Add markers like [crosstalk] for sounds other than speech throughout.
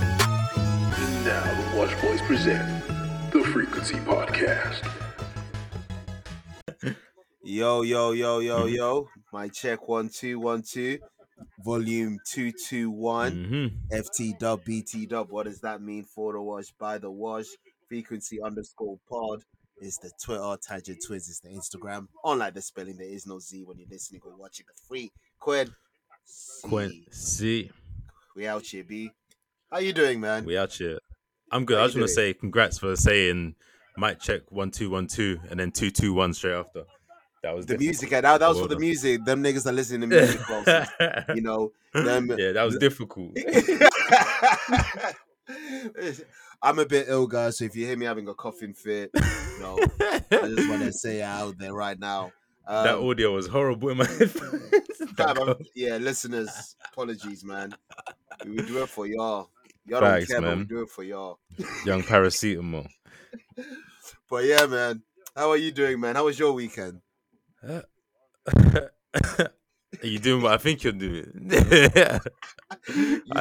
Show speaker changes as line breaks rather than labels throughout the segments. And now the Watch Boys present the Frequency Podcast.
Yo, yo, yo, yo,
Mm-hmm.
yo. My check one two one two. Volume two two one.
Mm-hmm.
FT dub BT dub. What does that mean for the wash? By the wash. Frequency underscore pod is the Twitter. Tangent Twiz is the Instagram. Unlike the spelling, there is no Z when you're listening or watching the free. Quinn.
Quincy,
We out here, B. How you doing, man?
we out here. I'm good.
How
I
you
just
doing?
want to say congrats for saying mic check one two one two and then two two one straight after. That was
the
different.
music. That, that was
Well
for the
done.
music. Them niggas are listening to music. bro.
[laughs]
So, you know, them
yeah, that was difficult.
[laughs] I'm a bit ill, guys. So if you hear me having a coughing fit, no, I just want to say it out there right now. Um,
[laughs] that audio was horrible in my [laughs] headphones.
fam, I'm-
That cough.
yeah,
[laughs]
listeners, apologies, man. We would do it for y'all. Y'all
Thanks,
don't care, but we
man.
do it for y'all.
Young paracetamol.
But yeah, man, how are you doing, man? How was your weekend?
Are you doing what I think
[laughs]
you're doing? Alright,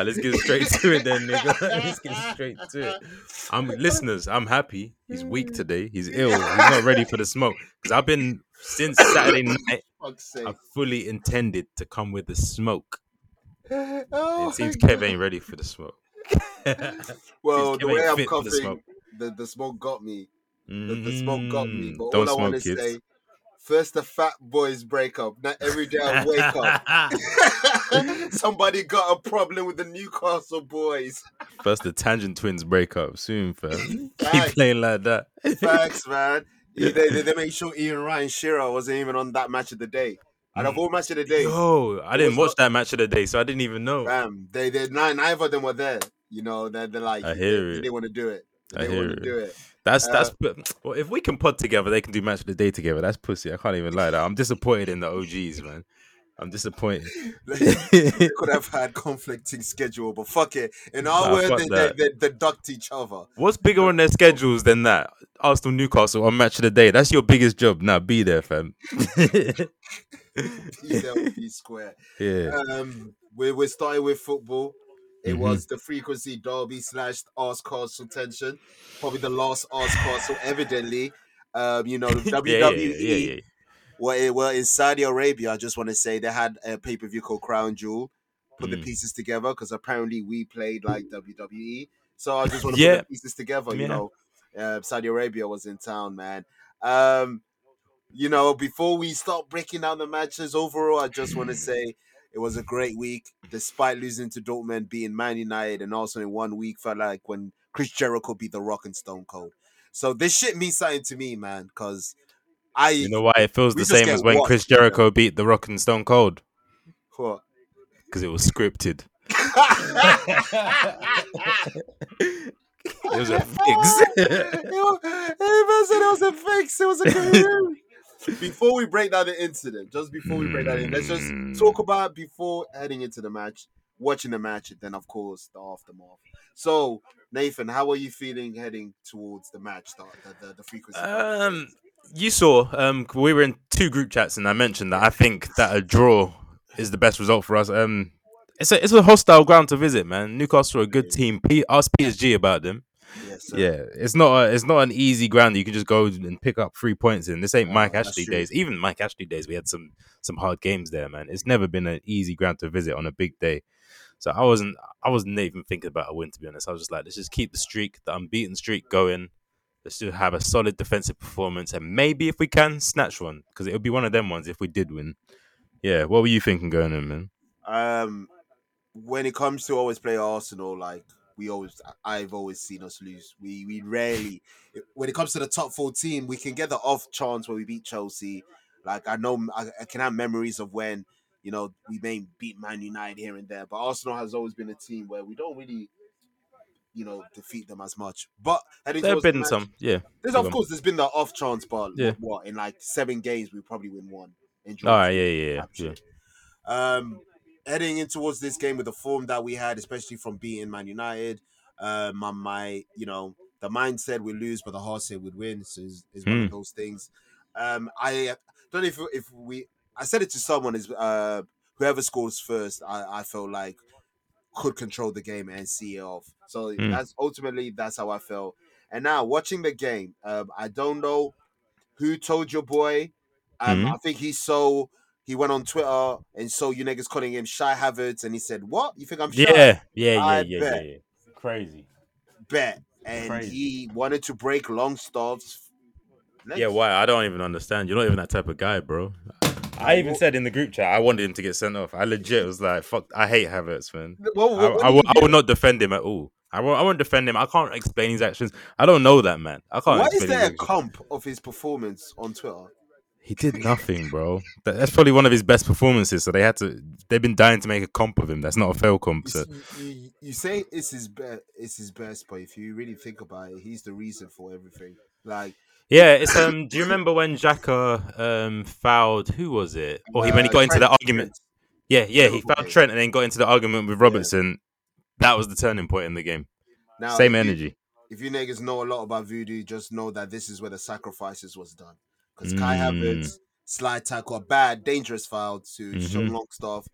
let's get straight to it then, nigga. [laughs] let's get straight to it. I'm listeners. I'm happy. He's
Mm.
weak today. He's ill. He's not ready for the smoke. Because I've been since Saturday night.
[laughs] Fuck's sake.
I fully intended to come with the smoke.
Oh
It seems
my
Kev ain't ready for
[laughs]
the smoke. [laughs]
Well,
Kev
the
ain't
way I'm
fit for the
coughing,
smoke.
the, the smoke got me. The, the smoke got me.
Mm,
But
Don't
all I want to
smoke, kids.
say, first the fat boys break up. Now every day I wake
[laughs]
up. [laughs] Somebody got a problem with the Newcastle boys.
First, the tangent twins break up
[laughs]
soon, fam. [laughs] Keep
Facts.
playing like that.
Facts,
[laughs]
man. They, they, they made sure Ian Ryan Shearer wasn't even on that match of the day. And of all match of the day,
Mm. Yo, I
was
didn't watch
not-
that match of the day, so I didn't even know.
bam, they, they, nine, neither of them were there. You know, they're, they're like,
I hear
they,
it.
didn't want to do it.
I
They didn't
hear
want to
it.
do it.
That's
Uh,
that's well, if we can pod together, they can do match of the day together. That's pussy. I can't even lie. That I'm disappointed in the OGs, man.
[laughs]
I'm disappointed.
They
[laughs]
could have had conflicting schedule, but fuck it. In our
Nah,
world,
fuck
they, they,
that.
they, they ducked each other.
What's bigger on their schedules than that? Arsenal Newcastle on match of the day. That's your biggest job. Now be there, fam. [laughs]
P square.
yeah.
um, we we started with football. It
Mhm.
was the frequency derby slash Ars Castle tension, probably the last Ars Castle, evidently. Um, you know, E, the
[laughs]
WWE.
Yeah, yeah, yeah, yeah, yeah.
Well, it, well, in Saudi Arabia, I just want to say they had a pay per view called Crown Jewel, put the
Mm.
pieces together because apparently we played like WWE. So I just want to
Yeah.
put the pieces together. You
Yeah.
know, uh, Saudi Arabia was in town, man. Um, you know, before we start breaking down the matches overall, I just
[clears throat]
want to say it was a great week, despite losing to Dortmund, beating Man United, and also in one week felt like when Chris Jericho beat The Rock and Stone Cold. So this shit means something to me, man, because I
You know why it feels
We
the
just
same
get
as when
watched,
Chris
you know.
Jericho beat The Rock and Stone Cold
What?
because it was scripted. It
[laughs]
was a fix.
it, was, it was a fix. It was a career. before we break down the incident, just before we break down, the- let's just
Mm.
talk about before heading into the match, watching the match, and then of course the aftermath. So, Nathan, how are you feeling heading towards the match start, the, the, the frequency?
Um, you saw. Um, we were in two group chats, and I mentioned that I think that a draw is the best result for us. Um, it's a it's a hostile ground to visit, man. Newcastle are a good team. P- ask PSG about them.
yes, sir.
Yeah, it's not a, it's not an easy ground that you can just go and pick up three points in. This ain't
No,
Mike
that's
Ashley
true.
days. Even Mike Ashley days, we had some some hard games there, man. It's never been an easy ground to visit on a big day. So I wasn't I wasn't even thinking about a win to be honest. I was just like, let's just keep the streak, the unbeaten streak going. Let's just have a solid defensive performance and maybe if we can snatch one because it would be one of them ones if we did win. Yeah, what were you thinking going in, man?
Um, when it comes to always play Arsenal, like we always, I've always seen us lose. We we rarely, when it comes to the top four team, we can get the off chance where we beat Chelsea. Like I know I, I can have memories of when you know we may beat Man United here and there, but Arsenal has always been a team where we don't really, you know, defeat them as much. But heading
There have
towards the
been
match-
some, yeah.
There's of
some.
course there's been the off chance, but
Yeah.
what in like seven games we probably win one. and draw
All right,
two
yeah, yeah, yeah.
type shit. Um, heading in towards this game with the form that we had, especially from beating Man United, uh, my, my you know the mind said we lose, but the heart said we'd win. So is one
Hmm.
of those things. Um, I don't know if if we. I said it to someone is uh, whoever scores first. I, I felt like could control the game and see it off. So
Hmm.
that's ultimately that's how I felt. And now watching the game, um, I don't know who told your boy. Um,
Mhm.
I think he so he went on Twitter and so you niggas calling him Shy Havertz, and he said, "What you think I'm shy?"
Yeah, yeah, yeah,
I
yeah, yeah,
bet.
yeah. Crazy.
bet, and
Crazy.
he wanted to break Longstaff's.
Yeah,
legs.
why? I don't even understand. You're not even that type of guy, bro. I even said in the group chat I wanted him to get sent off. I legit was like, "Fuck, I hate Havertz, man.
Well,
I,
what- what
I,
did
will,
you
I
do?
will not defend him at all. I won't, I won't defend him. I can't explain his actions. I don't know that man. I can't.
Why is
explain his
there a
actions.
comp of his performance on Twitter?
He did nothing, bro. That, that's probably one of his best performances. So they had to. They've been dying to make a comp of him. That's not a fail comp.
You,
So.
s- you, you- you say it's his best, it's his best, but if you really think about it, he's the reason for everything. Like
Yeah, it's um. [laughs] Do you remember when Xhaka um fouled? Who was it? Or he when he
uh,
got into
Trent-
that argument? Yeah, yeah. He
Liverpool
fouled
game.
Trent and then got into the argument with Robertson. That was the turning point in the game.
Now,
Same
if you-
energy.
if you niggas know a lot about voodoo, just know that this is where the sacrifices was done. Because Kai
Mm.
Havertz slide tackle, a bad, dangerous foul to Sean
Mhm.
Longstaff.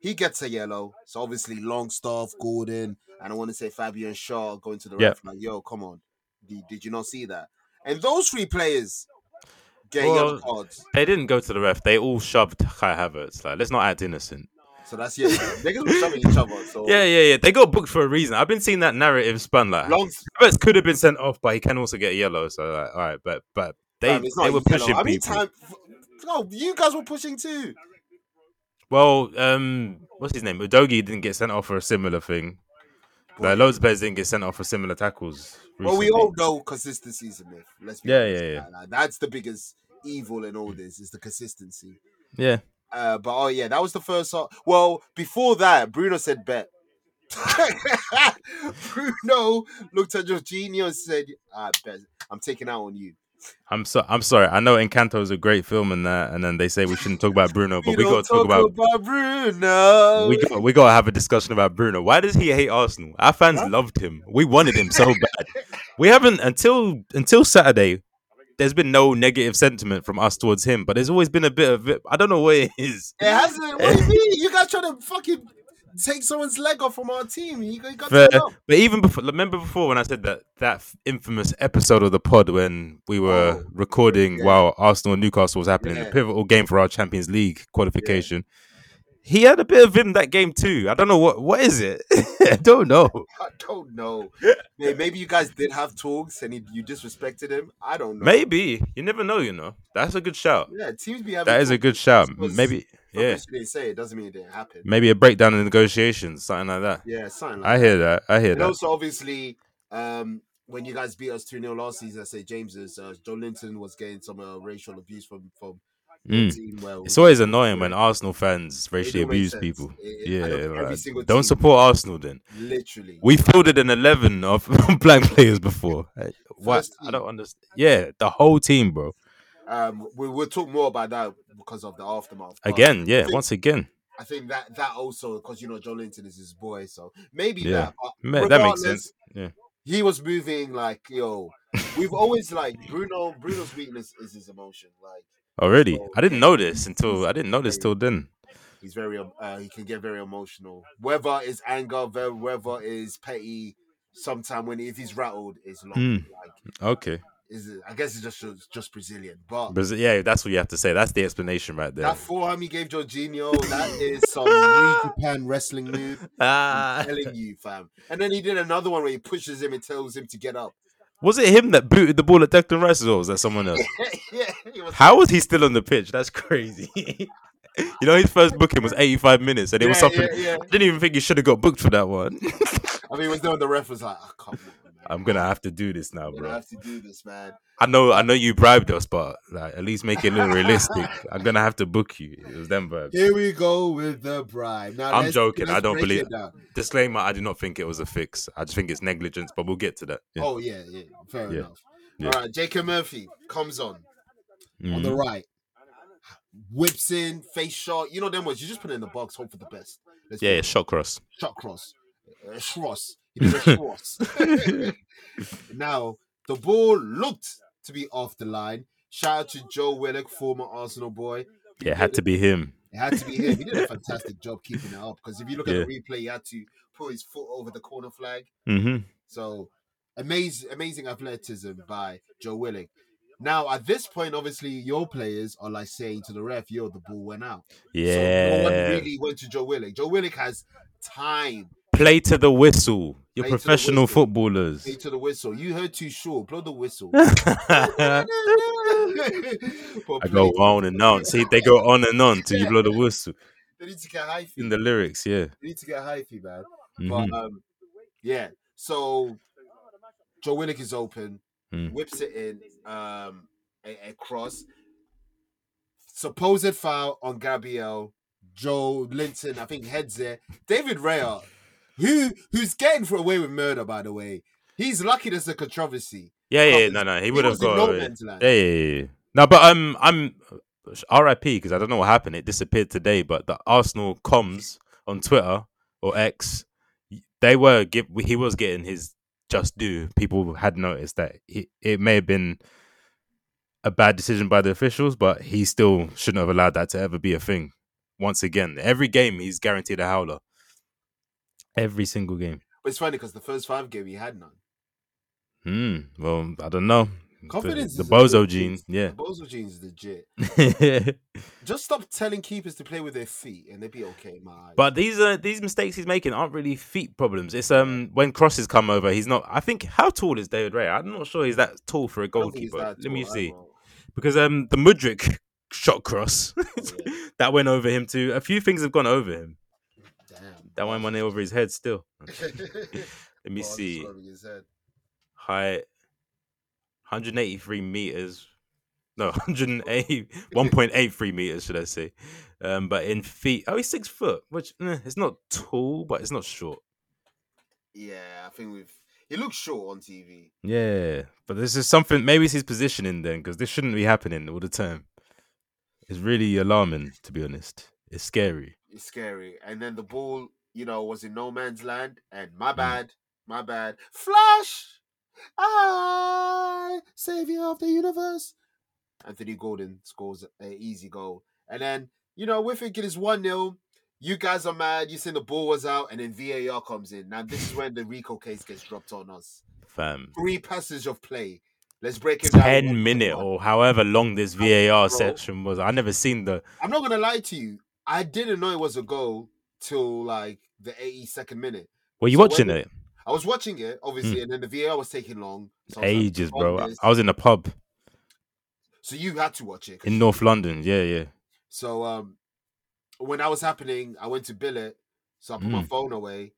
He gets a yellow. So obviously Longstaff, Gordon, and I want to say Fabian Shaw going to the
Yeah.
ref like, "Yo, come on, did, did you not see that?" And those three players get yellow
Well,
cards.
they didn't go to the ref. They all shoved Kai Havertz. Like, let's not act innocent.
So that's
[laughs]
yellow. niggas were shoving each other. So
Yeah, yeah, yeah. They got booked for a reason. I've been seeing that narrative spun. Like,
Long,
Havertz could have been sent off, but he can also get yellow. So, like, all right, but but they
fam, it's
they
not
were
yellow.
pushing
I mean,
people.
time. No, you guys were pushing too.
Well, um, what's his name? Udogi didn't get sent off for a similar thing. Like, loads of players didn't get sent off for similar tackles
Well,
recently.
we all know consistency's a myth. Let's be
Yeah,
honest.
yeah, yeah.
Like, like, that's the biggest evil in all this is the consistency.
yeah.
Uh, but oh yeah, that was the first. ho- Well, before that, Bruno said bet. [laughs] Bruno looked at Jorginho and said, "I bet I'm taking out on you."
I'm so I'm sorry. I know Encanto is a great film and that, and then they say we shouldn't talk about Bruno,
[laughs]
but we
don't
got to talk about
Bruno.
we got we got to have a discussion about Bruno. Why does he hate Arsenal? Our fans loved him. We wanted him so bad. We haven't until until Saturday. There's been no negative sentiment from us towards him, but there's always been a bit of it. I don't know what it is.
It hasn't. What do
[laughs]
you mean? You guys trying to fucking take someone's leg off from our team? You got, you got
Fair.
to up.
But even before, remember before when I said that that infamous episode of the pod when we were
Oh,
recording
yeah.
while Arsenal and Newcastle was happening,
Yeah.
the pivotal game for our Champions League qualification. He had a bit of him that game too. I don't know what what is it. [laughs] I don't know.
[laughs] I don't know.
[laughs]
May- Maybe you guys did have talks and he, you disrespected him. I don't know.
Maybe you never know. You know that's a good shout.
Yeah, teams be having.
That is a good shout.
Because-
Maybe yeah,
Yeah. They say it doesn't mean it didn't happen.
maybe a breakdown in negotiations, something like that.
Yeah, something like
I hear that. I hear
And
that.
also, obviously, um, when you guys beat us 2 0 last season, I say James's, uh, Joe Linton was getting some uh, racial abuse from, from your
Mm.
team. Well,
It's always annoying when Arsenal fans
it
racially
don't make
abuse
sense.
people.
It- it-
Yeah,
I don't- every
like,
single
don't
team,
support Arsenal then.
literally.
We fielded an 11 of [laughs] black players before. Like,
[laughs]
What?
First
I
team.
don't understand. Yeah, the whole team, bro.
Um, we, we'll talk more about that because of the aftermath. but
Again,
I
yeah,
think
once again.
I think that that also because you know John Linton is his boy, so maybe
Yeah.
that. But
Ma- that makes
regardless,
sense. Yeah.
He was moving like yo. We've always like Bruno. Bruno's weakness is his emotion. Like
Already.
so
I didn't know this until
he's
I didn't know this
very-
till then.
He's very um, uh, he can get very emotional. Whether it's anger, ve- whether it's petty. Sometime when if he's rattled, it's long.
Hmm.
Like
Okay.
is I guess it's just it's just Brazilian, but.
But yeah, that's what you have to say. That's the explanation right there.
That forearm he gave Jorginho, that is some new Japan wrestling move. [laughs]
Ah.
I'm telling you, fam. And then he did another one where he pushes him and tells him to get up.
[laughs]
[laughs]
Was it him that booted the ball at Declan Rice or was that
[laughs]
someone else?
yeah, he was
How was he still on the pitch? That's crazy. [laughs] you know, his first booking was 85 minutes, and it was
Yeah,
something.
yeah, yeah.
I didn't even think he should have got booked for that one.
I mean, it was doing the ref was like, I can't. [laughs] believe it, man.
I'm gonna have to do this now,
I'm gonna
bro.
have to do this, man.
I know, I know you bribed us, but like at least make it a little realistic. I'm gonna have to book you. It was them vibes.
Here we go with the bribe. Now
I'm
let's-
joking.
let's
I don't
break
believe.
it down.
Disclaimer: I do not think it was a fix. I just think it's negligence, but we'll get to that. Yeah.
Oh yeah, yeah, fair
Yeah,
enough.
yeah.
All right, Jacob Murphy comes on on the
Mhm.
right. whips in, face shot. You know them ones. You just put it in the box, hope for the best. Let's
Yeah, yeah, shot cross.
shot cross, uh, Schross. He
[laughs]
did a Schross. [laughs] now the ball looked to be off the line. Shout out to Joe Willock, former Arsenal boy.
Yeah, it had to be him.
It had to be him. He did a fantastic job keeping it up because if you look at
Yeah.
the replay, he had to put his foot over the corner flag.
Mm-hmm.
So amazing, amazing athleticism by Joe Willock. Now at this point, obviously your players are like saying to the ref, "Yo, the ball went out." So no one
Yeah.
really went to Joe Willock. Joe Willock has time
Play to the whistle. You're
Play to the
professional
whistle.
footballers.
Play to the whistle. You heard too sure. Blow the whistle.
Uh,
[laughs]
[laughs] I go on and on. See, they go on and on till you blow the whistle
They need to get hyphy.
in the lyrics. Yeah.
They need to get hyphy, man.
Mhm.
But um, yeah. So Joe Winnick is open,
Mm.
whips it in, um, a, a cross. Supposed foul on Gabriel. Joe Linton, I think heads it. David Raya, who who's getting for away with murder, by the way. He's lucky there's a controversy.
Yeah, yeah,
Couples.
no, no, he
He
would have
was in
got.
no
away.
man's land.
yeah, yeah, yeah. No, but um, I'm R.I.P. because I don't know what happened. It disappeared today, but the Arsenal comms on Twitter or X, they were give. He was getting his just due. People had noticed that he, it may have been a bad decision by the officials, but he still shouldn't have allowed that to ever be a thing. Once again, every game he's guaranteed a howler. Every single game.
But it's funny because the first five game he had none.
Hmm. Well, I don't know. [laughs] The-
Confidence
the,
is a
bozo
good
gene.
thing.
Yeah.
The Bozo jeans is legit.
but
Just stop telling keepers to play with their feet and they'd be okay in my eyes.
these are these mistakes he's making aren't really feet problems. It's um when crosses come over, he's not. I think how tall is David Ray? I'm not sure he's that tall for a
I don't think he's
goalkeeper.
that
Let me
tall
see
overall.
because um the Mudrick shot cross [laughs]
Oh, yeah.
that went over him too. A few things have gone over him.
Damn. Oh,
That went one over his head still.
[laughs]
Let me
Bars is
see
rubbing his head.
height, 183 meters. No, [laughs] 108, 1.83 meters, should I say? Um, but in feet, oh, he's six foot, which eh, it's not tall, but it's not short.
Yeah, I think we've. He looks short on TV.
Yeah, but this is something. Maybe it's his positioning then, because this shouldn't be happening all the time. It's really alarming, to be honest. It's scary.
It's scary. And then the ball, you know, was in no man's land. And
Hmm.
my bad, my bad. Flash! I, savior of the universe. Anthony Golden scores an easy goal. And then, you know, we're thinking it's 1 0. You guys are mad. You saying the ball was out, and then VAR comes in. Now, this is when the Rico case gets dropped on us.
Fam,
Three passes of play. Let's break it down. one by
ten minute
one.
or however long this
Bro.
VAR section was. I never seen the.
I'm not gonna lie to you. I didn't know it was a goal till like the 82nd minute.
Were you
So when
watching
the-
it?
I was watching it, obviously, and then the VAR was taking long. So I was like,
Hmm. Ages,
"Hold
bro. I-
this."
I was in a pub
so you had to watch it. 'cause
in
you-
North London. Yeah, yeah.
So um, when that was happening, I went to billet. So I put my
Mm.
phone away.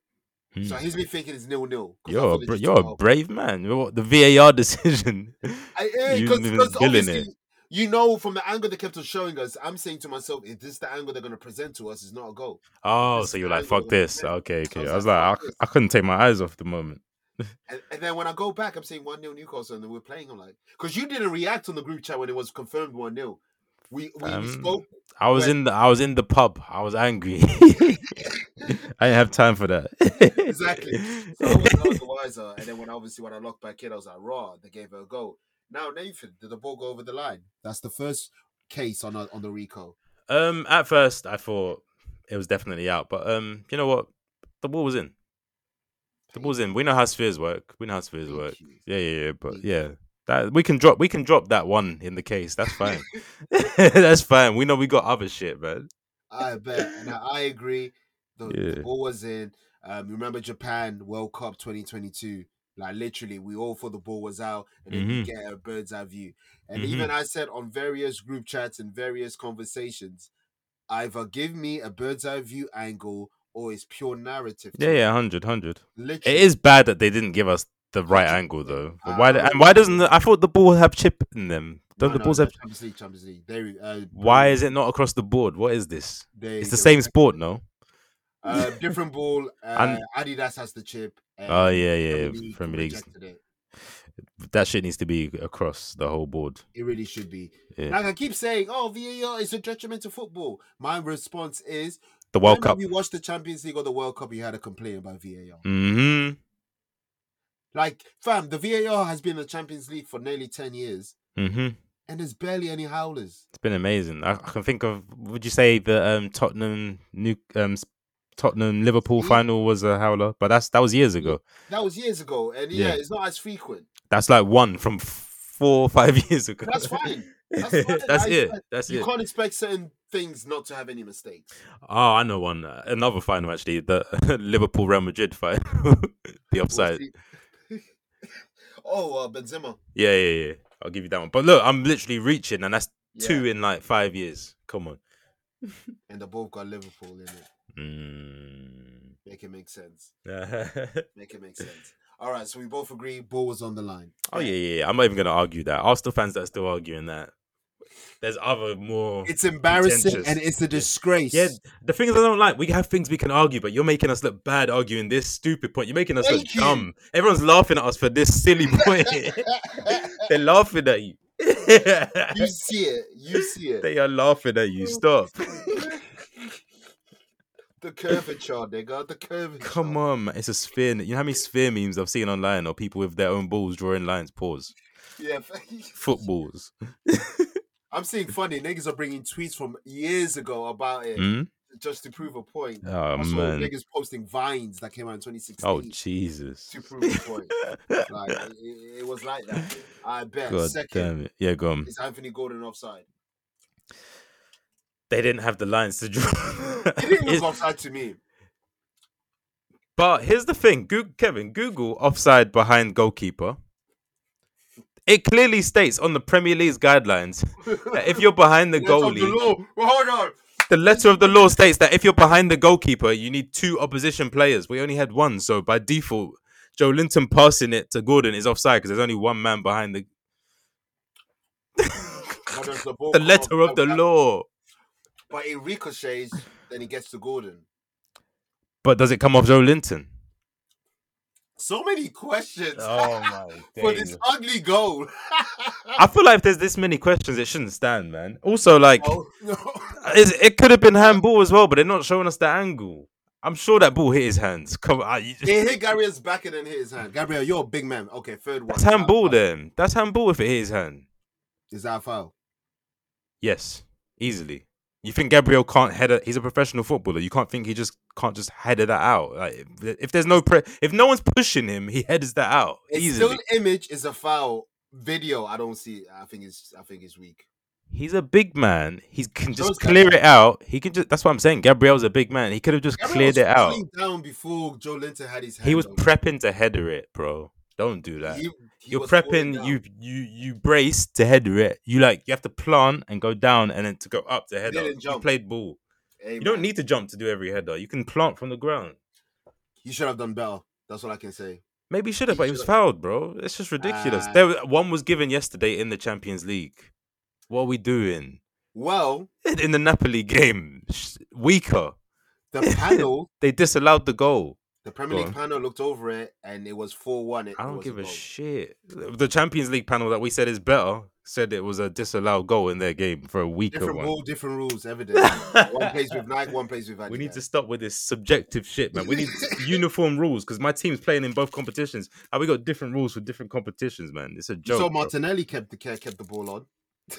So
Mm.
he's been thinking it's nil nil.
You're a, bra- you're a brave man. You know what? The VAR [laughs] decision. you
because
even billing it.
obviously you know from the angle they kept on showing us. I'm saying to myself, if this the angle they're gonna present to us, it's not a goal.
oh,
This
so
is
you're
how
like,
you were
fuck this.
gonna
Okay,
I
okay.
was
I was
like,
like,
fuck
I,
this.
I couldn't take my eyes off the moment.
And, and then when I go back, I'm saying 1 0 Newcastle, and then we're playing. I'm like, because you didn't react on the group chat when it was confirmed 1 0. We, we, we
Um,
spoke.
I was
When-
in the I was in the pub. I was angry. [laughs] I didn't have time for that. [laughs]
Exactly. So I was not the wiser. And then when obviously when I looked back in, I was like, raw, they gave her a goal. Now, Nathan, did the ball go over the line? That's the first case on a, on the Rico.
um, at first I thought it was definitely out, but um, you know what? The ball was in. The ball's in. We know how spheres work. We know how spheres
Thank
work.
you.
Yeah, yeah, yeah. But
Thank
yeah, that we can drop. We can drop that one in the case. That's [laughs] fine. That's fine. We know we got other shit, man.
I bet. And I, I agree. The, the
Yeah.
ball was in. Um, remember Japan World Cup 2022? Like literally, we all thought the ball was out, and then you
Mhm.
get a bird's eye view. And
Mm-hmm.
even I said on various group chats and various conversations, either give me a bird's eye view angle or it's pure narrative. to
Yeah,
me.
yeah. 100, 100. It
Literally,
is bad that they didn't give us the right
100%.
angle though.
Uh,
But why?
I
And
mean-
why doesn't? The, I thought the ball have chip in them.
No,
Don't the
no,
balls
no,
have?
Champions League, Champions League. They, uh,
Why is it not across the board? What is this?
they-
It's
they
the same
respect-
sport, no?
Uh, different ball. Uh,
And-
Adidas has the chip. and
Oh yeah, yeah.
Premier League
Premier League's
rejected it.
That shit needs to be across the whole board.
It really should be.
Yeah.
Like I keep saying, oh, VAR is a detriment to football. My response is,
The World
when
Cup.
you watched the Champions League or the World Cup, you had a complaint about VAR.
Mm-hmm.
Like, fam, the VAR has been in the Champions League for nearly 10 years,
Mm-hmm.
and there's barely any howlers.
It's been amazing. I, I can think of. Would you say the um, Tottenham new um, s- Tottenham Liverpool
Yeah.
final was a howler? But that's that was years ago.
That was years ago, and yeah,
Yeah.
it's not as frequent.
That's like one from f- four five [laughs] years ago.
That's fine.
[laughs]
That's
That's,
fine. I-
it. That's
you
it.
can't expect certain things not to have any mistakes.
Oh, I know one. Uh, Another final actually. The [laughs] Liverpool Real Madrid final. [laughs] the
We'll
offside.
see. [laughs] oh, uh, Benzema.
Yeah, yeah, yeah. I'll give you that one. But look, I'm literally reaching, and that's
Yeah.
two in like five years. Come on.
And they both got Liverpool in it.
Mm. [laughs]
Make it make sense.
oh
Make it make sense. All right, so we both agree ball was on the line.
Oh, yeah, yeah, yeah. I'm not even gonna argue that. Arsenal fans that are still arguing that. There's other more.
It's embarrassing
Contentious.
and it's a disgrace.
yeah, the things I don't like, we have things we can argue, but you're making us look bad arguing this stupid point. You're making us
Thank
look
you.
dumb. Everyone's laughing at us for
[laughs]
this silly point. [laughs] They're laughing at you.
[laughs]
[laughs]
you see it. You see it.
they are laughing at you. Stop.
[laughs] the curvature, nigga. The curvature.
Come on, man. It's a sphere. You know how many sphere memes I've seen online or people with their own balls drawing lines, pause.
Yeah. [laughs]
Footballs.
I'm seeing funny niggas are bringing tweets from years ago about it
Hmm?
just to prove a point.
Oh,
I saw
man.
niggas posting vines that came out in 2016
Oh, Jesus.
to prove a point.
[laughs]
like it, it- it was like that. I bet.
God
Second
damn it. Yeah, go on.
is Anthony Gordon offside.
They didn't have the lines to
[laughs]
draw.
He
[laughs]
didn't
It's-
look offside to me.
but here's the thing Goog Kevin, Google offside behind goalkeeper. It clearly states on the Premier League's guidelines that if you're behind
[laughs]
the
Letter of
goalie,
the law. Well, hold on.
The letter of the law states that if you're behind the goalkeeper, you need two opposition players. We only had one, so by default, Joe Linton passing it to Gordon is offside because there's only one man behind the
How does the, ball
the
come
letter of the
offside?
law.
But it ricochets, then he gets to Gordon.
But does it come off Joe Linton?
So many questions
Oh
for this ugly goal.
I feel like if there's this many questions, it shouldn't stand, man. Also, like
oh,
[laughs]
no.
is- it could have been handball as well, but they're not showing us the angle. I'm sure that ball hit his hands. Come on, I-
It hit Gabriel's back and then hit his hand. Gabriel, you're a big man. Okay, third one.
that's
Is that a
handball.
foul?
Then that's handball if it hit his hand.
Is that a foul?
Yes, easily. You think Gabriel can't header? He's a professional footballer. You can't think he just can't just header that out. Like if, if there's no pre- if no one's pushing him, he headers that out
It's
easily.
still image is a foul. Video, I don't see. I think it's. I think it's weak.
He's a big man. He can
So is
just clear it out. He can just. That's what I'm saying. Gabriel's a big man. He could have just
Gabriel
cleared it
was
out.
falling Down before Joe Linton had his hand.
He was
on him.
prepping to header it, bro. Don't do that.
He- he
You're
was falling
prepping.
down.
You you you brace to header it. You like you have to plant and go down and then to go up to head
didn't
up. You
jump.
played ball.
Hey,
You don't
man,
need to jump to do every header. You can plant from the ground.
You should have done better. That's all I can say.
Maybe he should
He
have, but he was
should
fouled, bro. It's just ridiculous.
Ah.
there, one was given yesterday in the Champions League. What are we doing
Well,
in the Napoli [laughs] game? sh- Weaker. [laughs]
the panel,
They disallowed the goal.
the Premier
Go
League
on.
panel looked over it, and it was four one.
I don't give a shit. The Champions League panel that we said is better said it was a disallowed goal in their game for a weaker
Different
one.
ball, different rules, evidently. one plays with Nike, one plays with Adidas.
[laughs] We need to stop with this subjective shit, man. We
[laughs]
need uniform rules because my team's playing in both competitions, and we got different rules for different competitions, man. It's a
You
joke.
saw
bro.
Martinelli kept the kept the ball on. [laughs]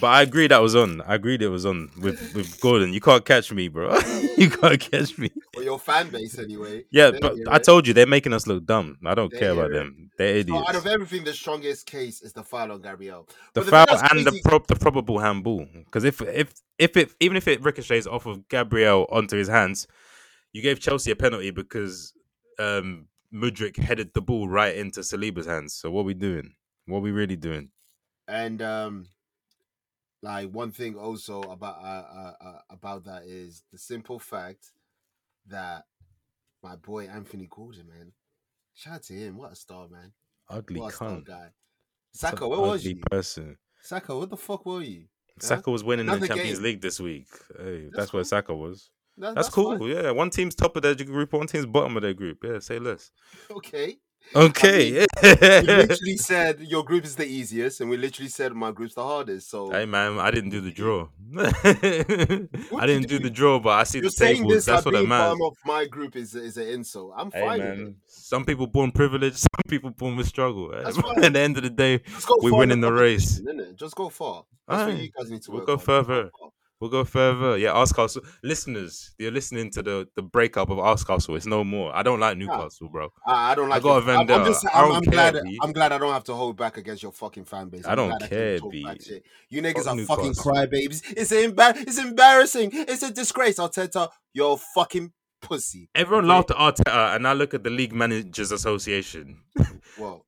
But I agree that was on. I agreed it was on with, with Gordon. You can't catch me, bro. [laughs] you can't catch me.
or your fan base, anyway.
Yeah,
They
but
hear
I
it.
told you they're making us look dumb. I don't
They
care about
hear it.
them. They're
So out of
idiots.
everything, the strongest case is the foul on Gabriel.
The
but the
foul
thing that's
and the
crazy-
prob- the probable handball. Because if if if it even if it ricochets off of Gabriel onto his hands, you gave Chelsea a penalty because um Mudrick headed the ball right into Saliba's hands. So what we doing? What we really doing?
And um, like one thing also about uh, uh, uh, about that is the simple fact that my boy Anthony Gordon, man, shout out to him. What a star, man.
Ugly
what a star
cunt.
guy.
Such
Saka, where was
ugly
you?
person?
Saka, what the fuck were you? Huh?
Saka was winning
Another
the Champions
game.
League this week. Hey, that's,
That's
where
cool.
Saka was.
That-
That's, cool.
fine.
Yeah, one team's top of their group, one team's bottom of their group. Yeah, say less.
[laughs]
[laughs]
Okay.
Okay.
We [laughs] literally said your group is the easiest, and we literally said my group's the hardest. So
Hey man, I didn't do the draw. [laughs] I didn't do the draw, but I see
you're
the
saying
tables.
this
That's
like
what it
being
matters.
part of my group is is an insult. I'm
Hey
fine. with it.
man, some people born privileged, [laughs] some people born with struggle. [laughs]
That's
At the end of the day,
Just go
we
far in
winning the race.
competition, innit? Just go far. That's what
Aye.
you guys need to
We'll
work
go
on.
further.
far.
We'll go further. Yeah, Ask Castle. Listeners, you're listening to the, the breakup of Ask Castle. It's no more. I don't like Newcastle, bro.
I, I don't like.
got
your-
a
I'm- I'm
vendetta.
just.
I
I'm,
don't
I'm glad.
care, B.
I'm glad I don't have to hold back against your fucking fan base.
I
I'm
don't
glad can
care,
talk
B.
back shit. You niggas
Fuck
are fucking
Newcastle.
crybabies. It's embar- It's embarrassing. It's a disgrace. Arteta, you're a fucking pussy.
Everyone
Okay.
laughed at Arteta, and I look at the League Managers Association.
Well,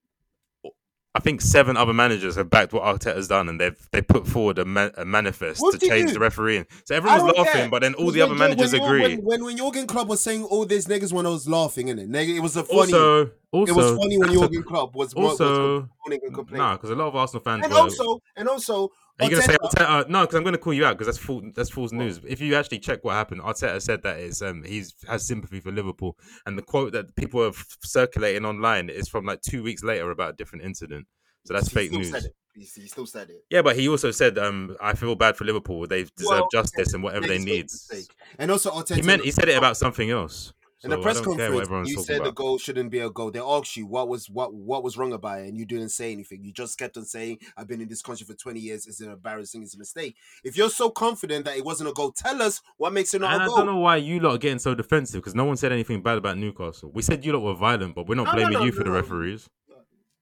I think seven other managers have backed what Arteta's done, and they've they put forward a, ma- a manifest
What
to
did
change
you-
the refereeing. So
I
everyone's
don't
laughing,
care.
but then all
Because
the other
when Jo-
managers
when,
agree.
When, when when Jurgen Klopp was saying all these niggas when I was laughing in it, nigga, it was a funny.
also, also,
it was funny when
that's a-
Jurgen Klopp was mo- was
also,
moaning and complaining.
nah, because a lot of Arsenal fans.
and
were,
also, and also,
Are you gonna say
Arteta-
Arteta? No, because I'm gonna call you out because that's full that's false news. If you actually check what happened, Arteta said that is um he's has sympathy for Liverpool, and the quote that people are f- circulating online is from like two weeks later about a different incident. So that's
he
fake
still
news.
Said it. He, he still said it.
Yeah, but he also said um I feel bad for Liverpool. They deserve
Well,
justice and whatever they
Niggas
need.
make mistake. And also, Arteta
He meant he said it about something else.
in
So
the press
I don't care what
conference.
everyone's
You
talking
said the
about.
goal shouldn't be a goal. They asked you what was what what was wrong about it, and you didn't say anything. You just kept on saying, "I've been in this country for twenty years. It's an embarrassing. It's a mistake." If you're so confident that it wasn't a goal, tell us what makes it not
And
a
I
goal.
don't know why you lot are getting so defensive because no one said anything bad about Newcastle. We said you lot were violent, but we're not
No, no,
blaming
no,
you for
no,
the
no.
referees.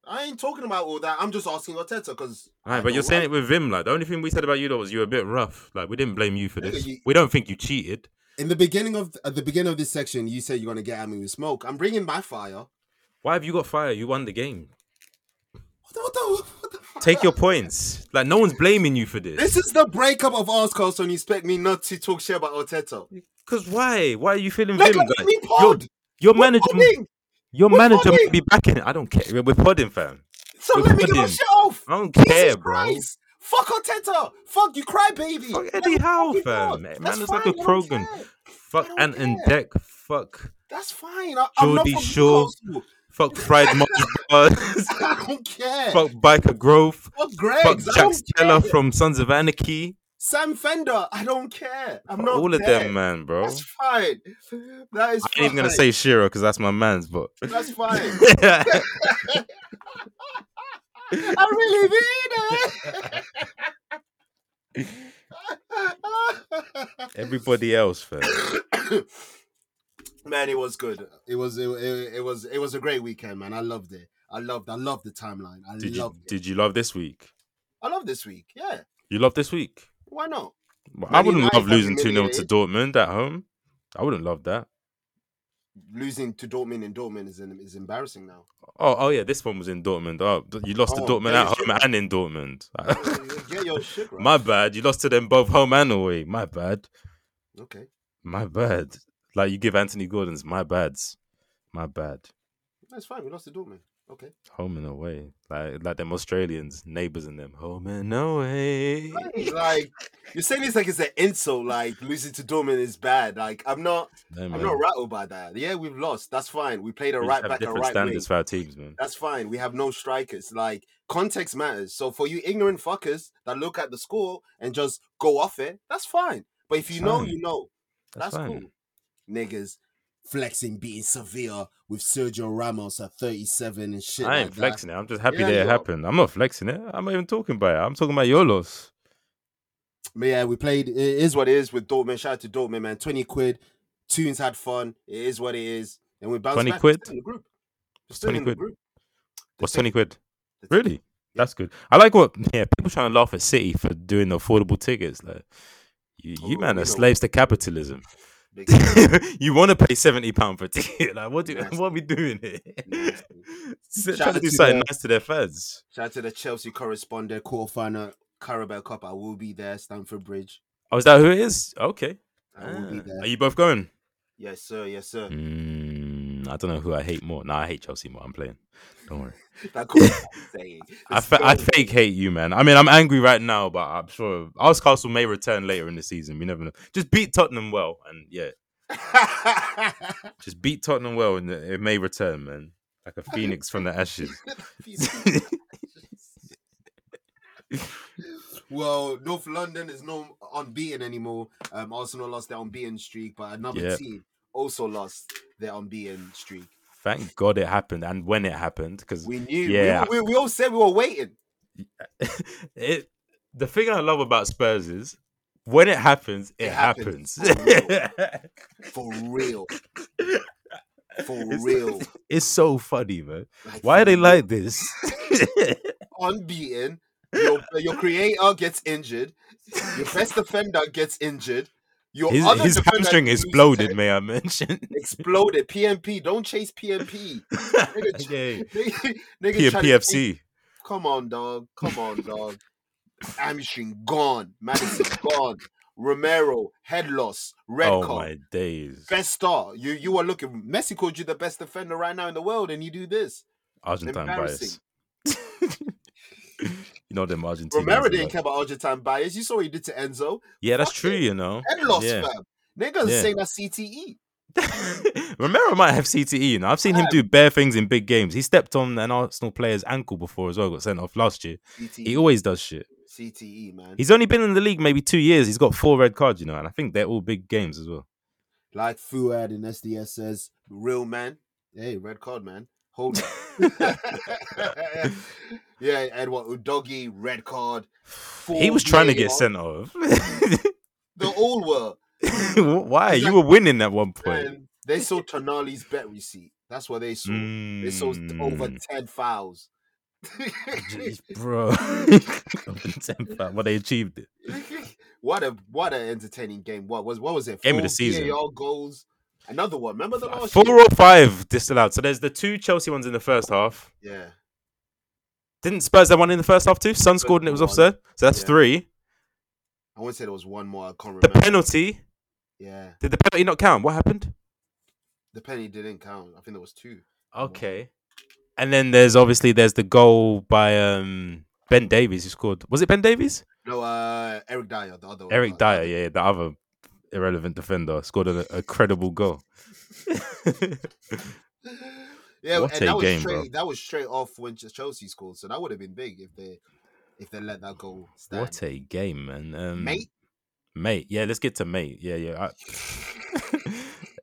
I ain't talking about all that. I'm just asking Arteta because.
Right, but you're saying it with Vim. Like the only thing we said about you lot was you were a bit rough. Like we didn't blame you for
Nigga,
this.
you-
We don't think you cheated.
in the beginning of at the beginning of this section. You said you're gonna get at me with smoke. I'm bringing my fire.
Why have you got fire? You won the game.
What the, what the, what the fuck?
Take your points. Like no one's blaming you for this.
This is the breakup of Arsenal, so you expect me not to talk shit about Arteta.
Because why? Why are you feeling
Nigga,
Vim?
we-
Like,
we
your
pod.
your
We're
manager,
podding.
your
We're
manager
podding.
might be back in. it. I don't care. We're podding, fam.
So
we're
let me get my
podding.
shit off.
I don't
Jesus
care, bro.
Christ. Fuck Arteta. Fuck you, cry baby.
Fuck Eddie Howe, fam. Man, it's like a Krogan. Fuck
I
Ant
don't
and
care.
Deck. Fuck.
That's fine. I, I'm not
Jordy
from
Shaw.
Newcastle. [laughs]
Fuck fried Mars.
I don't care. Fuck,
fuck Biker Grove. Fuck
Greg's. I
Jack
don't
Stella
care.
from Sons of Anarchy.
Sam Fender. I don't care. I'm not
all of
there.
them, man, bro.
That's fine. That is
I ain't even gonna
fine.
say Shiro because that's my
[laughs]
man's, but [laughs]
That's fine.
I
I really mean
[laughs]
it. [laughs]
everybody else, fam.
[coughs] man, it was good. It was it, it, it was it was a great weekend, man. I loved it. I loved I loved the timeline. I
Did you
loved it.
did you love this week?
I love this week. Yeah.
You love this week?
Why not?
Well, I
Man
wouldn't
United
love
got
losing 2 0 to
humiliated.
Dortmund at home. I wouldn't love that.
Losing to Dortmund in Dortmund is is embarrassing now. [coughs]
Oh, oh yeah, this one was in Dortmund. Oh, th- you lost
Oh,
to Dortmund
yeah,
at home
shit.
and in Dortmund. [laughs]
Get your shit right.
My bad. You lost to them both home and away. My bad.
okay.
My bad. Like you give Anthony Gordon's my bads. My bad.
That's fine. We lost to Dortmund. Okay.
Home and away. Like like them Australians, neighbours and them. Home and away.
Like you're saying this like it's an insult, like losing to Dortmund is bad. Like I'm not
No,
I'm
man.
not rattled by that. Yeah, we've lost. That's fine. We played a
We just
right
have
back and
different
right wing.
standards for our teams, man.
That's fine. We have no strikers. Like context matters. So for you ignorant fuckers that look at the score and just go off it, that's fine. But if you
That's
know,
fine.
you know.
That's,
That's,
fine.
cool. Niggas flexing, beating Sevilla with Sergio Ramos at 37 and shit.
I
like
ain't
that.
flexing it. I'm just happy
Yeah,
that
you
it
are.
happened. I'm not flexing it. I'm not even talking about it. I'm talking about your loss.
But yeah, we played. It is what it is with Dortmund. Shout out to Dortmund, man. 20 quid. Tunes had fun. It is what it is. And we bounced
20
back. We're
quid?
still in the group. We're
What's
still
20
in the
quid?
group. The
What's
ticket-
20 quid?
the ticket.
Really? That's good. I like what yeah, people trying to laugh at City for doing affordable tickets. Like you, you
Oh,
man
we know.
are slaves
[laughs]
to capitalism.
Big
[laughs]
time.
you want to pay seventy pound for a ticket? [laughs] Like what? Do,
Nasty.
what are we doing here?
Nasty.
[laughs]
Shout
Trying to
out
do
to
something
the-
nice to their fans.
Shout out to the Chelsea correspondent, quarterfinal Carabao Cup. I will be there, Stamford Bridge.
Oh, is that who it is? Okay.
I will be
Ah. Hmm.
there.
Are you both going?
Yes, sir. Yes, sir.
Mm, I don't know who I hate more. Nah, I hate Chelsea more. I'm playing.
[laughs]
Don't worry.
That goes without
[laughs]
saying.
I,
It's
fa- I
so-
fake hate you, man. I mean, I'm angry right now, but I'm sure Ours Castle may return later in the season. We never know. Just beat
[laughs]
Tottenham well, and yeah, just beat Tottenham well, and it may return, man. like a phoenix from the ashes.
well, North London is no unbeaten anymore. Um, Arsenal lost their unbeaten streak, but another
Yeah.
team also lost their unbeaten streak.
[laughs] Thank God it happened, and when it happened, because
We knew.
Yeah.
We, we, we all said we were waiting.
[laughs] it. The thing I love about Spurs is when it happens, it,
It happens.
happens.
For
[laughs]
real. For
It's-
real.
[laughs] It's so funny, man. Why are they like this?
unbeaten? Your, your creator gets injured. Your best defender gets injured. Your
his
other
his
defender
hamstring
loses
exploded,
it.
may I mention?
[laughs]
[laughs]
Exploded. PMP. Don't chase PMP.
[laughs]
Nigga,
Yay.
nigga, [laughs] nigga
P-
try to chase
PFC.
Come on, dog. Come on, dog. Hamstring gone.
[laughs]
Madison gone. Romero head loss. Red
Oh
card.
my days.
Best star. You you are looking. Messi called you the best defender right now in the world, and you do this.
Argentine bias.
Embarrassing.
[laughs] you know them Argentine.
Romero didn't care about Argentine bias. You saw what he did to Enzo.
Yeah, that's
Fuck
true.
it.
You know.
Head loss,
Yeah.
fam. Niggas
Yeah.
saying that E. CTE.
[laughs] Romero might have CTE. You know, I've seen him do bare things in big games. He stepped on an Arsenal player's ankle before as well. Got sent off last year. He
CTE.
always does shit.
CTE, E, man.
He's only been in the league maybe two years. He's got four red cards. You know, and I think they're all big games
[laughs]
as well.
Like Fuad in SDS says, real man. Hey, red card, man. Hold
[laughs]
up. [laughs] yeah, Edward Udogi, red card.
he was trying to
Fournier,
get sent off. [laughs]
The all were.
Why? You were winning at one point.
And they saw Tonali's bet receipt. That's what they saw. They saw over
Mm.
10 fouls. [laughs]
Jeez, [laughs] bro. Temper, well, they achieved it.
what a what an entertaining game. What was what was it?
Game of the
Four
season.
VAR goals. Another one. Remember the last
Four
year?
or five disallowed. So there's the two Chelsea ones in the first half.
Yeah.
Didn't Spurs have one in the first half too? Sun scored and it was
One.
offside. So that's
Yeah.
three.
I want to say there was one more. I can't
The
remember.
penalty.
yeah.
Did the penalty not count? What happened?
The penny didn't count. I think there was two.
Okay. And then there's obviously there's the goal by um Ben Davies who scored. Was it Ben Davies?
No, uh Eric Dyer, the other one.
Eric
Uh,
Dyer, yeah, yeah, the other irrelevant defender scored an, a
[laughs]
credible goal.
[laughs] Yeah,
What
and
a
that was
game,
straight
bro.
that was straight off when Ch- Chelsea scored, so that would have been big if they if they let that goal stand.
what a game, man! Um,
mate?
mate. Yeah, let's get to mate. Yeah, yeah. I... [laughs]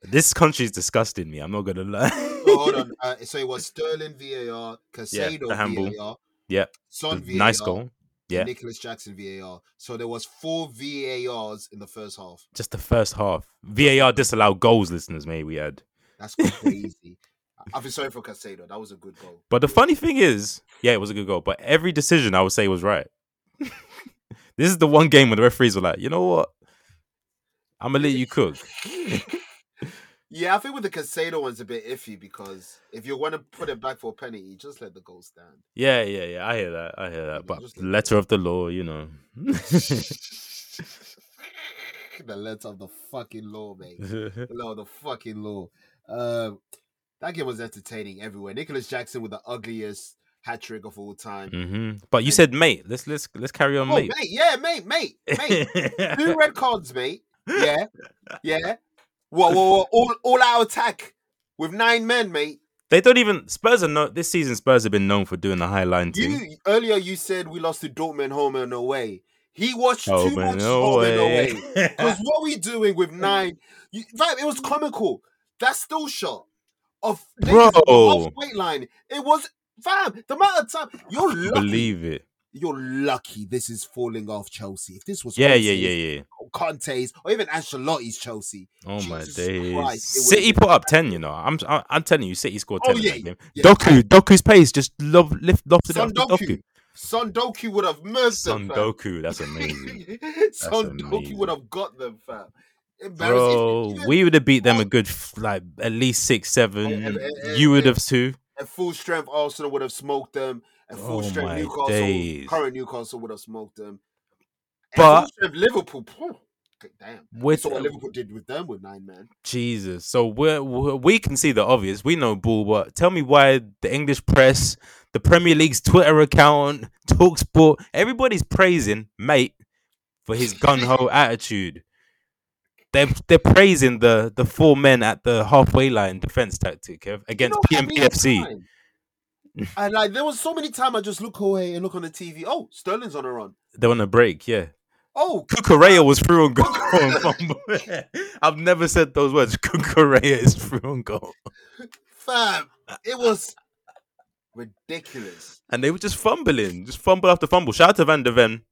this country's disgusting me. I'm not gonna lie.
Oh, hold
[laughs]
on. Uh, so it was Sterling VAR, Casado
the handball.
VAR,
Yeah,
Son
the
VAR,
nice goal. yeah.
Nicholas Jackson VAR. So there was four VARs in the first half.
Just the first half. VAR disallowed goals, listeners. May we add.
That's
[laughs]
crazy. I- I feel sorry for Casado. That was a good goal.
But the funny thing is, yeah, it was a good goal. But every decision I would say was right. [laughs] this is the one game where the referees were like, you know what? I'm gonna let you cook.
Yeah, I think with the Casado one's a bit iffy because if you want to put it back for a penny, you just let the goal stand. [laughs]
Yeah, yeah, yeah. I hear that. I hear that. But
Just-
letter of the law, you know. [laughs]
the letter of the fucking law,
[laughs]
mate.
Mm-hmm.
The law of the fucking law. Uh, that game was entertaining everywhere. Nicholas Jackson with the ugliest hat trick of all time.
hmm But you said mate. Let's let's let's carry on,
Oh,
mate.
mate. yeah, mate, mate,
[laughs]
mate. Two red cards, mate. Yeah, yeah. Whoa, whoa, whoa. All, all out attack with nine men, mate.
they don't even Spurs are no this season Spurs have been known for doing the high line thing.
You earlier you said we lost to Dortmund home and away. He watched
Oh,
too
man,
much
no
home and
way. [laughs]
away. Because what we doing with nine? You, in fact, it was comical. That still shot of
Bro.
weight line. It was fam. The amount of time you're lucky.
Believe it.
you're lucky. This is falling off Chelsea. If this was
Yeah, yeah,
Conte's
yeah, yeah.
or Conte's or even Ancelotti's Chelsea,
Oh my
Jesus Christ,
days!
it would've
City
been
put up ten. You know, I'm I'm, I'm telling you, City scored
Oh,
ten
yeah,
in that game.
yeah.
Doku, Doku's pace just love lift lofted it up.
Son
to Doku,
Doku, Son Doku would have murdered them.
Son Doku,
[laughs]
that's amazing,
Son Doku
amazing.
would have got them, fam. Embarrassing.
bro.
Even
We would have beat them a good f- like at least six,
Eh,
seven.
eh, eh,
You would
eh.
have two.
At full strength, Arsenal would have smoked them. At full
Oh
strength,
my
Newcastle,
days.
current Newcastle would have smoked them. At
But-
full strength, Liverpool, phew, damn.
With
That's what Liverpool did with them with nine men.
Jesus, so we we can see the obvious. We know bull, but tell me why the English press, the Premier League's Twitter account, Talksport,
[laughs]
everybody's praising mate for his gun ho attitude. They're, they're praising the the four men at the halfway line defense tactic Kev, against
You know, every
PMPFC.
time. and like there was so many times I just look away and look on the TV. Oh, Sterling's on a run.
They're on a break, yeah.
Oh,
Kukurea was through on goal. [laughs] on
[laughs]
fumble. I've never said those words. Kukurea is through on goal.
fam, it was ridiculous.
And they were just fumbling, just fumble after fumble. Shout out to Van de Ven,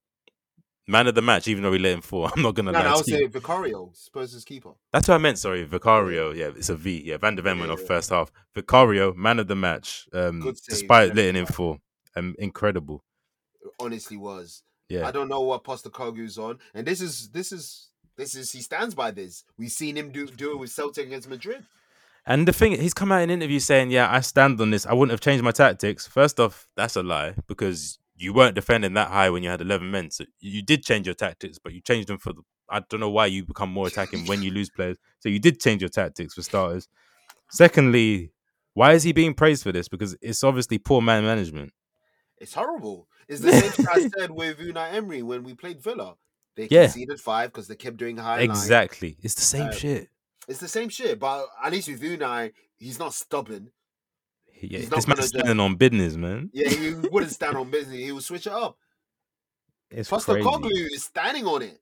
man of the match, even though he let him fall. [laughs] I'm not going to
No, no, I
lie
would
to you.
say Vicario, Spurs' keeper.
That's what I meant. Sorry, Vicario. Yeah, it's a V. Yeah, Van de Ven went
Yeah,
off
yeah.
first half. Vicario, man of the match, um,
Good save,
despite
yeah.
letting him fall. Um, incredible.
It honestly was. I
Yeah,
don't know what Posta Kogu's on, and this is this is this is he stands by this. We've seen him do do it with Celtic against Madrid.
and the thing he's come out in interviews saying, "Yeah, I stand on this. I wouldn't have changed my tactics." First off, that's a lie because you weren't defending that high when you had eleven men. So you did change your tactics, but you changed them for the. I don't know why you become more attacking when you lose players. So you did change your tactics for starters. Secondly, why is he being praised for this? Because it's obviously poor man management.
It's horrible. It's the same thing
[laughs]
I said with Unai Emery when we played Villa. They
Yeah.
conceded five because they kept doing high line.
Exactly, it's the same
Uh,
shit.
It's the same shit, but at least with Unai, he's not stubborn.
Yeah,
He's
this
not
man's
gonna
standing on business, man.
Yeah, he wouldn't stand on business. He would switch it up.
[laughs] It's
Costa
crazy.
Koglu is standing on it.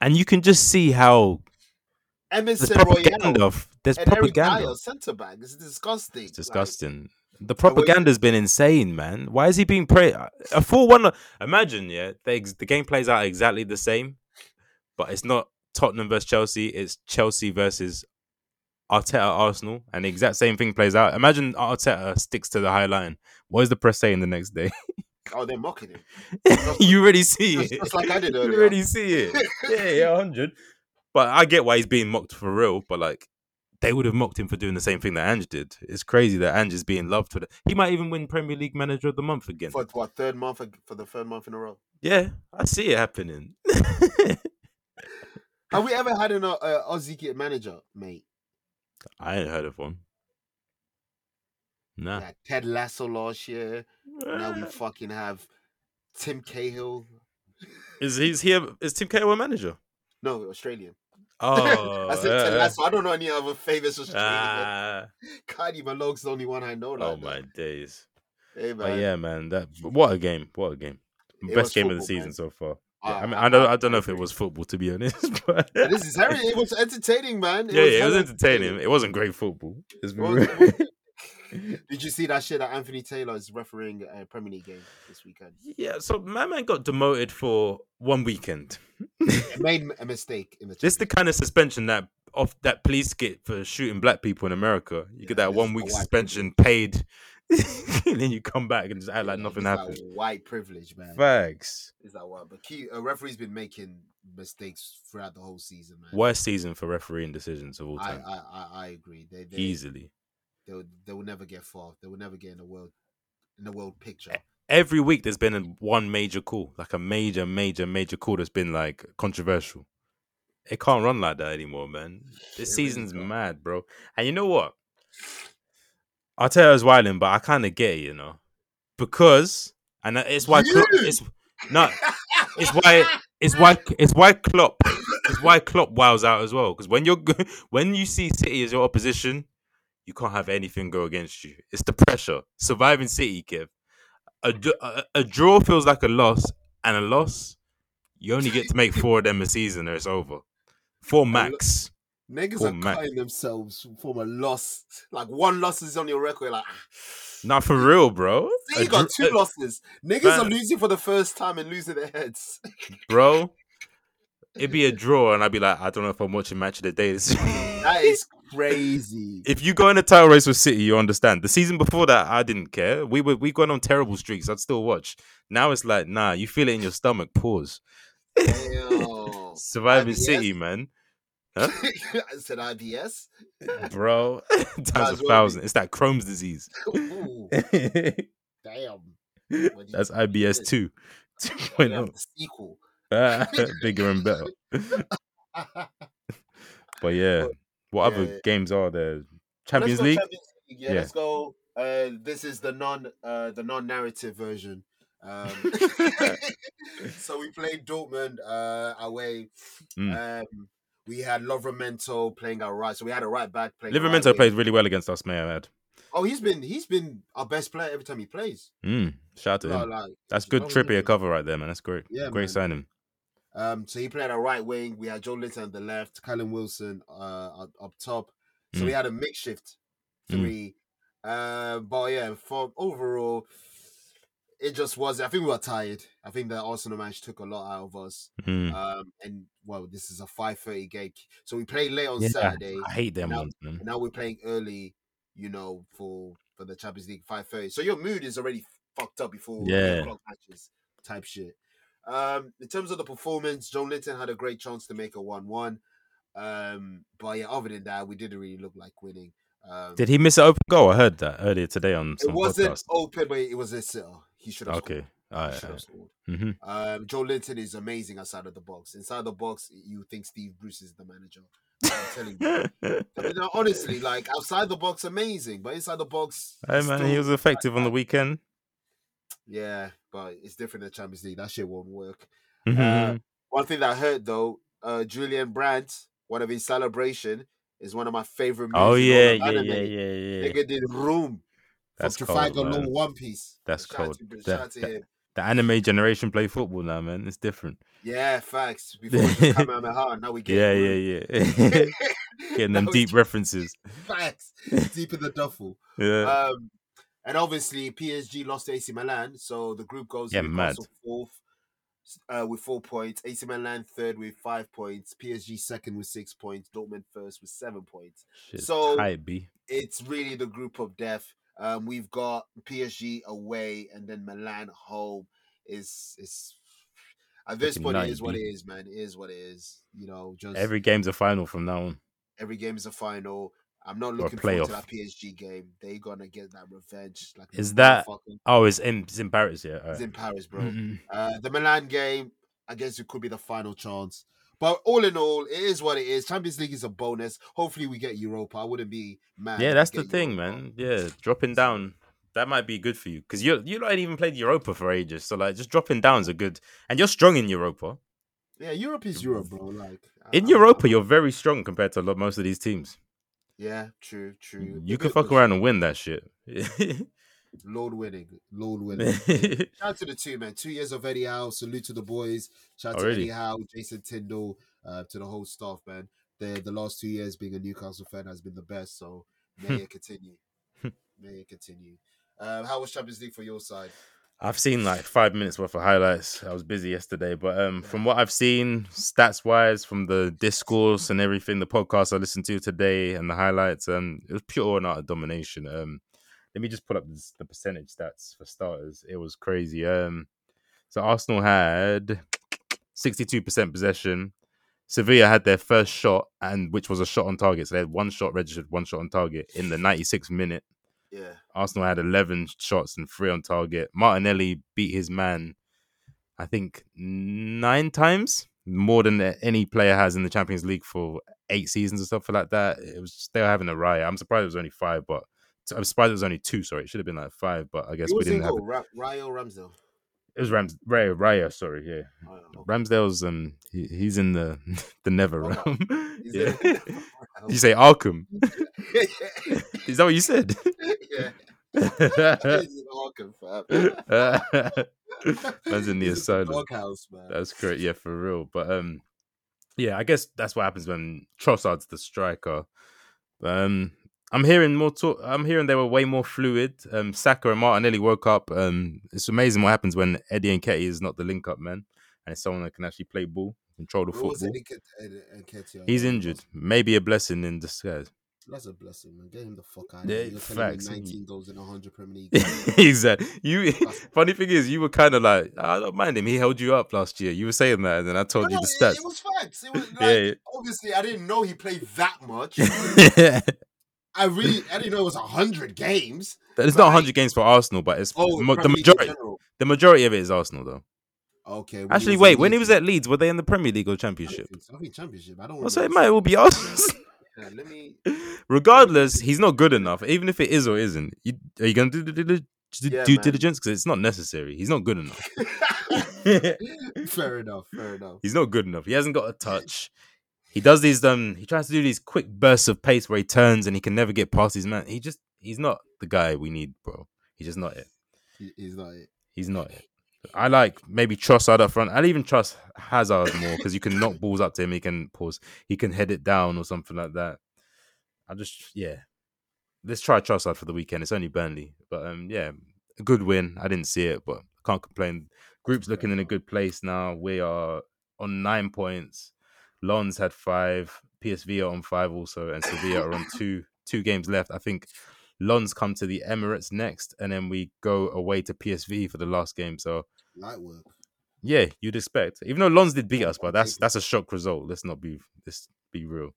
And you can just see how there's
Emerson
propaganda.
Royale
f- There's
and Eric
propaganda.
Dyer, centre back. It's disgusting.
It's disgusting. The
wait-
propaganda's been insane, man. Why is he being praised? A four-one. Imagine, yeah, they, ex- the game plays out exactly the same, but it's not Tottenham versus Chelsea. It's Chelsea versus Arteta Arsenal, and the exact same thing plays out. Imagine Arteta sticks to the high line. What is the press saying the next day? [laughs]
Like, oh, they're mocking him.
you already see
Just,
it.
just like I did
[laughs] You
earlier.
already see it. Yeah, yeah, hundred. But I get why he's being mocked for real. But like, they would have mocked him for doing the same thing that Ange did. It's crazy that Ange is being loved for that. He might even win Premier League Manager of the Month
[laughs]
again.
for what third month for the third month in a row.
Yeah, I see it happening. [laughs]
Have we ever had an uh, uh, Aussie kid manager, mate?
I ain't heard of one. Nah.
Like Ted Lasso last year. Now
[laughs]
we
Uh,
fucking have Tim Cahill.
Is he's here? Is Tim Cahill
[laughs]
a manager?
No, Australian. [laughs]
Oh,
I said Ted
yeah, yeah.
Lasso. I don't know any other famous Australian. Uh,
Ah,
Cardi Malog's the only one I know. Like
oh
that.
my days!
Hey,
But
man.
yeah, man, that what a game! What a game!
It was
Best game of the
football,
season
man.
so far. Yeah,
Uh,
I mean,
I-
I don't,
I-
I don't know
I
if it
agree.
was football to be [laughs]
[laughs]
honest, but yeah,
But this is
[laughs]
Harry. It was entertaining, man.
yeah, it was
hella
entertaining. It wasn't great football. Let's be
It was- [laughs]
real.
it
[laughs]
was- Did you see that shit that Anthony Taylor is refereeing a Premier League game this weekend?
yeah, so my man got demoted for one weekend.
He made a mistake in the
This is the kind of suspension that off that police get for shooting black people in America. You get
Yeah,
that
this
one
is
week
for white
suspension paid, [laughs] and then you come back and just act like
Yeah,
nothing
it's that
happened.
white privilege, man.
Facts.
Is that one? But key, a referee's been making mistakes throughout the whole season, man.
Worst season for refereeing decisions of all
I,
time,
I, I, I agree. They, they,
easily.
they, will, they will never get far. They will never get in the world, in the world
Eh,
picture.
every week there's been a, one major call, like a major, major, major call that's been like controversial. It can't run like that anymore, man. This
It really
season's
can't.
mad, bro. And you know what? Arteta's wilding, but I kind of get it, you know, because and it's why Klopp,
You!
it's no, it's why it's why it's why Klopp it's why Klopp wows out as well. Because when you're go- [laughs] when you see City as your opposition, you can't have anything go against you. It's the pressure. Surviving City, Kev. A, d- a- a draw feels like a loss, and a loss, you only get to make four of them a season, or it's over. Four max.
[laughs] Niggas
Poor
are
man.
cutting themselves from a loss. Like one loss is on your record. Like, ah,
Not for real, bro.
see,
A
you got
dr-
two
a-
losses. Niggas are
man.
losing for the first time and losing their heads.
[laughs]
[laughs]
bro. It'd be a draw, and I'd be like, I don't know if I'm watching match of the day. This [laughs]
That is crazy.
if you go in a title race with City, you understand. The season before that, I didn't care. We were we gone on terrible streaks. I'd still watch. Now it's like, nah, you feel it in your stomach. Pause.
Damn.
Surviving
IBS? [laughs]
City, man,
I said IBS.
bro, [laughs]
Might
times
as
a
well
thousand. It's that
[laughs]
Crohn's disease.
Ooh,
That's [laughs]
damn.
IBS two, [laughs] two point
Damn,
oh.
the sequel. [laughs]
[laughs] bigger and better. But yeah, what
Yeah,
other
yeah.
games are there?
Let's
Champions
go [laughs]
League.
Champions League. Yeah,
Yeah.
let's go. Uh, this is the non uh, the non narrative version.
[laughs]
Um, [laughs] so we played Dortmund uh, away.
Mm.
Um, We had Lovramento playing our right, so we had a right back playing. our
[laughs]
right
Livermento
wing.
played really well against us, may I add.
Oh, he's been he's been our best player every time he plays.
Mm, shout out to
Like-
him.
like,
That's good
oh,
Trippier
yeah.
cover right there, man. That's great.
Yeah, man.
great signing.
Um, so he played our right wing. We had Joe Linton at the left, Callum Wilson uh up, up top. So we
Mm.
had a makeshift
Mm.
three. Uh, but yeah, for overall, it just was. I think we were tired. I think the Arsenal match took a lot out of us.
Mm.
Um, and well, this is a five thirty game, so we played late on
Yeah,
Saturday.
I hate them
now-
ones, man.
And now we're playing early, you know, for for the Champions League five thirty. So your mood is already fucked up before eight
Yeah.
o'clock matches type shit. Um, in terms of the performance, John Linton had a great chance to make a one one. Um, but yeah, other than that, we didn't really look like winning. Um,
Did he miss an open goal? I heard that earlier today on
it
some
wasn't
podcast.
open, but it was a sitter. He should have scored.
Okay. All
He
right.
should have
all right.
scored. [laughs]
Mhm.
Um, Joe Linton is amazing outside of the box. Inside the box, you think Steve Bruce is the manager. I'm telling you.
Mm-hmm.
I mean, no, honestly, like outside the box, amazing, but inside the box,
[laughs] Hey,
it's
man,
still- Uh,
he was
[laughs]
effective on the weekend.
yeah, but it's different in the Champions League. That shit won't work. Uh,
Mhm.
One thing that hurt though, uh, Julian Brandt, one of his celebration is one of my favorite. Moves in
oh,
all
yeah,
of
yeah,
anime.
yeah, yeah, yeah.
Nigga did room
That's
from
cold,
Trafalgar Law
man.
One Piece.
That's
shout out
cold.
to Br-
That-
shout out to
that-
him.
The anime generation play football now, man. It's different.
Yeah,
[laughs]
facts. Before it was Kamehameha, now we get
Yeah,
room.
yeah,
[laughs]
yeah. [laughs] Getting them
Now it's
deep references.
[laughs]
[laughs]
facts deep in the duffel.
Yeah.
Um, and obviously PSG lost to AC Milan, so the group goes
Yeah,
Newcastle fourth uh, with four points, AC Milan third with five points, PSG second with six points, Dortmund first with seven points.
Shit.
so-
Tight, B.
It's really the group of death. Um, we've got PSG away and then Milan home. Is is at this
Fucking
point it
night,
is what
B.
it is, man. It is what it is. You know, just every,
Every game's a final from now on.
every game is a final. I'm not looking forward to that PSG game. They're gonna get that revenge. Like
Is that-
motherfucker.
Oh, it's in, it's in Paris, yeah. all
It's
right.
in Paris, bro.
Mhm.
Uh, the Milan game, I guess it could be the final chance. But all in all, it is what it is. Champions League is a bonus. Hopefully, we get Europa. I wouldn't be mad. if
Yeah,
we
that's the
get
thing,
Europa.
man. Yeah, dropping down that might be good for you because you you not even played Europa for ages. So like, just dropping down is a good, and you're strong in Europa.
Yeah, Europe is Europe, bro. Like I-
In
I'm-
Europa,
I'm-
you're very strong compared to a lot, most of these teams.
yeah, true, true.
Mm-hmm. You
A
can
bit
fuck
of
around and win that shit.
Lord winning, Lord winning.
[laughs] yeah,
Shout out to the two man. Two years of Eddie Howe. Salute to the boys. Shout out to
Already?
Eddie Howe, Jason Tyndall, uh, to the whole staff, man. The the last two years being a Newcastle fan has been the best. So
Hmm.
may it
[laughs]
continue. may it continue. Um, how was Champions League for your side?
I've seen like five minutes worth of highlights. I was busy yesterday, but um, from what I've seen, stats wise, from the discourse and everything, the podcast I listened to today and the highlights, um, it was pure and utter domination. Um, let me just pull up this, the percentage stats for starters. It was crazy. Um, so Arsenal had sixty-two percent possession. Sevilla had their first shot, and which was a shot on target. So they had one shot registered, one shot on target in the ninety-sixth minute.
Yeah,
Arsenal had 11 shots and three on target. Martinelli beat his man, I think, nine times more than any player has in the Champions League for eight seasons or something like that. It was just, they were having a riot. I'm surprised it was only five, but I'm surprised it was only two. Sorry, it should have been like five, but I guess
who
we
was in
didn't have
goal?
it.
Ra- Ryo Ramsdale.
It was Rams Raya, Raya sorry, yeah.
Oh, okay.
Ramsdale's um, he, he's in the [laughs] the Never
Oh, wow.
realm.
He's
[laughs] yeah.
in-
[laughs]
[laughs]
you say Arkham?
yeah,
Is that what you said?
he's in Arkham,
[laughs]
fam.
That's in the
He's
asylum.
Doghouse, man.
That's great, yeah, for real. But um, yeah, I guess that's what happens when Trossard's the striker. Um, I'm hearing more talk. I'm hearing they were way more fluid. Um, Saka and Martinelli woke up. Um, it's amazing what happens when Eddie and Ketty is not the link up man, and it's someone that can actually play ball, control the
Where was
football.
Enik- En- Enketia?
He's injured. Maybe a blessing in disguise. [laughs]
That's a blessing, man. Get him the fuck out of
Yeah,
here. You're telling me
facts.
19 goals in 100 Premier League.
[laughs]
games.
exactly. You. [laughs] Funny thing is, you were kind of like, "Ah, I don't mind him. He held you up last year. You were saying that, and then I
No,
told
no,
you
it,
the stats.
it was facts. It was
[laughs]
like,
Yeah, yeah.
obviously, I didn't know he played that
[laughs]
much.
that
I really, I didn't know it was 100 games.
it's not
Like-
100 games for Arsenal, but it's
Oh,
mo- the
Premier League in
majority.
general.
The majority of it is Arsenal, though.
Okay.
Actually, wait, when he was at Leeds, were they in the Premier League or Championship?
I think championship. I don't
I
remember.
say it [laughs] might all be Arsenal.
[laughs] Yeah, let me. [laughs]
Regardless, he's not good enough. Even if it is or isn't, you, are you going to do due dili-
Yeah,
due
man.
diligence? Because it's not necessary. He's not
[laughs]
good enough. [laughs]
fair enough. Fair enough.
he's not good enough. He hasn't got a touch. He does these um he tries to do these quick bursts of pace where he turns and he can never get past his man. He just he's not the guy we need, bro. He's just not it.
He- He's not it.
He's not it. I like maybe Trossard up front. I'd even trust Hazard more because you can knock balls up to him. He can pause. He can head it down or something like that. I just yeah. Let's try Trossard for the weekend. It's only Burnley, but um yeah, a good win. I didn't see it, but can't complain. Group's looking in a good place now. We are on nine points. Lons had five. PSV are on five also, and Sevilla are on two. Two games left. I think Lons come to the Emirates next, and then we go away to PSV for the last game. So
Light work.
yeah, you'd expect. Even though Lons did beat us, but that's that's a shock result. Let's not be let's be real.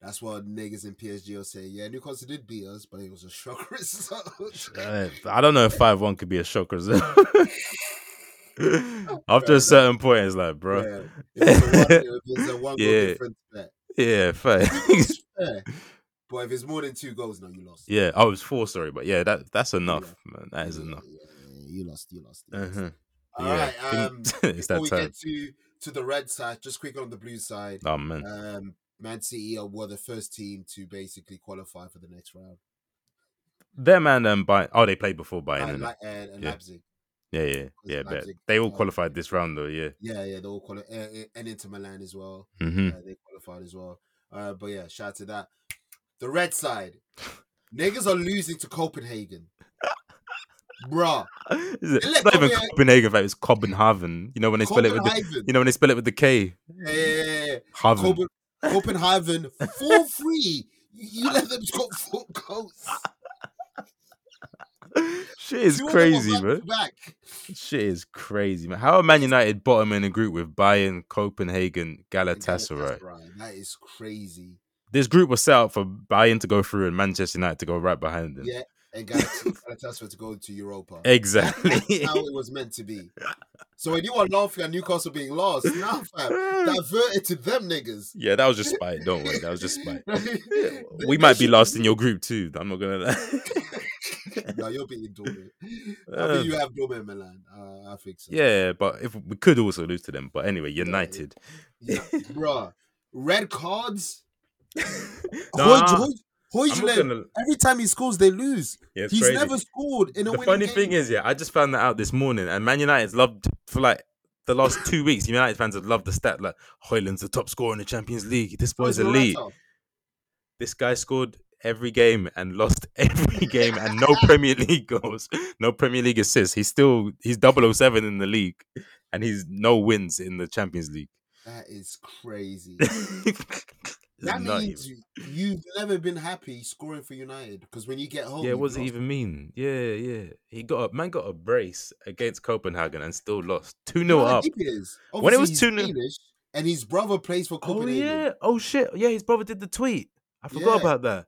That's what niggas in PSG will say. Yeah, Newcastle did beat us, but it was a shock [laughs] result.
Uh, I don't know if five one could be a shock
[laughs]
result. [laughs] After a certain point, it's like, bro,
Yeah, if
[laughs]
it's a one, if it's a one
Yeah.
goal difference, bet.
yeah, fair. [laughs]
It's fair. But if it's more than two goals, no, you lost.
yeah, I was four, sorry, but yeah, that that's enough, man. That is
Yeah,
enough.
yeah, yeah, you lost. You lost. you lost.
Uh-huh.
All
yeah,
right, Um,
[laughs] it's
before
that
we
time.
get to to the red side, just quick on the blue side.
Oh man,
Um, Man City are were the first team to basically qualify for the next round.
their man um, by oh they played before Bayern,
And,
innit?
like, and, and
Yeah.
Uh, Leipzig.
yeah, yeah, yeah. bet.
Leipzig,
They all
uh,
qualified this round though, yeah.
Yeah, yeah, they all qualified. And, and Inter Milan as well.
Mm-hmm.
Uh, they qualified as well. Uh, but yeah, shout out to that. The red side, niggas are losing to Copenhagen, bruh.
Is it-
They
It's
let
not even
Copenhagen-
Copenhagen, fam, it's Copenhagen. You know when they spell it with the, [laughs]
Copenhagen,
you know when they spell it with the K,
yeah, yeah, yeah, yeah.
Haven.
Copen- Copenhagen for [laughs] free. You you let them score four goals.
[laughs] Shit
Two of
is
them are
crazy,
back
bro.
to Back.
Shit is crazy, man. How are Man United bottom in a group with Bayern, Copenhagen,
And
Galatasaray?
That is crazy.
This group was set up for Bayern to go through and Manchester United to go right behind them.
Yeah, and Galatasaray Galatasaray to go to Europa.
[laughs] Exactly.
How it was meant to be. So when you are laughing at Newcastle being lost, now
[laughs]
fam, divert it to them niggas.
yeah, that was just spite. Don't worry, that was
[laughs]
just spite. [laughs]
They-
We
they
might be
should-
lost in your group too. I'm not
[laughs]
gonna lie.
no, you're beating
[laughs]
Dortmund. I
Um,
think you have Dortmund Milan. Uh, I think so.
Yeah, but if we could also lose to them. But anyway, United.
yeah. bruh. Red
[laughs]
cards.
Nah,
Hoy- Hoy-
I'm not
Hoyland,
gonna-
every time he scores, they lose.
Yeah, it's
He's
crazy.
never scored in a
the
winning
funny
game.
thing is, yeah, I just found that out this morning, and Man United's loved for like the last
[laughs]
two weeks. United fans have loved the stat like Hoyland's the top scorer in the Champions League. This boy's
Oh, Morata.
elite. This guy scored every game and lost [laughs] every game,
[laughs]
and no Premier League goals, no Premier League assists. He's still he's 007 in the league, and he's no wins in the Champions
[laughs]
League. [laughs]
That is crazy.
It's
That
not
means
even-
you, you've never been happy scoring for United because when you get home,
yeah,
you've
what does it
lost.
even mean? Yeah, yeah. He got a man got a brace against Copenhagen and still lost two 0
You know how
up.
deep it is.
When it
Obviously,
was
he's
2-0
Danish, and his brother plays for
Oh
Copenhagen.
yeah. Oh shit. Yeah, his brother did the tweet. I forgot
Yeah.
about that.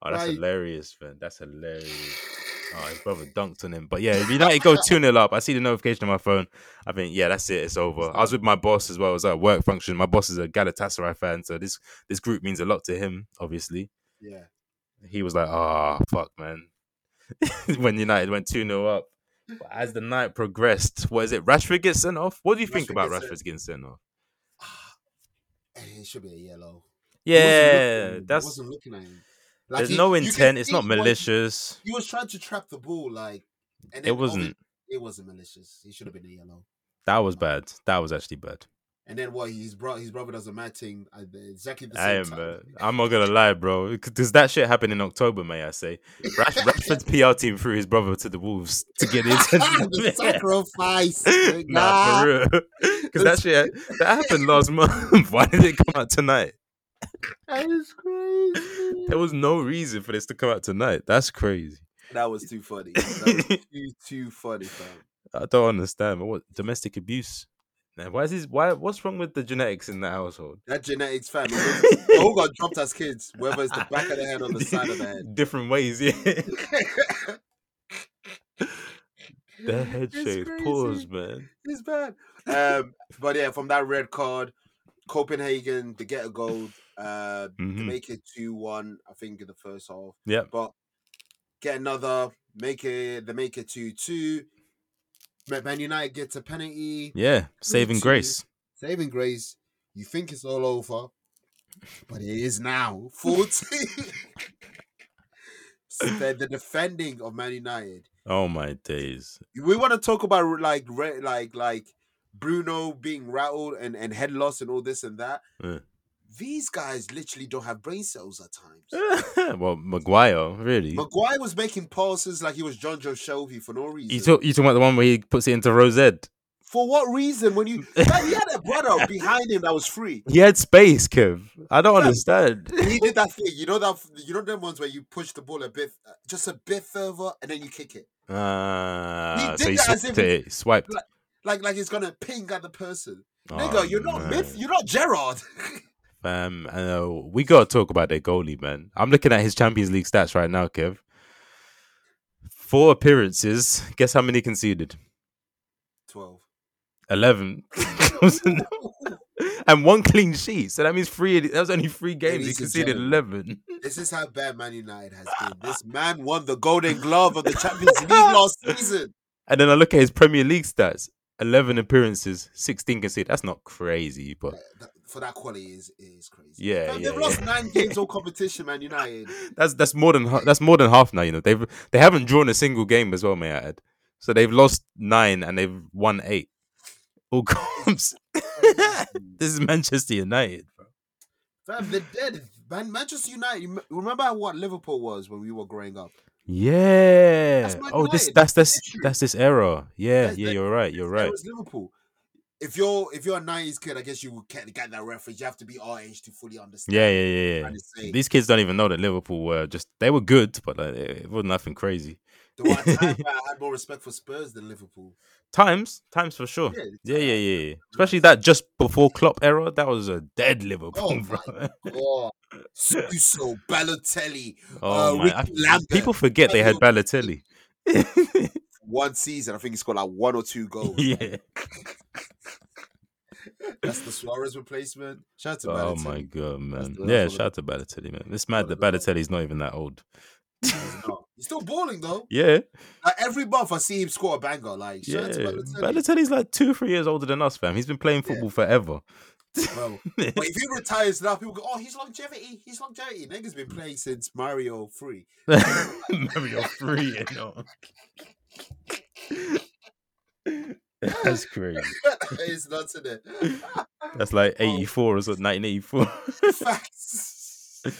Oh, that's
Like-
hilarious, man. That's hilarious. Oh, his brother dunked on him. But yeah, if United go 2 0 up. I see the notification on my phone. I think, yeah, that's it. It's over. I was with my boss as well. It was at work function. My boss is a Galatasaray fan, so this this group means a lot to him, obviously.
Yeah.
He was like, ah, fuck, man. [laughs] when United went 2 0 up. But as the night progressed, what is it? Rashford gets sent off? What do you think
Rashford
about
gets sent-
Rashford getting sent off?
Eh, [sighs] It should be a yellow. He wasn't looking at
Yeah,
him. He
that's
wasn't looking at him. Like,
There's
he-
no
you can
intent. It's
see
not
why he-
malicious.
He was trying to trap the ball, like, and
It
then obvi-
wasn't.
It wasn't malicious. He should have been a yellow.
That was bad. That was actually bad.
And then what? His brother, his brother does a mad thing at the- exactly the
I
same
am.
time. [laughs]
Uh, I'm not gonna lie, bro. Does that shit happen in October? May I say?
[laughs]
Rash, Rashford's PR team threw his brother to the wolves to get the attention. [laughs] of
the
the man. [laughs]
sacrifice.
nah, for real. [laughs] Because that shit that happened last month. [laughs] Why did it come out tonight?
That is crazy.
There was no reason for this to come out tonight. That's crazy.
That was too funny. That
[laughs]
was too too funny, fam.
I don't understand. But what domestic abuse? Now, why is this? Why? What's wrong with the genetics in
[laughs]
the household?
That genetics, fam.
[laughs]
it was- all got dropped as kids, whether Oh, it's the back of the head or the side of the head.
[laughs] Different ways, yeah.
[laughs]
The head
It's
shake.
crazy.
Pause, man.
It's bad. [laughs] Um, but yeah, from that red card, Copenhagen to get a goal, uh, to
Mhm.
make it two one. I think in the first half.
Yep.
But get another, make it the make it two two. Man United gets a penalty.
Yeah. Saving
to-
grace.
saving grace. You think it's all over, but it is now [laughs] 14. They're the defending of Man United.
Oh my
[laughs]
days. [laughs]
We want to talk about like re- like like Bruno being rattled and and head loss and all this and that.
Yeah.
These guys literally don't have brain cells at times.
well, Maguire, really.
Maguire was making passes like he was John Joe Shelby for no reason.
you talk, you talking about the one where he puts it into Rosette?
for what reason? When
[laughs]
you Man, he had a brother behind him that was free.
He had space, Kev. I don't
Yeah.
understand.
He did that thing, you know that you know them ones where you push the ball a bit, uh, just a bit further, and then you kick it.
Ah,
did
so he
that as
swiped
if he-
it. He swiped.
Like- like like it's gonna ping at the person.
Oh,
Nigga, you're not
man.
myth. You're not Gerard.
Um, I know. we gotta talk about their goalie, man. I'm looking at his Champions League stats right now, Kev. Four appearances. Guess how many conceded?
[laughs]
[laughs]
Twelve.
Eleven.
[laughs]
[laughs] and one clean sheet. So that means three. That was only three games. He
Ladies and
conceded
gentlemen.
eleven.
This is how bad Man United has been. This man won the Golden Glove of the Champions League last season.
And then I look at his Premier League stats: eleven appearances, sixteen conceded. That's not crazy, but
Uh, that- For that quality is is crazy.
Yeah,
Man,
yeah,
they've lost
yeah.
nine games all competition. Man
[laughs]
United.
that's that's more than ha- that's more than half now. You know they've they haven't drawn a single game as well, may I add. So they've lost nine and they've won eight. All [laughs] comps. this is Manchester United. bro.
Fam, they're dead. Man, Manchester United. you m- Remember how what Liverpool was when we were growing up?
Yeah.
Man
oh, this
United,
that's this
literally.
that's this era. Yeah,
That's
yeah.
the-
You're right. You're
It
right.
was Liverpool. If you're if you're a '90s kid, I guess you can't get that reference. You have to be our age to fully understand.
Yeah,
what
yeah,
I'm
yeah.
trying to
yeah.
say.
These kids don't even know that Liverpool were just they were good, but like, it it was nothing crazy.
The one time
[laughs]
where I had more respect for Spurs than Liverpool.
Times, times for sure.
Yeah,
Oh, Yeah, yeah, yeah. yeah. Especially that just before Klopp era, that was a dead Liverpool,
Oh,
[laughs] bro.
Oh, Suso, Balotelli, uh,
Oh my!
Ricky
I-
Lambert.
people
[laughs]
forget they had Balotelli. [laughs]
one season, I think he scored like one or two goals.
[laughs] yeah.
That's the Suarez replacement. Shout out to
Oh
Balotelli.
my god, man.
the- that's
Yeah,
all
shout out to Balotelli, man. It's
all
mad that
about it.
Balotelli's not even that old.
He's, not. He's still balling though.
Yeah,
Like every month, I see him score a banger. Like shout
yeah.
out to Balotelli.
Balotelli's like two, three years older than us, fam. He's been playing football forever.
Bro, But
[laughs]
if he retires now, people go, "Oh, he's longevity. He's longevity." Nigga's been playing since Mario Three. [laughs]
Mario three, you know. [laughs] That's crazy.
it's not to the
That's
[laughs]
like
Oh.
eighty four or something, nineteen eighty four.
facts. [laughs]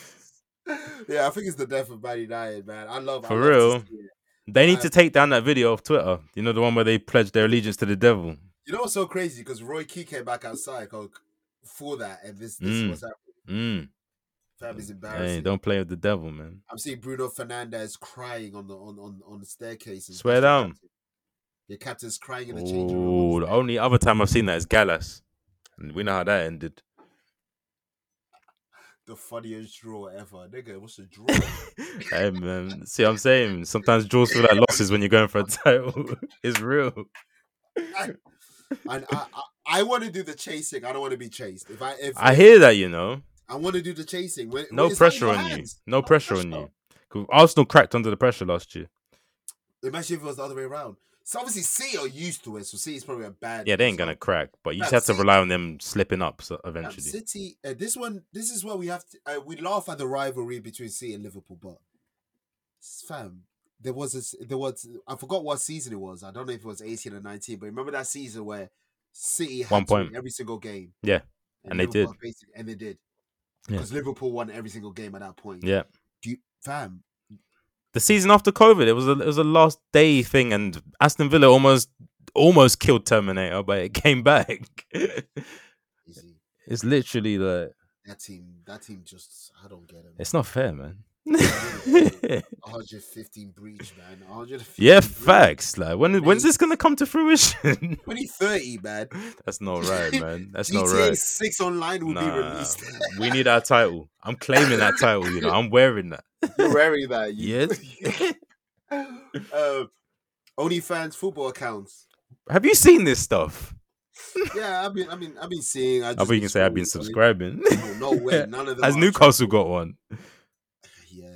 yeah, I think it's the death of Man United, man. I love I
For
love to
real.
see it.
[laughs] They need
Uh,
to take down that video off Twitter. You know the one where they pledged their allegiance to the devil.
You know what's so crazy? Because Roy Key came back outside co- for that, and this this
Mm.
was happening.
Mm.
Fam is
Hey,
embarrassing.
don't play with the devil, man.
I'm seeing Bruno Fernandez crying on the on on, on the staircase. and
Swear
especially
down.
captain. Your captain's crying in the changing room.
Oh, the only other time I've seen that is Gallas, and we know how
[laughs]
that ended.
The funniest draw ever, nigga. What's a draw?
hey man, see, what I'm saying sometimes draws feel like losses when you're going for a title. [laughs] it's real.
and I I, I want to do the chasing. I don't want to be chased. If I if
I hear that, you know.
I want to do the chasing. When,
No
when it's not in
pressure
your
on you.
hands.
No pressure on
pressure.
you. 'Cause Arsenal cracked under the pressure last year.
Imagine if it was the other way around. So obviously, C are used to it. So C is probably a bad.
Yeah, they ain't
so-
gonna crack, but you just have
That's
to
it.
rely on them slipping up so-
Damn,
eventually.
City. Uh, this one. This is where we have to. Uh, we laugh at the rivalry between City and Liverpool, but fam, there was this. There was. I forgot what season it was. I don't know if it was eighteen or nineteen, but remember that season where City had
One
to win
point.
every single game.
Yeah, and they
Liverpool
did.
basically- and they did.
Yeah.
Because Liverpool won every single game at that point.
Yeah.
Do you, fam,
The season after COVID, it was a it was a last day thing, and Aston Villa almost almost killed Terminator, but it came back. [laughs]
you see,
it's literally like
that team, that team just, I don't get it.
It's not fair, [laughs] man.
One hundred fifteen breach, man. One hundred fifteen.
yeah, facts. Like when when's
Mate.
this gonna come to fruition? [laughs]
Twenty thirty, man.
That's not [laughs] right, man. That's not
GTA
right.
Six online will be
Nah,
released. [laughs]
we need our title. I'm claiming that title. You know, I'm wearing that.
You're wearing that. You, [laughs]
Yes. [laughs]
uh, OnlyFans football accounts.
Have you seen this stuff?
Yeah, I've been, I mean, I've been seeing. I
I
just
thought you can say I've been
scrolling,
subscribing.
but No, no way, none of them.
[laughs] Has
are
Newcastle got one?
attractive. Yeah.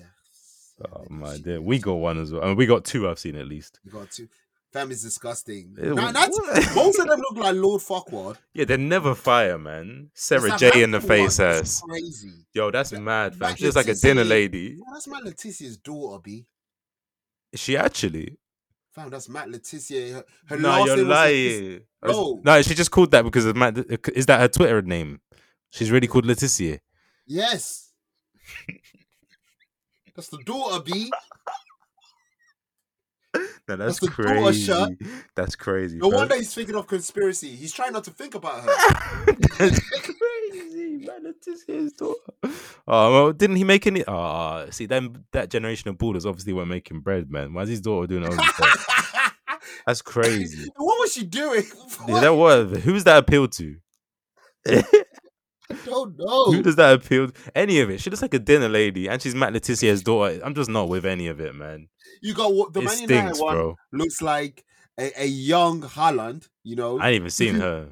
Oh
Yeah,
my
shit,
Oh dear,
man.
we got one as well. I mean, we got two. I've seen at least.
You got two. Fam is disgusting.
Ew.
Now, that's,
[laughs]
most of them look like Lord Fuckward.
Yeah, they're never fire, man.
It's
Sarah
that
J in the
African
face
one that's
ass.
Crazy.
Yo, that's mad, fam.
Like
She's like a
Letitia
dinner
Lee.
lady.
Well, that's Matt Letitia's daughter, B.
Is she actually?
Fam, that's Matt Letitia. Her, her
No,
last
you're
name was Letitia.
lying. No,
No.
she just called that because of Matt. uh, Is that her Twitter name? She's really called Letitia. [laughs]
Yes. That's the daughter, B.
No,
That's
that's,
the daughter
crazy.
shot.
That's crazy.
No
fam.
wonder [laughs] he's thinking of conspiracy. He's trying not to think about her.
[laughs]
[laughs]
That's crazy, man. That's just his daughter. Oh, well, didn't he make any? Ah, see, them that generation of ballers obviously weren't making bread, man. Why's his daughter doing all
[laughs]
this stuff? That's crazy.
what was she doing? [laughs]
Yeah, that was who's that appeal to?
I don't
Who
know.
does that appeal? To? Any of it? She looks like a dinner lady, and she's Matt Letitia's daughter. I'm just not with any of it, man.
You got what the
it
Man United
stinks,
one
bro.
looks like a, a young Haaland, you know.
I ain't even seen her.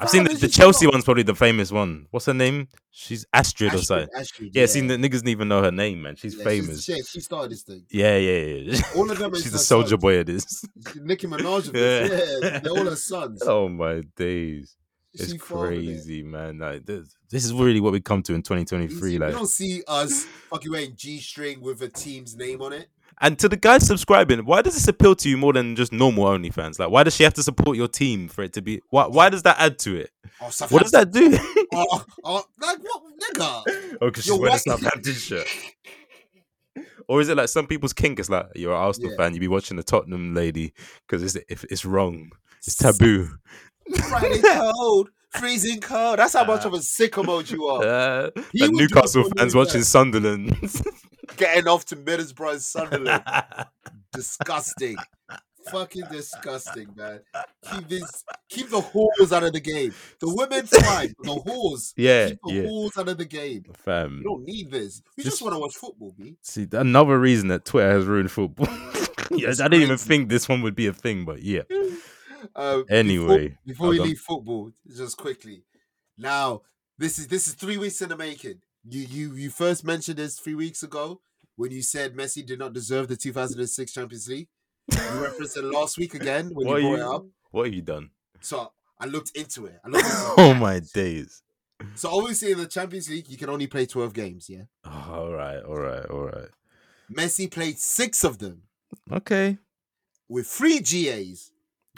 I've
Fam,
seen the,
it's
the
just not-
Chelsea one's probably the famous one. What's her name? She's Astrid, or
Astrid-
something.
Astrid,
Yeah, seen the niggas didn't even know her name, man. She's
Yeah,
famous.
She, she started this thing.
Yeah, yeah, [laughs] yeah.
All of them is
She's
her
a soldier
sons.
boy. It [laughs] is.
Nicki Minaj.
Yeah.
Yeah. yeah, they're all her
[laughs]
sons.
oh my days! It's
She fathered it.
crazy, man. Like this, this is really what we come to in
You
2023.
see-
Like,
you don't see us fucking wearing G string with a team's name on it.
and to the guys subscribing, why does this appeal to you more than just normal OnlyFans? Like, why does she have to support your team for it to be? Why? Why does that add to it?
Oh,
What does that do?
Oh, oh, like what, nigga?
oh, because she's
Yo,
wearing a
what-
Southampton shirt. Or is it like some people's kink? It's like you're an Arsenal
Yeah.
fan, you be watching the Tottenham lady because it's if it's wrong, it's taboo.
Friday cold, freezing cold. That's how much of a sicko mode you
[laughs]
are.
Uh,
Oh. He
like
would do it
Newcastle
for
fans
OnlyFans. [laughs]
watching Sunderland. [laughs]
Getting off to Middlesbrough and Sunderland. disgusting. Fucking disgusting, man. Keep this, keep the whores out of the game. The women
[laughs]
fine, but the whores.
yeah,
Keep the
yeah,
whores out of the game.
fam.
We don't need this. We just,
Just-
want to watch football, B.
See, another reason that Twitter has ruined football. [laughs] yes,
It's
I didn't even
crazy.
think this one would be a thing, but yeah.
Um,
Anyway,
before, before we
hold on.
leave football, just quickly. Now, this is this is three weeks in the making. You you you first mentioned this three weeks ago when you said Messi did not deserve the 2006 Champions League. You referenced it last week again when
What
you
are
brought
you-
it up.
What have
[laughs]
you done?
So I looked into it. I looked into it.
oh my days.
So obviously in the Champions League, you can only play 12 games, yeah?
Oh, all right, all right, all right.
Messi played six of them
Okay.
with three GAs.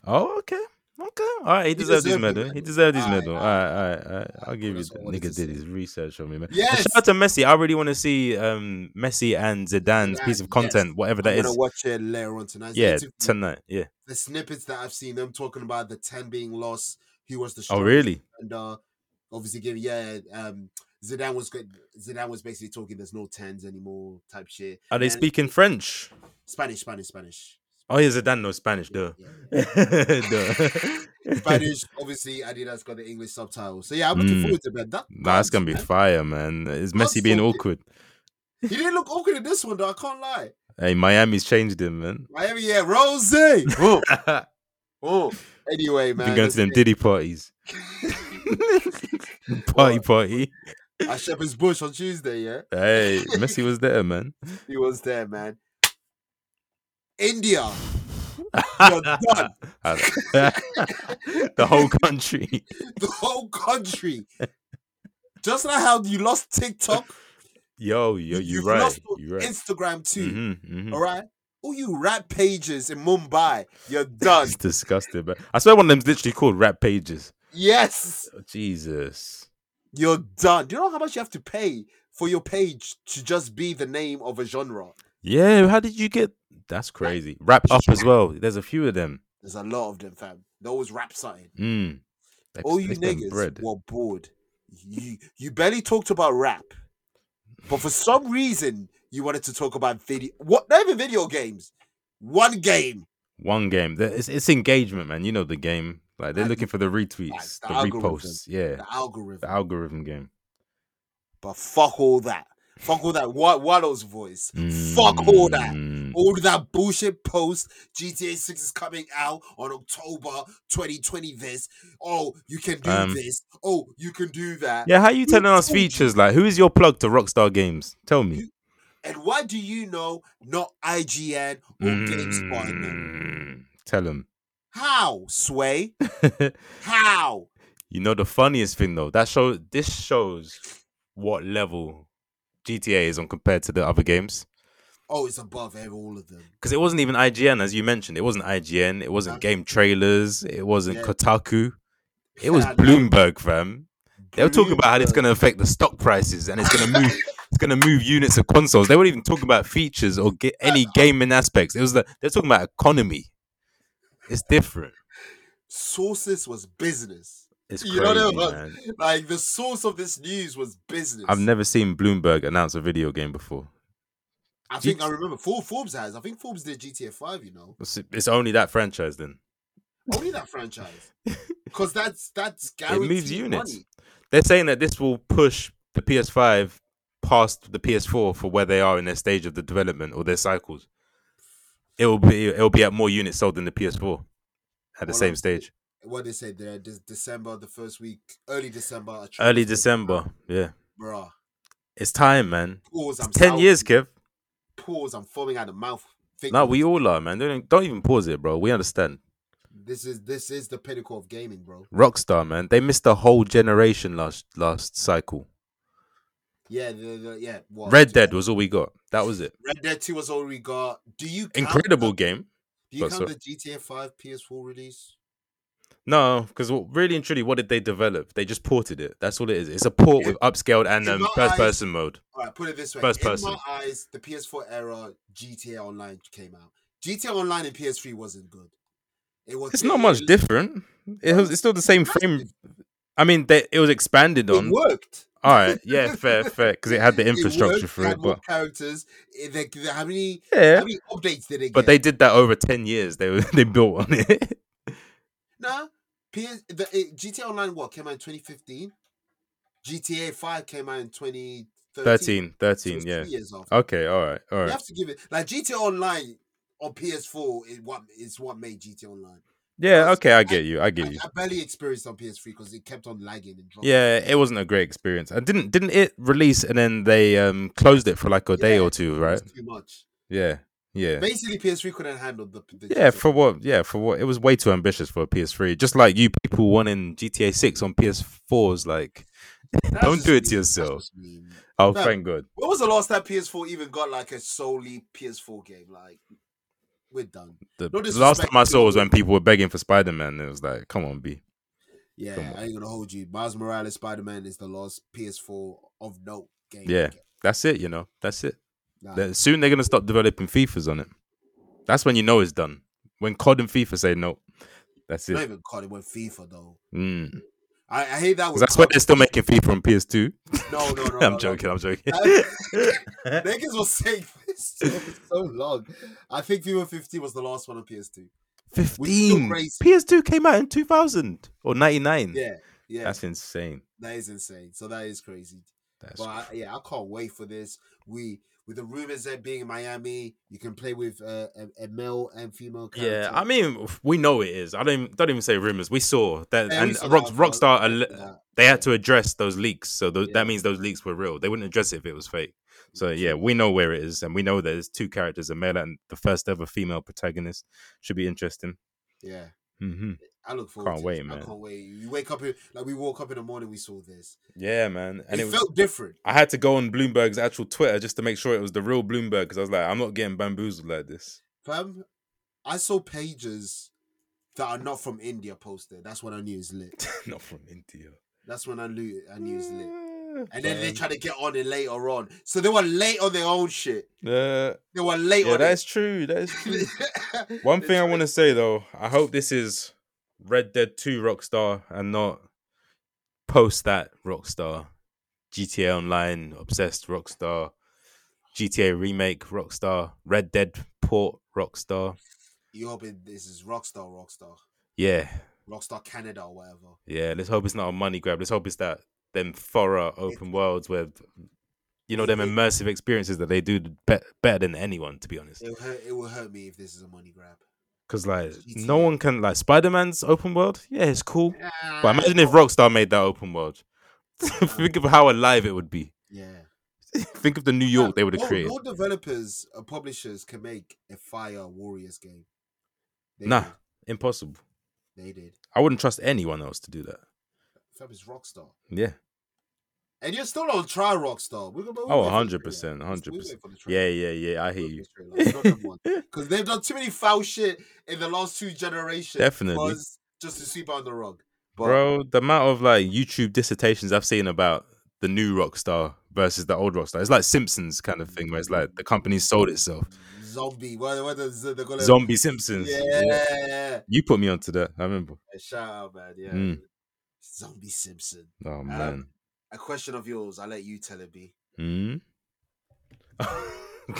Oh, okay. Okay. All right. He deserved his
deserved the
medal. He
medal.
deserved his
All right,
medal. All
all
right. All right. All right. I'll give you
that's
that.
what I wanted
Nigga
to
did
say.
his research on me, man. And
Yes!
Shout out to Messi. I really want to see um, Messi and Zidane's
Zidane,
piece of
yes.
content, whatever that
I'm
is.
gonna watch it later on tonight. It's
Yeah,
interview-
tonight. Yeah.
the snippets that I've seen them talking about the 10 being lost, he was the
Oh,
strongest
really?
and uh obviously giving yeah, um Zidane was good Zidane was basically talking there's no tens anymore type shit.
Are they
And
speaking French?
Spanish, Spanish, Spanish.
Oh, yeah, Zidane knows Spanish, duh. [laughs]
Yeah, yeah.
duh.
Spanish, obvly Adidas got the English subtitles. So yeah, I'm looking
Mm.
forward to that. that
[laughs] Nah, that's gonna be
man.
fire, man. Is Messi
That's
being
so good.
awkward?
He didn't look awkward in this one though, I can't lie.
Hey, Miami's changed him,
[laughs]
man.
Miami, yeah,
[laughs]
Rose. Oh,
Been
oh. Anyway, man.
going to them
listen, [laughs]
Diddy parties. [laughs] Party,
Well,
party.
At Shepherd's Bush on Tuesday, yeah.
Hey, Messi was there, man.
He was there, man.
[laughs]
India. You're done.
[laughs] the whole country.
[laughs] the whole country. Just like how you lost TikTok,
Yo, yo, [laughs] you're
you've
right.
lost
You're right.
Instagram too.
Mhm, mhm.
All right, all you rap pages in Mumbai, you're
[laughs]
done.
It's disgusting, man. I swear one of them's literally called Rap Pages. Oh,
yes,
Jesus.
you're done. Do you know how much you have to pay for your page to just be the name of a genre?
Yeah, how did you get? That's crazy. Wrap up as well. There's a few of them.
There's a lot of them, fam. They always rap something.
Mm. They-
all you
they spend
niggas
bread.
were bored. You you barely talked about rap, but for some reason you wanted to talk about video. What? Not even video games. One game.
One game. There- It's, it's engagement, man. You know the game. Like they're
Like,
looking for the retweets,
the
the
algorithm.
reposts. Yeah,
The algorithm.
the algorithm game.
But fuck all that. Fuck all that. What Wallow's voice. Fuck all that.
Mm.
All that bullshit post. GTA 6 is coming out on October 2020. This. Oh, you can do
Um,
this. Oh, you can do that.
Yeah, how you
Who
telling us
told you?
features? Like, who is your plug to Rockstar Games? Tell me.
You- And why do you know not IGN or GameSpot?
Mm. Tell him.
How,
[laughs]
Sway? How?
You know the funniest thing though, that show this shows what level GTA is on compared to the other games.
Oh, it's above ev- all of them.
Because it wasn't even IGN, as you mentioned. It wasn't IGN. It wasn't
No.
game trailers. It wasn't
Yeah.
Kotaku. It was
Yeah, no.
Bloomberg, fam. They were talking about how it's going to affect the stock prices and it's going
[laughs]
to move. It's going to move units of consoles. They weren't even talking about features or ge- any gaming aspects. It was the, they're talking about economy. It's different.
Sources was business.
It's crazy,
You know that was-
man.
Like the source of this news was business.
I've never seen Bloomberg announce a video game before.
I think I remember. Four Forbes has. I think Forbes did GTA Five. You know,
It's, it's only that franchise then.
only that
[laughs]
franchise because that's that's
It
guaranteed
moves units.
money.
They're saying that this will push the PS5 past the PS4 for where they are in their stage of the development or their cycles. It will be it will be at more units sold than the PS4 at the
Well,
same
I'm-
stage.
What they said there, this December, the first week, early December. a trailer
Early
for-
December, yeah.
bruh.
It's time, man.
Pause.
It's
I'm
ten
salivating.
years, Kev.
Pause. I'm foaming at the mouth. Think
No,
of
we all are, man. Don't don't even pause it, bro. We understand.
This is this is the pinnacle of gaming, bro.
Rockstar, man. They missed a whole generation last last cycle.
Yeah, the, the, yeah. What?
Red Dead was all we got. That was it.
Red Dead Two was all we got. Do you count
Incredible
The,
game.
do you
but
count
so-
the GTA Five PS4 release?
No, because really and truly, what did they develop? They just ported it. That's all it is. It's a port with upscaled and
In
um,
my
first person mode.
All right, put it this way.
First
in
person.
my eyes, the PS4 era GTA Online came out. GTA Online and PS3 wasn't good. It was.
It's not much different. It was, it's still the same frame. I mean, they, it was expanded
It
on.
worked.
All right, yeah, fair, fair, because it had
[laughs]
the
It
infrastructure
worked,
for
had
it.
more
But
characters. It- they- they- how many?
yeah,
How many updates did it
but
get?
they did that over ten years. They were [laughs] they built on it.
Nah, PS the it, GTA Online what came out in 2015. GTA 5 came out in 2013. So
[laughs] 13, 13,
it's
yeah.
two years after.
Okay, all right, all
You
right.
have to give it like GTA Online on PS4 is what is what made GTA Online.
Yeah, okay, I get you. I
I,
get you.
I barely experienced on PS3 because it kept on lagging and dropping.
Yeah, it wasn't a great experience. And didn't didn't it release and then they um closed it for like a day
Yeah,
or two,
it
right?
was Too much.
Yeah, yeah.
Basically, PS3 couldn't handle the. the
Yeah,
GTA.
for what? Yeah, for what? It was way too ambitious for a PS3. Just like you people wanting GTA 6 on PS4s, like,
That's
don't
just
do it to
mean, that's
yourself.
just mean.
oh,
Fam.
thank God.
When was the last time PS4 even got like a solely PS4 game? Like, we're done.
The,
No
the last
disrespect
time I
to
saw was
people.
when people were begging for Spider Man. It was like, come on, B.
Yeah,
Come on.
I ain't gonna hold you. Miles Morales Spider Man is the last PS4 of note game.
Yeah, that's it, you know. That's it.
Nah.
Then soon they're going to stop developing FIFAs on it. That's when you know it's done. When COD and FIFA say no, that's
not
it.
even COD. It went FIFA though.
Mm. 'Cause
I, I hate that. With
That's why
COD.
they're still making FIFA on
[laughs]
PS2.
No, no, no. no,
[laughs] I'm
no.
joking, I'm joking. [laughs]
[laughs] Niggas was [laughs] saying this for so long. I think FIFA 15 was the last one on PS2.
15.
crazy.
PS2 came out in 2000 or 99.
Yeah, yeah,
Mm. That's insane.
that is insane. So that is crazy.
That's
But I, yeah, I can't wait for this. We with the rumors that being in Miami, you can play with uh, a, a male and female. Character.
yeah. I mean, we know it is. I don't even, don't even say rumors. We saw that,
Yeah, we
and
saw
Rock,
that, but-
Rockstar al-
Yeah.
they had to address those leaks. So tho-
Yeah.
that means those leaks were real. They wouldn't address it if it was fake. So yeah, we know where it is, and we know there's two characters, a male and the first ever female protagonist. Should be interesting.
yeah.
hmm
I look forward.
Can't
to
wait,
this.
man.
I can't wait. You wake up in- like we woke up in the morning. We saw this,
Yeah, man. And
it,
it, was,
felt different.
I had to go on Bloomberg's actual Twitter just to make sure it was the real Bloomberg because I was like, I'm not getting bamboozled like this. [laughs]
Fam, I saw pages that are not from India posted. That's when I knew it's lit.
not from India.
That's when I knew I knew it's lit.
Mm,
And then they
Um,
try to get on it later on. So they were late on their own shit.
uh,
They were late
yeah,
on
that's
[laughs]
true. That's true.
it. [laughs]
One thing I want to say though, I hope this is Red Dead 2 Rockstar and not post that Rockstar, GTA Online obsessed Rockstar, GTA remake Rockstar, Red Dead port Rockstar.
You hoping this is Rockstar, Rockstar,
Yeah,
Rockstar Canada or whatever.
yeah. Let's hope it's not a money grab. Let's hope it's that them thorough open worlds where you know them immersive experiences that they do be- better than anyone. To be honest.
It will hurt. It will hurt me if this is a money grab.
Because like no
GTA.
one can like Spider Man's open world. Yeah, it's cool. But imagine if Rockstar made that open world. [laughs] Think of how alive it would be.
yeah.
Think of the New York they would have
More-
created.
More developers and publishers can make a Fire Warriors game. They
nah,
did.
impossible.
They did.
I wouldn't trust anyone else to do that.
Fab is Rockstar.
Yeah.
And you're still on try Rockstar. We're, gonna- we're
Oh,
waiting for the
100%,
trailer. We're waiting
100%.
for the trailer.
Yeah, yeah, yeah. I
We're
hear
waiting
you.
for the trailer. We're not number one.
[laughs]
because they've done too many foul shit in the last two generations.
Definitely.
for us just to sweep on the rug, but
Bro, the amount of like YouTube dissertations I've seen about the new rock star versus the old rock star. It's like Simpsons kind of thing where it's like the company sold itself.
zombie. Whether whether they're gonna
Zombie Simpsons.
yeah.
You put me onto that. I remember.
shout out, man. Yeah,
Mm.
zombie Simpson.
Oh man.
A question of yours. I let you tell it. Be
Mm? [laughs]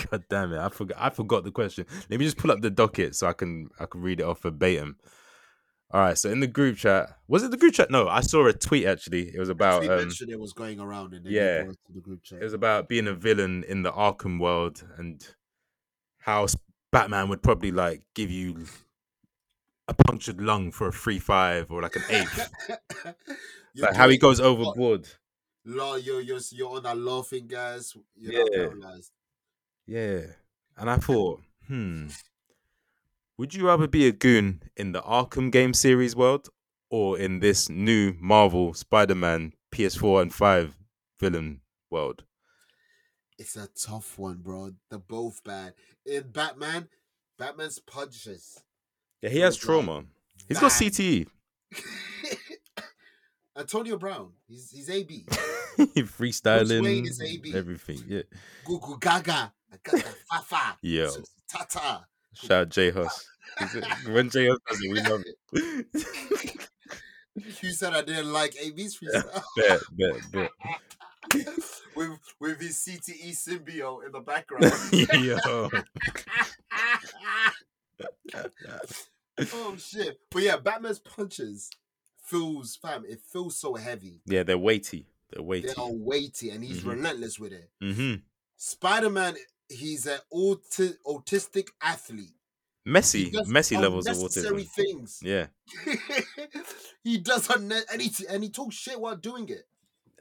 God damn it! I forgot. I forgot the question. Let me just pull up the docket so I can I can read it off verbatim. All right. So in the group chat, was it the group chat? No, I saw a tweet actually. It was about
we
um,
mentioned it was going around in
yeah.
the group chat.
it
[laughs]
was about being a villain in the Arkham world and how s- Batman would probably like give you a punctured lung for a free five or like an eight.
[laughs] You're
like how he
doing-
goes overboard.
Law, you're, you're you're on that laughing, guys. You're
Yeah.
not paralyzed.
Yeah. And I thought, hmm, would you rather be a goon in the Arkham game series world or in this new Marvel Spider Man PS4 and 5 villain world?
It's a tough one, bro. They're both bad. In Batman, Batman's punches.
Yeah, he has
Those
trauma. He's got E.
bad.
CTE.
[laughs] Antonio Brown. He's he's AB.
[laughs] Freestyling.
is AB.
Everything. Yeah.
Gugu Gaga. Gaga Fafa.
Yo.
Tata.
Shout out J Hus. When J Hus does it, we love it. [laughs]
You said I didn't like AB's freestyle [laughs]
bet, bet, bet. [laughs]
with with his CTE symbiote in the
[laughs]
background.
Yo.
[laughs] oh shit! But yeah, Batman's punches feels fam. It feels so heavy.
Yeah, they're weighty. They're weighty.
They are weighty, and he's
Mhm.
relentless with it.
hmm
Spider Man, he's an auti- autistic athlete. He
Messy,
does
messy levels of
unnecessary
autism.
things.
Yeah,
[laughs] he does unne- and he t- and he talks shit while doing it.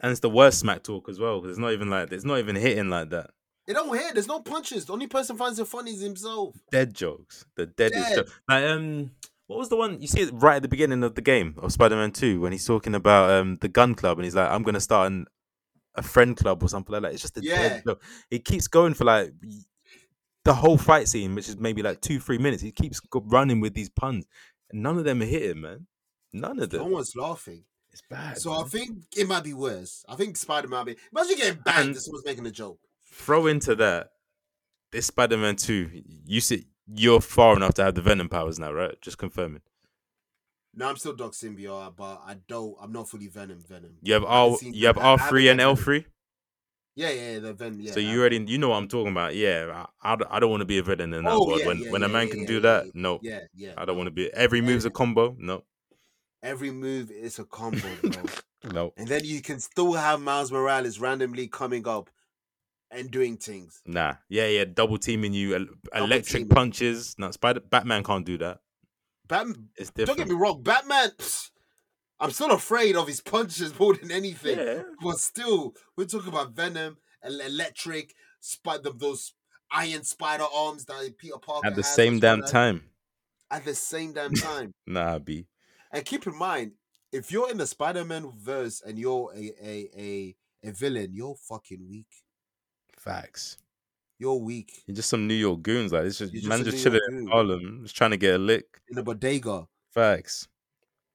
and it's the worst smack talk as well. 'cause It's not even like it's not even hitting like that.
It don't hit. There's no punches. The only person finds it funny is himself.
Dead jokes. The deadest.
Dead.
joke. Like um, what was the one you see it right at the beginning of the game of Spider-Man Two when he's talking about um the gun club and he's like, I'm gonna start an a friend club or something like that. It's just a
Yeah.
dead joke. It keeps going for like y- the whole fight scene, which is maybe like two, three minutes. He keeps go- running with these puns, and none of them are hitting, man. None of
No
them.
one's laughing.
It's bad.
So I
man.
think it might be worse. I think Spider Man be imagine getting banged
And-
and someone's making a joke.
throw into that this Spider-Man two. You see, you're far enough to have the Venom powers now, right? Just confirming.
No, I'm still Doc Symbiote, but I don't. I'm not fully Venom. Venom.
You have
I haven't
R,
seen-
you have
I- I
R
haven't
three
read
and L
Venom.
three.
Yeah, yeah, the Venom. Yeah.
so
I-
you already you know what I'm talking about. Yeah, I, I don't- I don't want to be a villain in that
Oh,
world.
yeah,
when
yeah,
when a
yeah,
man
yeah,
can
yeah,
do
yeah,
that, no,
Yeah, yeah.
I don't want to be. Every move's a combo. No,
Every move is a combo,
[laughs]
bro.
no,
and then you can still have Miles Morales randomly coming up and doing things.
nah. Yeah, yeah. Double teaming you, el- electric
teaming.
punches. No, Spider Batman can't do that.
Batman,
It's
don't get me
different.
wrong, Batman. pfft, I'm still afraid of his punches more than anything.
Yeah.
But still, we're talking about Venom, El- Electric, Spider, those Iron Spider arms that Peter Parker
At the
has,
same
those
damn
Spider-
time,
At the same damn time.
nah, B.
And keep in mind, if you're in the Spider-Man verse and you're a a a, a villain, you're fucking weak.
Facts.
You're weak
You're just some New York goons. Like it's just,
You're just
man
a
just
New York
chilling in
goon.
Harlem, just trying to get a lick.
in a bodega.
Facts.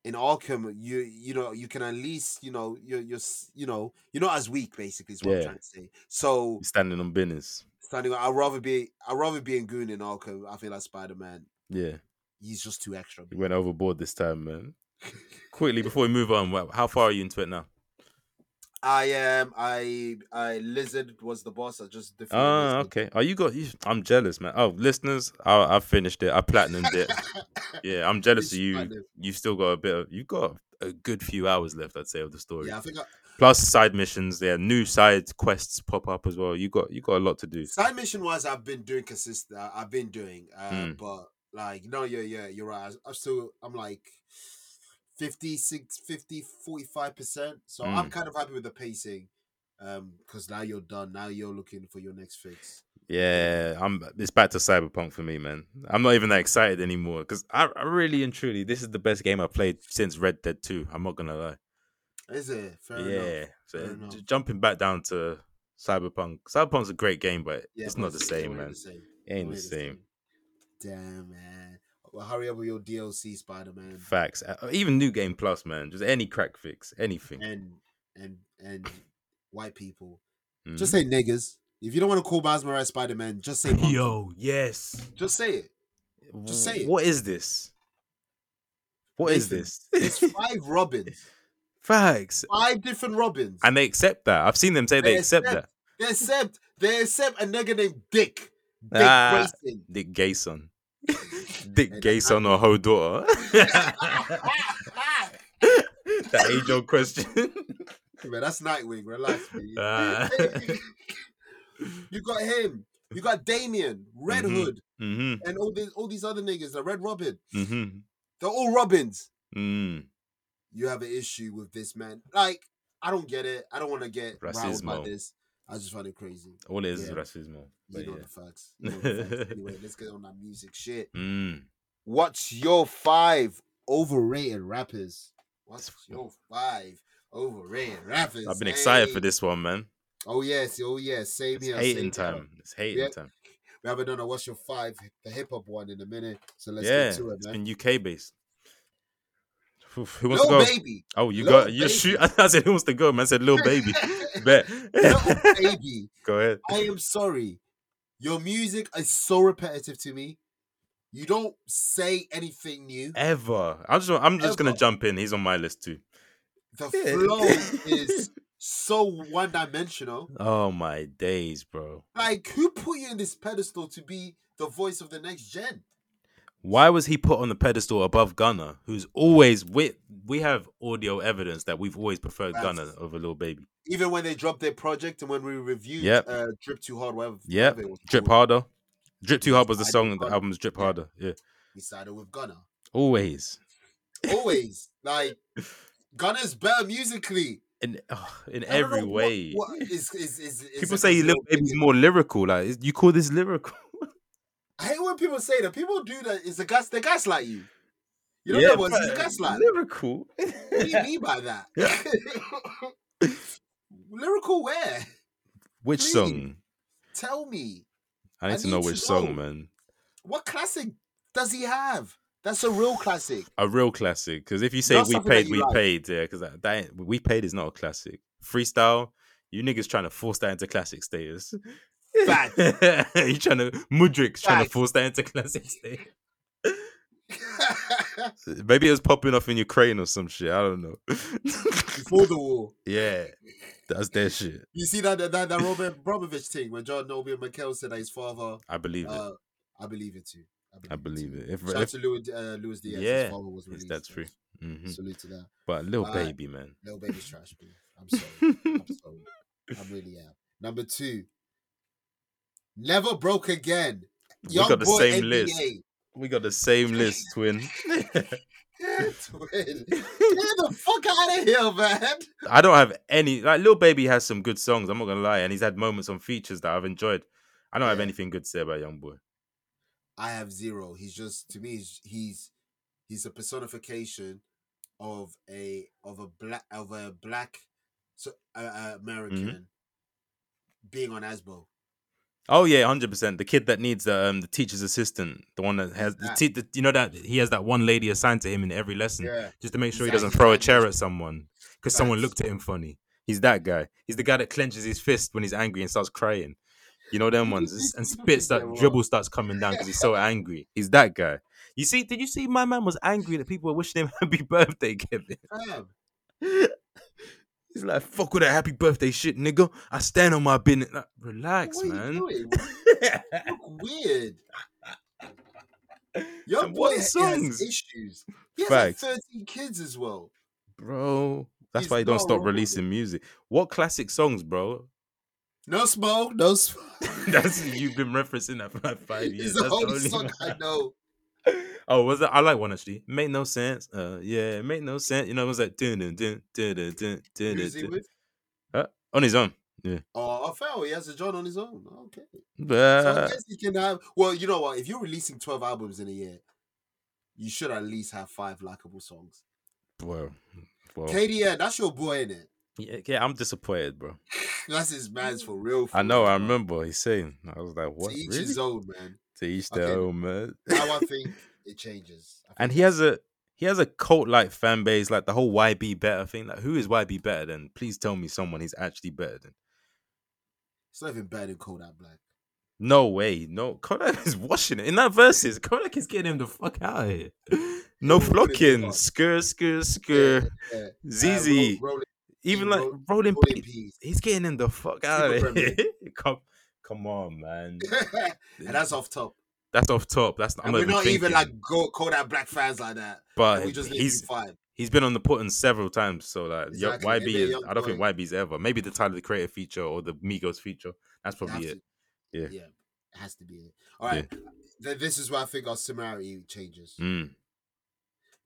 In Arkham, you you know you can at least you know you're you're s- you know you're not as weak basically is what I'm
Yeah.
trying to say. So
You're standing on business.
standing, I'd rather be I'd rather be in Goon in Arkham. I feel like Spider Man.
Yeah,
He's just too extra.
he went overboard this time, man. Quickly before we move on, wha- how far are you into it now?
I am I I lizard was the boss. I just defeated
Ah,
Lizard.
okay. Oh, you got. You, I'm jealous, man. Oh, listeners, I, I finished it. I platinumed [laughs] it. Yeah, I'm jealous of
Which
you.
platinum?
You've still got a bit of. You've got a good few hours left, I'd say, of the story.
Yeah, I think I,
Plus side missions. There, yeah, new side quests pop up as well. You got. You got a lot to do.
Side mission wise, I've been doing consistent. I've been doing, uh,
Mm.
but like no, yeah, yeah, you're right. I'm still, I'm like 56, 50, 45 percent. So I'm
Mm.
kind of happy with the pacing, um, because now you're done. Now you're looking for your next fix.
Yeah, I'm. It's back to Cyberpunk for me, man. I'm not even that excited anymore because I, I really and truly, this is the best game I've played since Red Dead Two. I'm not gonna lie.
Is it? Fair
yeah,
enough.
so
fair
j-
enough.
jumping back down to Cyberpunk. Cyberpunk's a great game, but
Yeah,
it's
but
not the same,
already
man.
the same.
It ain't
Already
the same.
Damn, man. Well, hurry up with your DLC, Spider Man,
Facts. Uh, Even New Game Plus, man. Just any crack fix, anything.
and and and white people.
Mhm.
Just say niggers. If you don't want to call Miles Morales Spider Man, just say monkey.
[laughs] yo, yes.
Just say it. Just say it.
What is this? What is
Nathan, It's
this? [laughs]
five Robins,
Facts.
five different Robins.
And they accept that. I've seen them say they, accept, that.
They accept. They accept a nigga named Dick. Dick
Ah.
Grayson.
[laughs]
[laughs]
Dick Gayson. Dick
Hey, that-
Gayson or Ho daughter.
[laughs]
that age old question.
man, that's Nightwing. Relax. man.
[laughs] Ah.
[laughs] you got him. You got Damien, Red
Mhm.
Hood,
mm-hmm.
and all these all these other niggas. The Red Robin.
Mm-hmm.
They're all Robins.
Mm.
You have an issue with this man. Like I don't get it. I don't want to get riled by
Racismo.
this. I just find it crazy.
All it is is
Yeah.
racism.
You
But
know
yeah.
the
[laughs]
facts. You know the facts. anyway, let's get on that music shit.
Mm.
What's your five overrated rappers? What's your five overrated rappers?
I've been excited
Hey.
for this one, man.
Oh yes, oh yes, same
It's
here.
hating
same here.
time. It's hating
Yeah,
time.
We haven't done a what's your five, the hip hop one in a minute. So let's
yeah,
get to it,
it's
man.
been UK based. Oof, Who wants
Lil
to go?
baby,
Oh, you
Lil
got you
Baby.
shoot. [laughs] I said, who wants to go? Man said,
[laughs]
little baby. Bet.
little baby.
[laughs] go ahead.
I am sorry. Your music is so repetitive to me. You don't say anything new.
Ever. I'm just. I'm just gonna
Ever.
jump in. He's on my list too.
The
Yeah. [laughs]
flow is so one dimensional.
Oh my days, bro.
Like, who put you in this pedestal to be the voice of the next gen?
Why was he put on the pedestal above Gunner, who's always with? We have audio evidence that we've always preferred
Facts.
Gunner over Lil Baby.
Even when they dropped their project and when we reviewed
Yep.
uh, Drip Too Hard, whatever.
Yep.
whatever it was
Drip
called,
harder. Drip too hard was the
I did
song. The
not-
album's drip
yeah.
harder. Yeah.
We sided with Gunna.
Always.
Always.
[laughs]
like, Gunna's better musically.
In oh, in
I don't know
every
what-
way.
what is- is- is- is
People
it
say
just
Lil
Lil
Baby's
Baby?
more lyrical. Like is- you call this lyrical?
I hate when people say that. People do that. Is the gas? They gaslight you. You know
Yeah,
that was
but
gaslight.
lyrical.
What do you mean by that? [laughs] Lyrical where?
which
Please.
song?
Tell me.
I need
I
to know
need to
which song,
know.
man.
What classic does he have? That's a real classic. [laughs]
A real classic. Because if you say
Not
we
something that
paid,
you
we
like.
paid. Yeah, because that, that ain't- we paid is not a classic. Freestyle. You niggas trying to force that into classic status. [laughs] you trying
Facts.
to Mudrik's trying to
Facts.
force that into classic status. Maybe it was popping off in Ukraine or some shit. I don't know. [laughs]
Before the war.
yeah, that's their shit.
You see that that, that that Robert Bromovich thing when John Noble and Mikel said that his father
I believe it.
uh, I believe it too.
I believe it. If,
Shout out
if
to Louis, uh, Louis Diaz.
Yeah,
his father was
yes,
released.
that's true. hmm
Salute to that.
But little
Uh,
baby man.
Little baby's trash, bro. I'm sorry. I'm sorry. I really am. Number two, never broke again.
we
Young
got the
boy
same list.
NBA.
We got the same list,
[laughs]
twin. [laughs]
Twin. Get [laughs] the fuck out of here, man.
I don't have any. Like little baby has some good songs. I'm not gonna lie, and he's had moments on features that I've enjoyed. I don't have
Yeah.
anything good to say about Young Boy.
I have zero. He's just to me. He's he's, he's a personification of a of a black of a black so, uh, uh,
Mm-hmm.
American being on Asbo.
Oh yeah, hundred percent. The kid that needs the um the teacher's assistant, the one that has the,
That.
te- the you know that he has that one lady assigned to him in every lesson.
Yeah,
just to make sure he
Exactly.
doesn't throw a chair at someone because someone
Facts.
looked at him funny. He's that guy. He's the guy that clenches his fist when he's angry and starts crying. You know them ones It's-
[laughs]
and spits that
Yeah, well.
dribble starts coming down because
[laughs]
he's so angry. He's that guy. You see? Did you see? My man was angry that people were wishing him [laughs] happy birthday, Kevin.
fam.
[laughs] He's like, "Fuck with that happy birthday shit, nigga. I stand on my business." Like, Relax,
what Are
man.
you doing? You look weird. Young
And
boy
what
has
songs?
issues. He has like
Facts.
13 kids as well.
[laughs] bro. That's
He's
why you don't
not
stop
wrong.
releasing music. What classic songs, bro? [laughs]
No smoke, no smoke. [laughs]
That's you've been referencing that for like five years.
It's the
That's the
only
only
song
one. [laughs]
I know.
Oh, was that? I like one actually. Make no sense. Uh, yeah, make no sense. You know, it was like dun dun dun dun dun dun dun.
Who's he
dun, dun.
with?
Huh? On his own. Yeah.
Oh, fair. He has a John on his own. Okay. So I
But
guess you can have. Well, you know what? If you're releasing twelve albums in a year, you should at least have five likable songs.
well, well
KDN, that's your boy in it.
yeah, yeah, I'm disappointed, bro.
That's his man's for real. for
I know.
real.
I remember he's saying. I was like,
To
what?
each
really?
his own,
[laughs]
man.
To each their
Okay.
own, man.
Now I think it changes. I
and
think
he has a he has a cult like fan base, like the whole YB better thing. Like, who is YB better than? Please tell me someone he's actually better than.
it's not even better than Kodak Black.
No way, no. Kodak is washing it in that verses. Kodak is getting him the fuck out of here.
[laughs]
No
He wouldn't give
flocking,
up.
skur skur
Yeah,
skur.
yeah. Uh,
ZZ,
Ro- rolling,
even
Ro-
like rolling.
rolling
Pin- [laughs]
peas.
He's getting him the fuck out
Super
of here. [laughs]
Premier.
come, come on, man.
and that's off top.
That's off top. That's I'm
and we're not even
thinking.
like go, Kodak Black fans like that.
But
And we just need
he's
five.
he's been on the putting several times. So like yo-
Exactly,
YB,
maybe a
is,
young
I don't think
boy.
YB's ever. Maybe the Tyler the Creator feature or the Migos feature. That's probably it. Yeah.
yeah, it has to be it. All right, Th- this is where I think our similarity changes.
Mm. [laughs]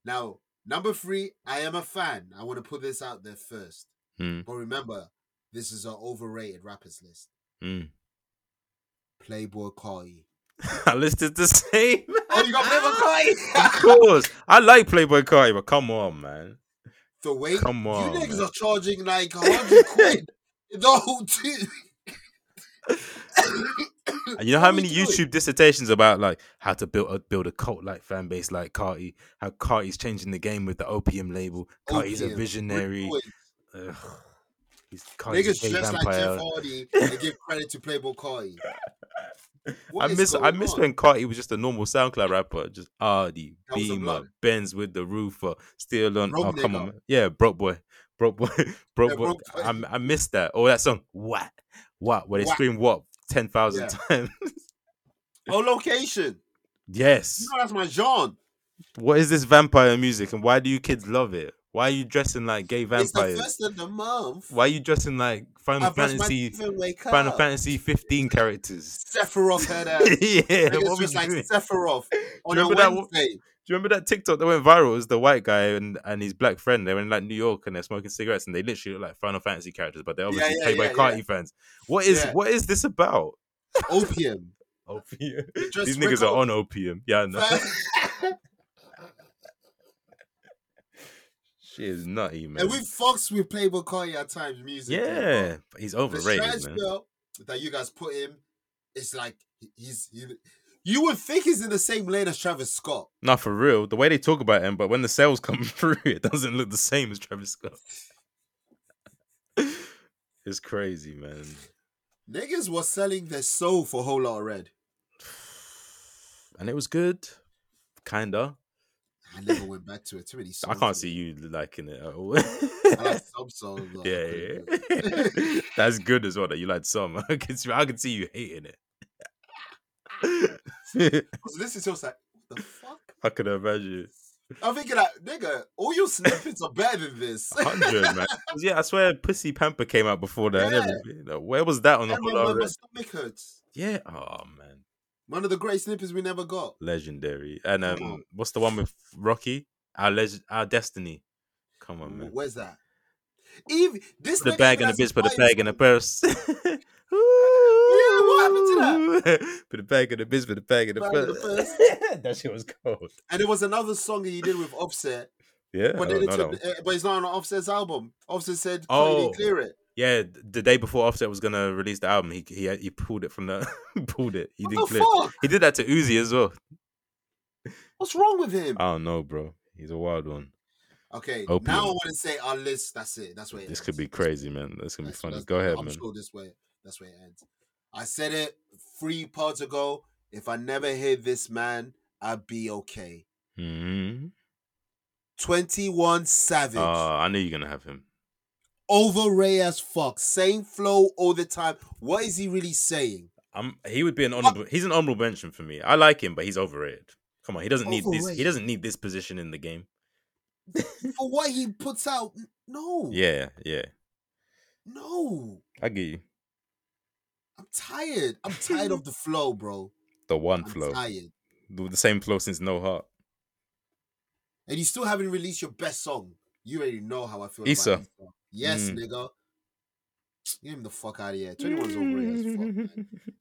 Now, number three, I am a fan. I want to put this out there first,
Mm.
but remember, this is our overrated rappers list.
Mm.
Playboy
[laughs]
Carti.
I listed the same.
Oh, you got Playboy
of
Carti.
course, I like Playboy Carti, but come on, man.
the way
Come on,
you niggas
man.
are charging like hundred quid. [laughs] The whole team.
And you know how many YouTube dissertations about like how to build a build a cult like fan base like Carti, how Carti's changing the game with the Opium label. Carti's a
Opium.
visionary.
Boy,
Ugh. He's Carti's a
Niggas
gay
dressed like
vampire.
Jeff
[laughs]
Hardy and give credit to Playboy Carti.
I
What is
miss I
going
miss
on?
when Carti was just a normal SoundCloud rapper, just Ardy,
That was a
Beamer,
blood.
Benz with the roofer, still on.
Broke
oh come
nigga.
on, man. yeah, broke boy, broke boy, [laughs] broke
Yeah,
boy.
broke boy.
I I miss that. Oh, that song, what, what? Where they
Wah.
scream what ten thousand times. [laughs]
Oh, location.
yes.
You know that's my genre.
What is this vampire music, and why do you kids love it? Why are you dressing like gay
It's the
vampires?
first of the month.
Why are you dressing like Final
I brushed my
Fantasy
teeth and wake
Final
up.
Fantasy fifteen characters? [laughs]
Sephiroth heard out.
yeah,
Niggas
what we
dressed like
doing?
Sephiroth on
Remember
a
that one-
Wednesday.
Do you remember that TikTok that went viral? It was the white guy and, and his black friend. They were in like New York and they're smoking cigarettes and they literally look like Final Fantasy characters, but they're
Yeah,
obviously
yeah,
played
yeah,
by Carti fans. What is
Yeah.
what is this about? [laughs]
Opium.
Opium.
Just
These niggas
Rico-
are on opium. Yeah, I know. Shit is nutty, man.
and we fucks with Playboy Carti at times music.
yeah, but he's
but The
overrated, man.
transfer that you guys put him, it's like he- he's he, you would think he's in the same lane as Travis Scott.
Not for real. The way they talk about him, but when the sales [laughs] come through, it doesn't look the same as Travis Scott. [laughs] it's crazy, man. [sighs]
Niggas was selling their soul for a whole lot of red.
And it was good, kinda.
I never went back to it. Too many
I
songs.
can't see you liking it at [laughs] all.
I like some songs. but I
yeah,
couldn't do it.
yeah. [laughs] That's good as well that you liked some. [laughs] I can see, I can see you hating it. [laughs]
Because this is just like, what the fuck?
I could imagine.
I'm thinking like, nigga, all your snippets are better than
[laughs]
this.
100,
[laughs]
man. 'Cause Yeah, I swear Pussy Pamper came out before that. and
Yeah.
everything. Like, where was that on the
And my,
whole
my, my
other?
stomach hurts.
Yeah. Oh, man.
One of the great snippets we never got.
Legendary. And
Come
um,
on.
what's the one with Rocky? Our leg- our destiny. Come on, man.
Where's that? Even this
Put the
nigga
bag
even
in the
has
bitch, put the
fire
bag in the purse. [laughs]
what happened
to that? Put the bag in the bitch, put the bag in the
Bag in the
purse. [laughs] that shit was cold.
And there was another song that he did with Offset,
Yeah.
but,
I
then
don't
it
know Oh, that one.
took, uh, but it's not on Offset's album. Offset said, "Cardi didn't
Oh.
clear it."
Yeah, th- the day before Offset was gonna release the album, he he he pulled it from the [laughs] pulled it. He didn't
What the
clear. it.
fuck?
He did that to Uzi as well.
What's wrong with him?
I don't know, bro. He's a wild one.
okay,
Opium.
now I want to say our list. That's it. That's where it
This
ends.
could be
That's-
crazy, man. This could be
that's-
funny.
that's-
Go ahead,
I'm
man.
sure this way. That's where it ends. I said it three parts ago. If I never hear this man, I'd be okay.
hmm
Twenty One Savage.
Uh, I knew you're gonna have him.
overrated as fuck. Same flow all the time. What is he really saying?
[laughs] I'm. He would be an honorable. He's an honorable mention for me. I like him, but he's overrated. Come on, he doesn't need this. He
Overrated.
doesn't need this position in the game.
For what he puts out? N- No.
Yeah, yeah.
No.
I get you.
I'm tired. I'm tired of the flow, bro.
The one
I'm
flow,
tired.
the the same flow since No Heart.
And you still haven't released your best song. You already know how I feel
Issa.
about Issa. Yes,
Mm.
nigga. Get him the fuck out of here. 21's overrated as fuck, man.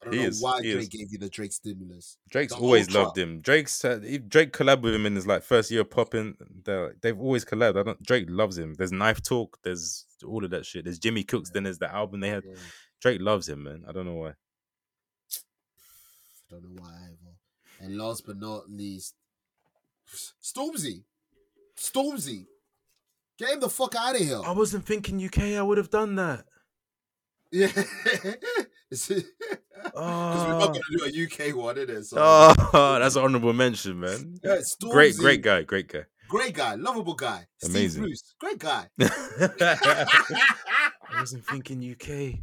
I don't
He
know
is,
why
he
Drake
is.
gave you the Drake stimulus.
Drake's
The
always
Ultra.
loved him. Drake's uh, he- Drake collabed with him in his like first year of popping. They're- They've always collabed. I don't. Drake loves him. There's knife talk. There's all of that shit. There's Jimmy Cooks. Then there's the album they had.
Yeah, I
Drake loves him, man. I don't know why.
don't know why either. And last but not least, Stormzy. Stormzy. Get him the fuck out of here.
wasn't thinking UK. I would have done that.
[laughs] Yeah. [laughs] Because we're
Uh.
not going to do a UK one, innit? So,
Oh, [laughs] that's an honorable mention, man.
yeah, Stormzy,
Great, great guy, great guy. [laughs]
Great guy. Lovable guy. Steve
Amazing.
Bruce. Great guy.
I wasn't thinking UK.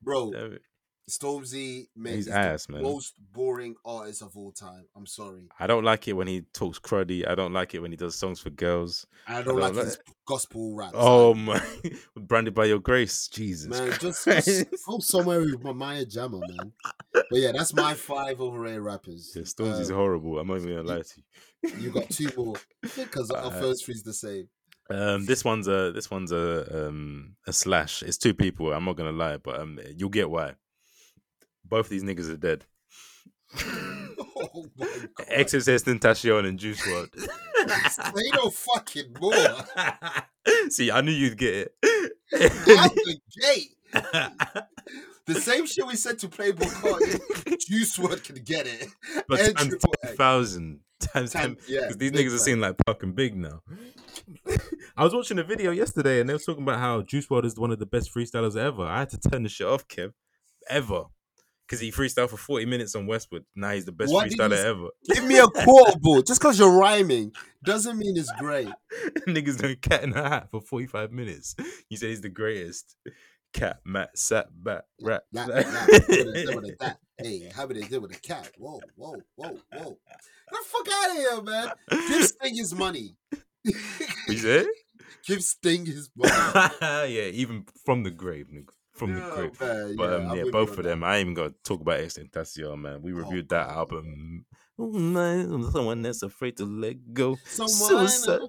Bro,
Damn it.
Stormzy, man,
He's
is
ass,
the
man.
most boring artist of all time. I'm sorry.
I don't like it when he talks cruddy. I don't like it when he does songs for girls.
I don't,
don't
like
know.
his gospel rap.
Oh my! [laughs] Branded by your grace, Jesus.
man, just,
Christ.
just go somewhere with Maya Jama, man. But yeah, that's my five overrated rappers.
Yeah, Stormzy's
Uh,
horrible. I'm not even gonna lie to
you got two more because our
Uh,
first three's the same. [laughs]
you. Um, this one's a this one's a um a slash. It's two people. I'm not gonna lie, but um, you'll get why. Both these niggas are dead.
Oh my god,
XXS Tentacion and Juice World. [laughs]
they don't fucking more.
See, I knew you'd get
out
it. [laughs]
the gate. [laughs] The same shit we said to Playboy Cardi, Juice Word can get
[laughs]
it.
but
And
times
Triple X.
ten thousand times ten
Time- yeah,
Because these
big
niggas are
time.
seeing like fucking big now. [laughs] I was watching a video yesterday and they were talking about how Juice World is one of the best freestylers ever. I had to turn the shit off, Kev. Ever. Because he freestyled for 40 minutes on Westwood. Now he's the best
Why did you
freestyler
s-
ever. [laughs]
Give me a quotable. Just because you're rhyming doesn't mean it's great.
niggas doing cat in a hat for 45 minutes. You said he's the greatest. Cat, mat, sat, bat, rat.
That, that, that. Hey, how about they did with a cat? Whoa, whoa, whoa, whoa. Get the fuck out of here, man. Give Sting his money.
[laughs] You said?
Give Sting his money. Oh,
yeah, even from the grave, nigga. [laughs] From the grave. But um, yeah, both of them. I ain't even got to talk about Extentacion, man. We
Oh,
reviewed that
God.
album. Mm, Someone that's afraid to let go.
Someone
Suicide.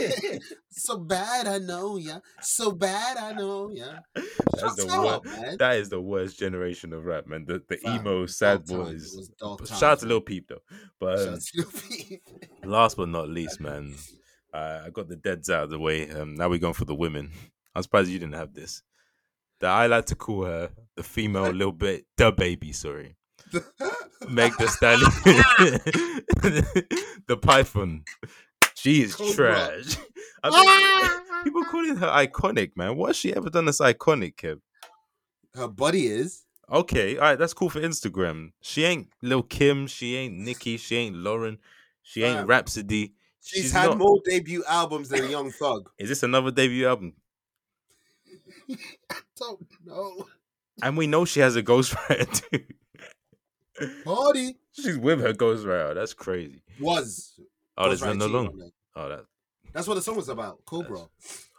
[laughs] so bad, I know, yeah. So bad, I know, yeah.
That's the
Shut
worst.
up, man.
[laughs] That is the worst generation of rap, man. The, the
Fam,
emo
Dark
sad
times. It
boys.
was dark
Shout out
times,
to
man.
Lil Peep though. But
Shout
um,
out to Lil Peep.
last but not least, man, uh, I got the deads out of the way. Um, now we're going for the women. [laughs] I'm surprised you didn't have this. That I like to call her the female little bit the baby. Sorry.
[laughs]
Meg the Stallion, [laughs] the Python. She is
Cobra.
trash. I
[laughs]
mean, people calling her iconic, man. What has she ever done that's iconic, Kev?
Her buddy is.
Okay, all right, that's cool for Instagram. She ain't Lil Kim. She ain't Nicki. She ain't Lauren. She ain't
Fam.
Rhapsody.
She's,
She's
had
not-
more debut albums than Young Thug.
Is this another debut album?
Don't know.
And we know she has a ghostwriter [laughs] too.
Party
She's with her ghostwriter. That's crazy.
was.
Oh,
was
there's none
Rai G on
alone.
there.
Oh, that.
That's what the song was about. Cobra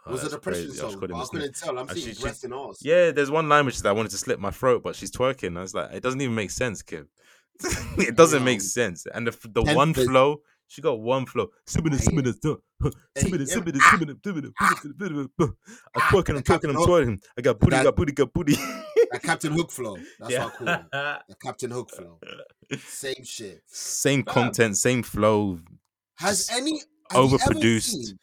Oh,
was a
that's
depression
crazy. I
song.
just
I,
couldn't
but I
listen.
couldn't tell. I'm
Uh,
seeing
she- she-
breasts and arse.
Yeah, there's one line which is that I wanted to slit my throat, but she's twerking. I was like, it doesn't even make sense, kid. [laughs] it doesn't make
Damn.
sense. And the the
Ten
one
fist-
flow, she got one flow. Sibbida,
hate
sibbida, duh, huh,
Hey,
sibbida,
yeah. [laughs]
sibbida, sibbida, sibbida, sibbida, sibbida, buh. I'm twerking, I'm
That cap-
twerking, I'm
no.
twerking. I got booty,
That-
got booty, got booty. [laughs]
That Captain Hook flow. That's
Yeah.
what I call it. The Captain Hook flow. Same shit.
[laughs] Same
Fam.
content, same flow.
Has
Just
any have you ever
overproduced.
seen,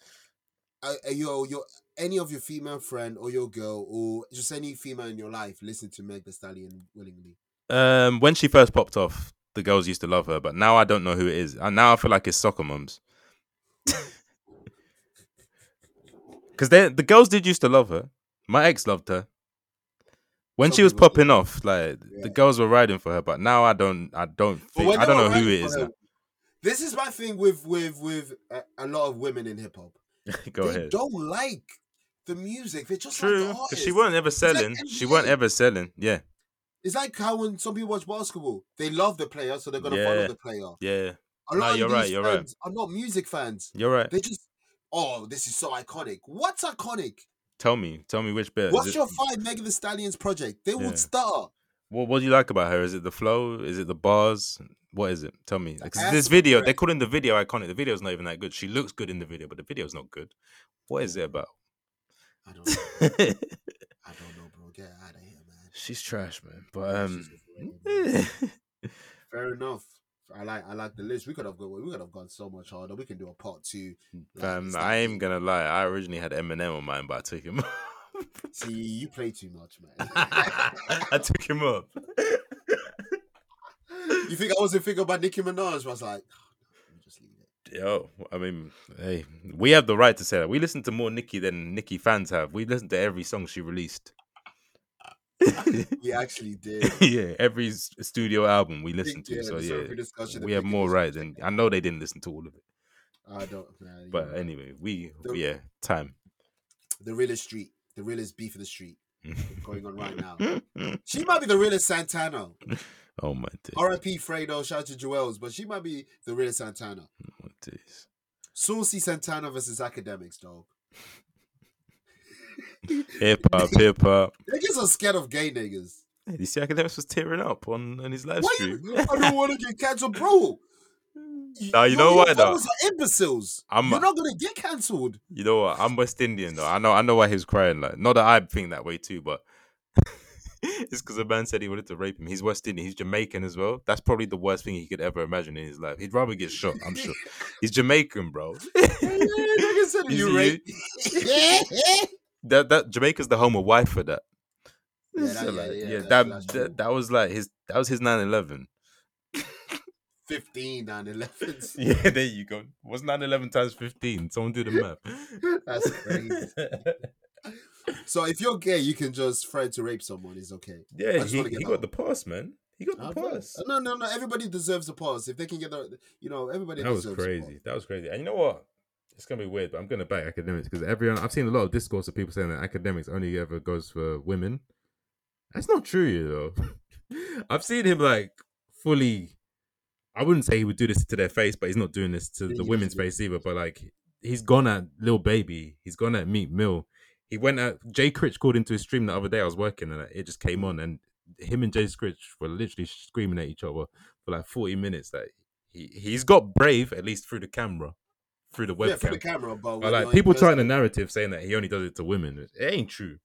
uh, uh, your your any of your female friend or your girl or just any female in your life listen to Meg Thee Stallion willingly?
Um, when she first popped off, the girls used to love her, but now I don't know who it is. And now I feel like it's
[laughs]
soccer moms. Because the girls did used to love her. My ex loved her. When she
Some
was
people do.
popping off, like
Yeah.
the girls were riding for her, but now I don't, I don't
But
think,
when
I don't
they were
know who
writing
it
for
is.
her-
now. [laughs]
This is my thing with with with a, a lot of women in hip hop.
Go
they
ahead.
don't like the music. They just
True,
like the
'cause
artist.
she weren't ever
like
selling. she
NBA.
weren't ever selling. Yeah,
It's like how when some people watch basketball, they love the player, so they're gonna
Yeah.
follow the player.
yeah,
A
No,
lot of
you're
these
right, you're right.
fans Are not music fans.
you're right.
They just oh, this is so iconic. What's iconic?
Tell me, tell me which bit. is
What's
it-
your five Megan the Stallions project? They
Yeah.
would start.
What What do you like about her? Is it the flow? Is it the bars? What is it? Tell me. Because
ass
this
was
video, they're
great.
calling the video iconic. The video's not even that good. She looks good in the video, but the video's not good. What is it about? [laughs]
I don't know. I don't know, bro. Get out of
she's trash, man. But um,
Fair enough. I like I like the list. We could have gone we could have gone so much harder. We can do a part two. Like,
[laughs] um
it's like-
I am gonna lie. I originally had Eminem on mine, but I took him. [laughs]
See, you play too much, man. [laughs]
I took him up.
you think I wasn't thinking about Nicki Minaj? I was like, "Oh, no, let me just leave it.
Yo, I mean, hey, we have the right to say that. We listen to more Nicki than Nicki fans have. We listen to every song she released. [laughs]
We actually did.
yeah, every s- studio album we [laughs] listen to.
Yeah,
So
there's
yeah,
every discussion
we
that
have
Nicki
more
was-
right than I know they didn't listen to all of it.
I don't. Nah, you
But
know.
anyway, we
The-
yeah, time. [laughs]
the realest street, the realest beef in the street going on
[laughs]
right now. She might be the realest Santana.
oh my days.
R.I.P. Fredo, shout out to Joel's, but she might be the realest Santana.
oh my days.
Saucy Santana versus academics, dog.
Hip
[laughs]
hop, hip hop.
Niggas are scared of gay niggas.
You see, academics was tearing up on, on his live
Why
stream.
you, I don't
[laughs]
want to get cancelled, bro.
Nah, you know why,
your
though?
followers are imbeciles.
I'm-
You're not gonna get
[laughs]
cancelled.
You know what? I'm West Indian though. I know I know why he was crying. Like, not that I think that way too, but [laughs] it's because a man said he wanted to rape him. He's West Indian. He's Jamaican as well. That's probably the worst thing he could ever imagine in his life. He'd rather get shot. I'm sure. He's
[laughs]
Jamaican, bro.
Niggas said you
You see,
rape. yeah,
[laughs] That that Jamaica's the home of wife for that.
Yeah, that-
So,
yeah,
like,
yeah, that's-
that,
that's true.
that that was like his that was his 9/11.
15 9 11.
[laughs] Yeah, there you go. What's 9/11 times 15? Someone do the [laughs] math.
That's crazy. so if you're gay, you can just threaten to rape someone. It's okay. I
yeah,
just
he,
wanna get
he
that
got the pass, man. He got
Uh,
the pass.
No, no, no. Everybody deserves a pause. If they can get the, you know, everybody.
That was
deserves
crazy. That was crazy. And you know what? It's gonna be weird, but I'm gonna back academics because everyone I've seen a lot of discourse of people saying that academics only ever goes for women. That's not true, you know. [laughs] I've seen him like fully. I wouldn't say he would do this to their face, but he's not doing this to
Yeah,
the
he
women's
doesn't do
face either. But like, he's gone at Lil Baby. He's gone at Meek Mill. He went at Jay Critch called into his stream the other day. I was working and like, it just came on, and him and Jay Critch were literally screaming at each other for like 40 minutes. Like he he's got brave at least through the camera, through the
Yeah,
webcam.
for the camera, but
But
when
like
you're
people
in
trying the
person-
narrative saying that he only does it to women. It it ain't true.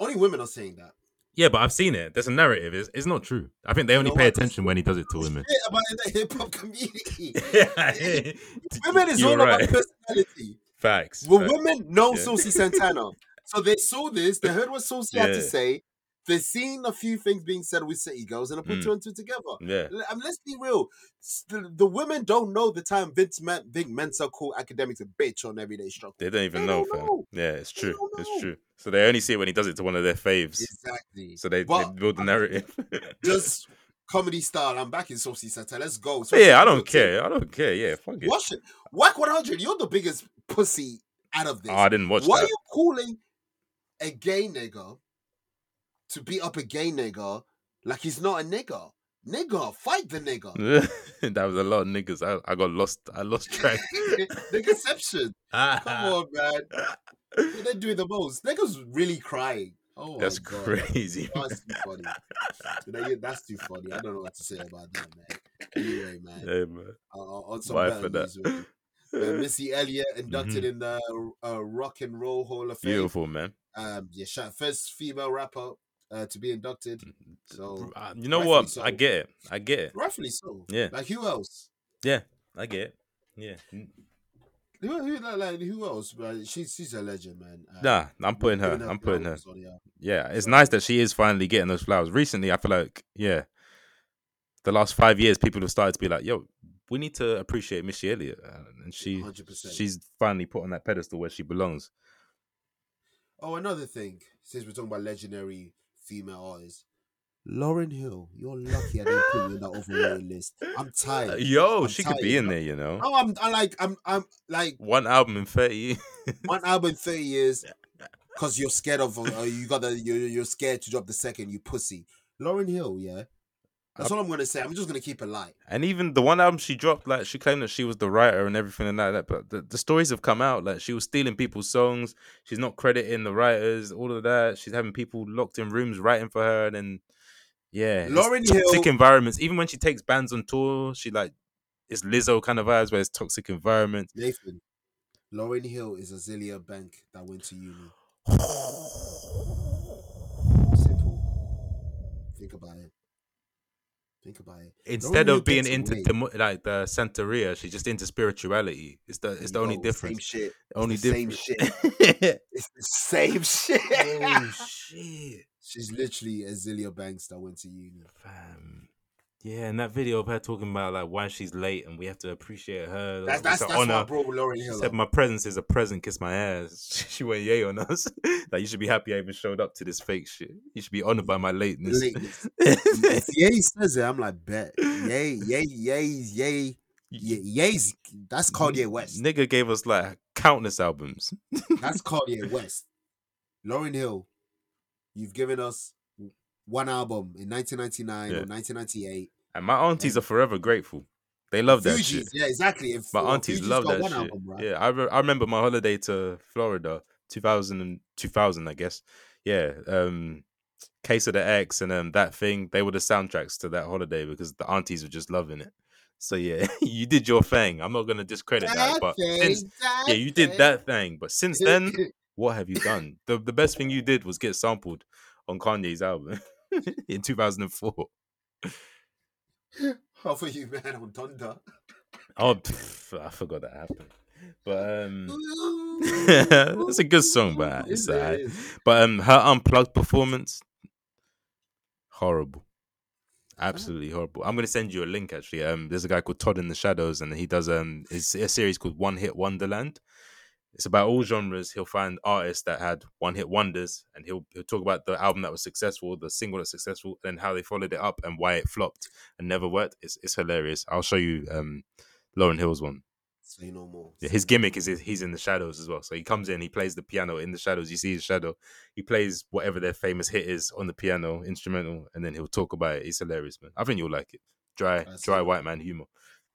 Only women are saying that.
Yeah, but I've seen it. There's a narrative. It's, it's not true. I think they only
know
pay
what?
attention when he does it to
[laughs]
women.
[laughs] Yeah, about in the hip hop [laughs] community.
[laughs] Yeah,
women is
You're
all
right.
about personality.
Facts.
Well,
facts.
women know
Yeah.
Saucy
[laughs]
Santana, so they saw this. They heard what Saucy had to
Yeah.
say. They've seen a few things being said with City Girls, and they put
Mm.
two and two together.
Yeah.
L- um, let's be real. S- The, the women don't know the time Vince Man, Vic Mensa called academics a bitch on everyday struggle.
They don't even
They
know,
don't
fam.
know.
Yeah, it's
They
true.
don't
It's
know.
true. So they only see it when he does it to one of their faves.
Exactly.
So they,
But-
they build the narrative.
Just comedy style. I'm back in Saucy Santana. Let's go.
But [laughs] yeah, I
Saucy
don't
Santana.
care. I don't care. Yeah, fuck it.
Watch it. Whack 100. You're the biggest pussy out of this.
Oh, I didn't watch
Why
that.
are you calling a gay nigga to beat up a gay nigga like he's not a nigga? Nigga, fight the
[laughs]
nigga.
that was a lot of niggas. I, I got lost. I lost track.
the conception. [laughs]
[laughs]
Come on, man. They're doing the most. Niggas really crying. Oh, my
That's
God.
crazy. man.
That's too funny. You know, yeah, That's too funny. I don't know what to say about that, man. Anyway, man.
[laughs] Yeah, man.
Uh, on some
Why
better
for
news, man.
that? [laughs]
Uh, Missy Elliott inducted in the uh, Rock and Roll Hall of Fame.
Mm-hmm. Beautiful, man.
Um, yeah, shout- first female rapper uh, to be inducted.
Mm,
So
Uh, You know
rightfully
what?
Oh, so.
I get it. I get it.
rightfully so.
Yeah.
Like who else?
I get it. Yeah.
Who, who, like, like, who else? Like, she's she's a legend, man. Uh,
Nah, I'm putting her.
giving
I'm putting her.
flowers on the-
Yeah, it's
So-
nice that she is finally getting those flowers. Recently, I feel like yeah, the last five years, people have started to be like, "Yo, we need to appreciate Missy Elliott," uh, and she
100%.
she's finally put on that pedestal where she belongs.
Oh, another thing. Since we're talking about legendary female artists, Lauren Hill. You're lucky I didn't put you in that overall list. I'm
[laughs] Uh,
tired.
Yo,
I'm
she could
tired,
be in
bro.
there, you know.
No, I'm. I like. I'm. I'm like.
One album in thirty. years. [laughs]
one album in 30 years because you're scared of uh, you got the you're, you're scared to drop the second you pussy lauren hill yeah that's all i'm gonna say i'm just gonna keep it light
And even the one album she dropped, like she claimed that she was the writer and everything and like that. But the, the stories have come out, like she was stealing people's songs. She's not crediting the writers, all of that. She's having people locked in rooms writing for her, and then yeah, it's
Lauryn
toxic
Hill-
environments. Even when she takes bands on tour, she like it's Lizzo kind of vibes where it's toxic environment.
nathan lauren hill is azealia bank that went to uni simple Think about it. Think about it.
Instead
only
of being
gets
into
away-
demo, like the Santeria, she's just into spirituality. It's the it's the only
Yo, Same
difference.
shit.
only
It's the same shit.
[laughs] difference.
It's the
[laughs]
same shit.
[laughs]
[laughs]
Oh,
shit,
She's literally a Zilia Banks that went to uni.
fam. Yeah, and that video of her talking about like why she's late and we have to appreciate her.
That's
like,
that's,
it's an
that's my
honor.
bro Lauren
She
Hill.
said, "My presence is a present. Kiss my ass." [laughs] She went yay on us. [laughs] like you should be happy I even showed up to this fake shit. You should be honored by my [laughs] lateness.
Lateness.
[laughs]
If Ye says it, I'm like, bet. Yay, yay, yay, yay. Ye- Ye's that's
[laughs]
Kanye West.
Nigga gave us like countless albums.
That's Kanye West. Lauren Hill, you've given us w- one album in 1999
Yeah.
or 1998.
And my aunties are forever grateful. They love that
Fugees,
shit.
yeah, exactly. If,
My
well,
aunties
Fugees
love
got
that shit.
one album, right?
Yeah, I, re- I remember my holiday to Florida, 2000, and 2000 I guess. Yeah, um, Case of the X and um, that thing, they were the soundtracks to that holiday because the aunties were just loving it. So yeah, [laughs] you did your thing. I'm not gonna discredit that, but since, yeah, you did that thing. But since then,
[laughs]
what have you done? The the best thing you did was get sampled on Kanye's album [laughs] in 2004.
Oh,
How for you, man? I'm
[laughs]
Donda.
Oh, pff, I forgot that happened. But um, it's a good song, but it's
Is it?
alright.
Is it?
But um, her unplugged performance, horrible, absolutely horrible. I'm gonna send you a link actually. Um, there's a guy called Todd in the Shadows, and he does um, it's a series called One Hit Wonderland. It's about all genres. He'll find artists that had one hit wonders, and he'll he'll talk about the album that was successful, the single that's successful, and how they followed it up and why it flopped and never worked. It's it's hilarious. I'll show you um, Lauren Hill's one.
Say no more.
Yeah, his gimmick is is he's in the shadows as well. So he comes in, he plays the piano in the shadows. You see his shadow. He plays whatever their famous hit is on the piano, instrumental, and then he'll talk about it. It's hilarious, man. I think you'll like it. Dry,
That's
dry
it.
white man humor.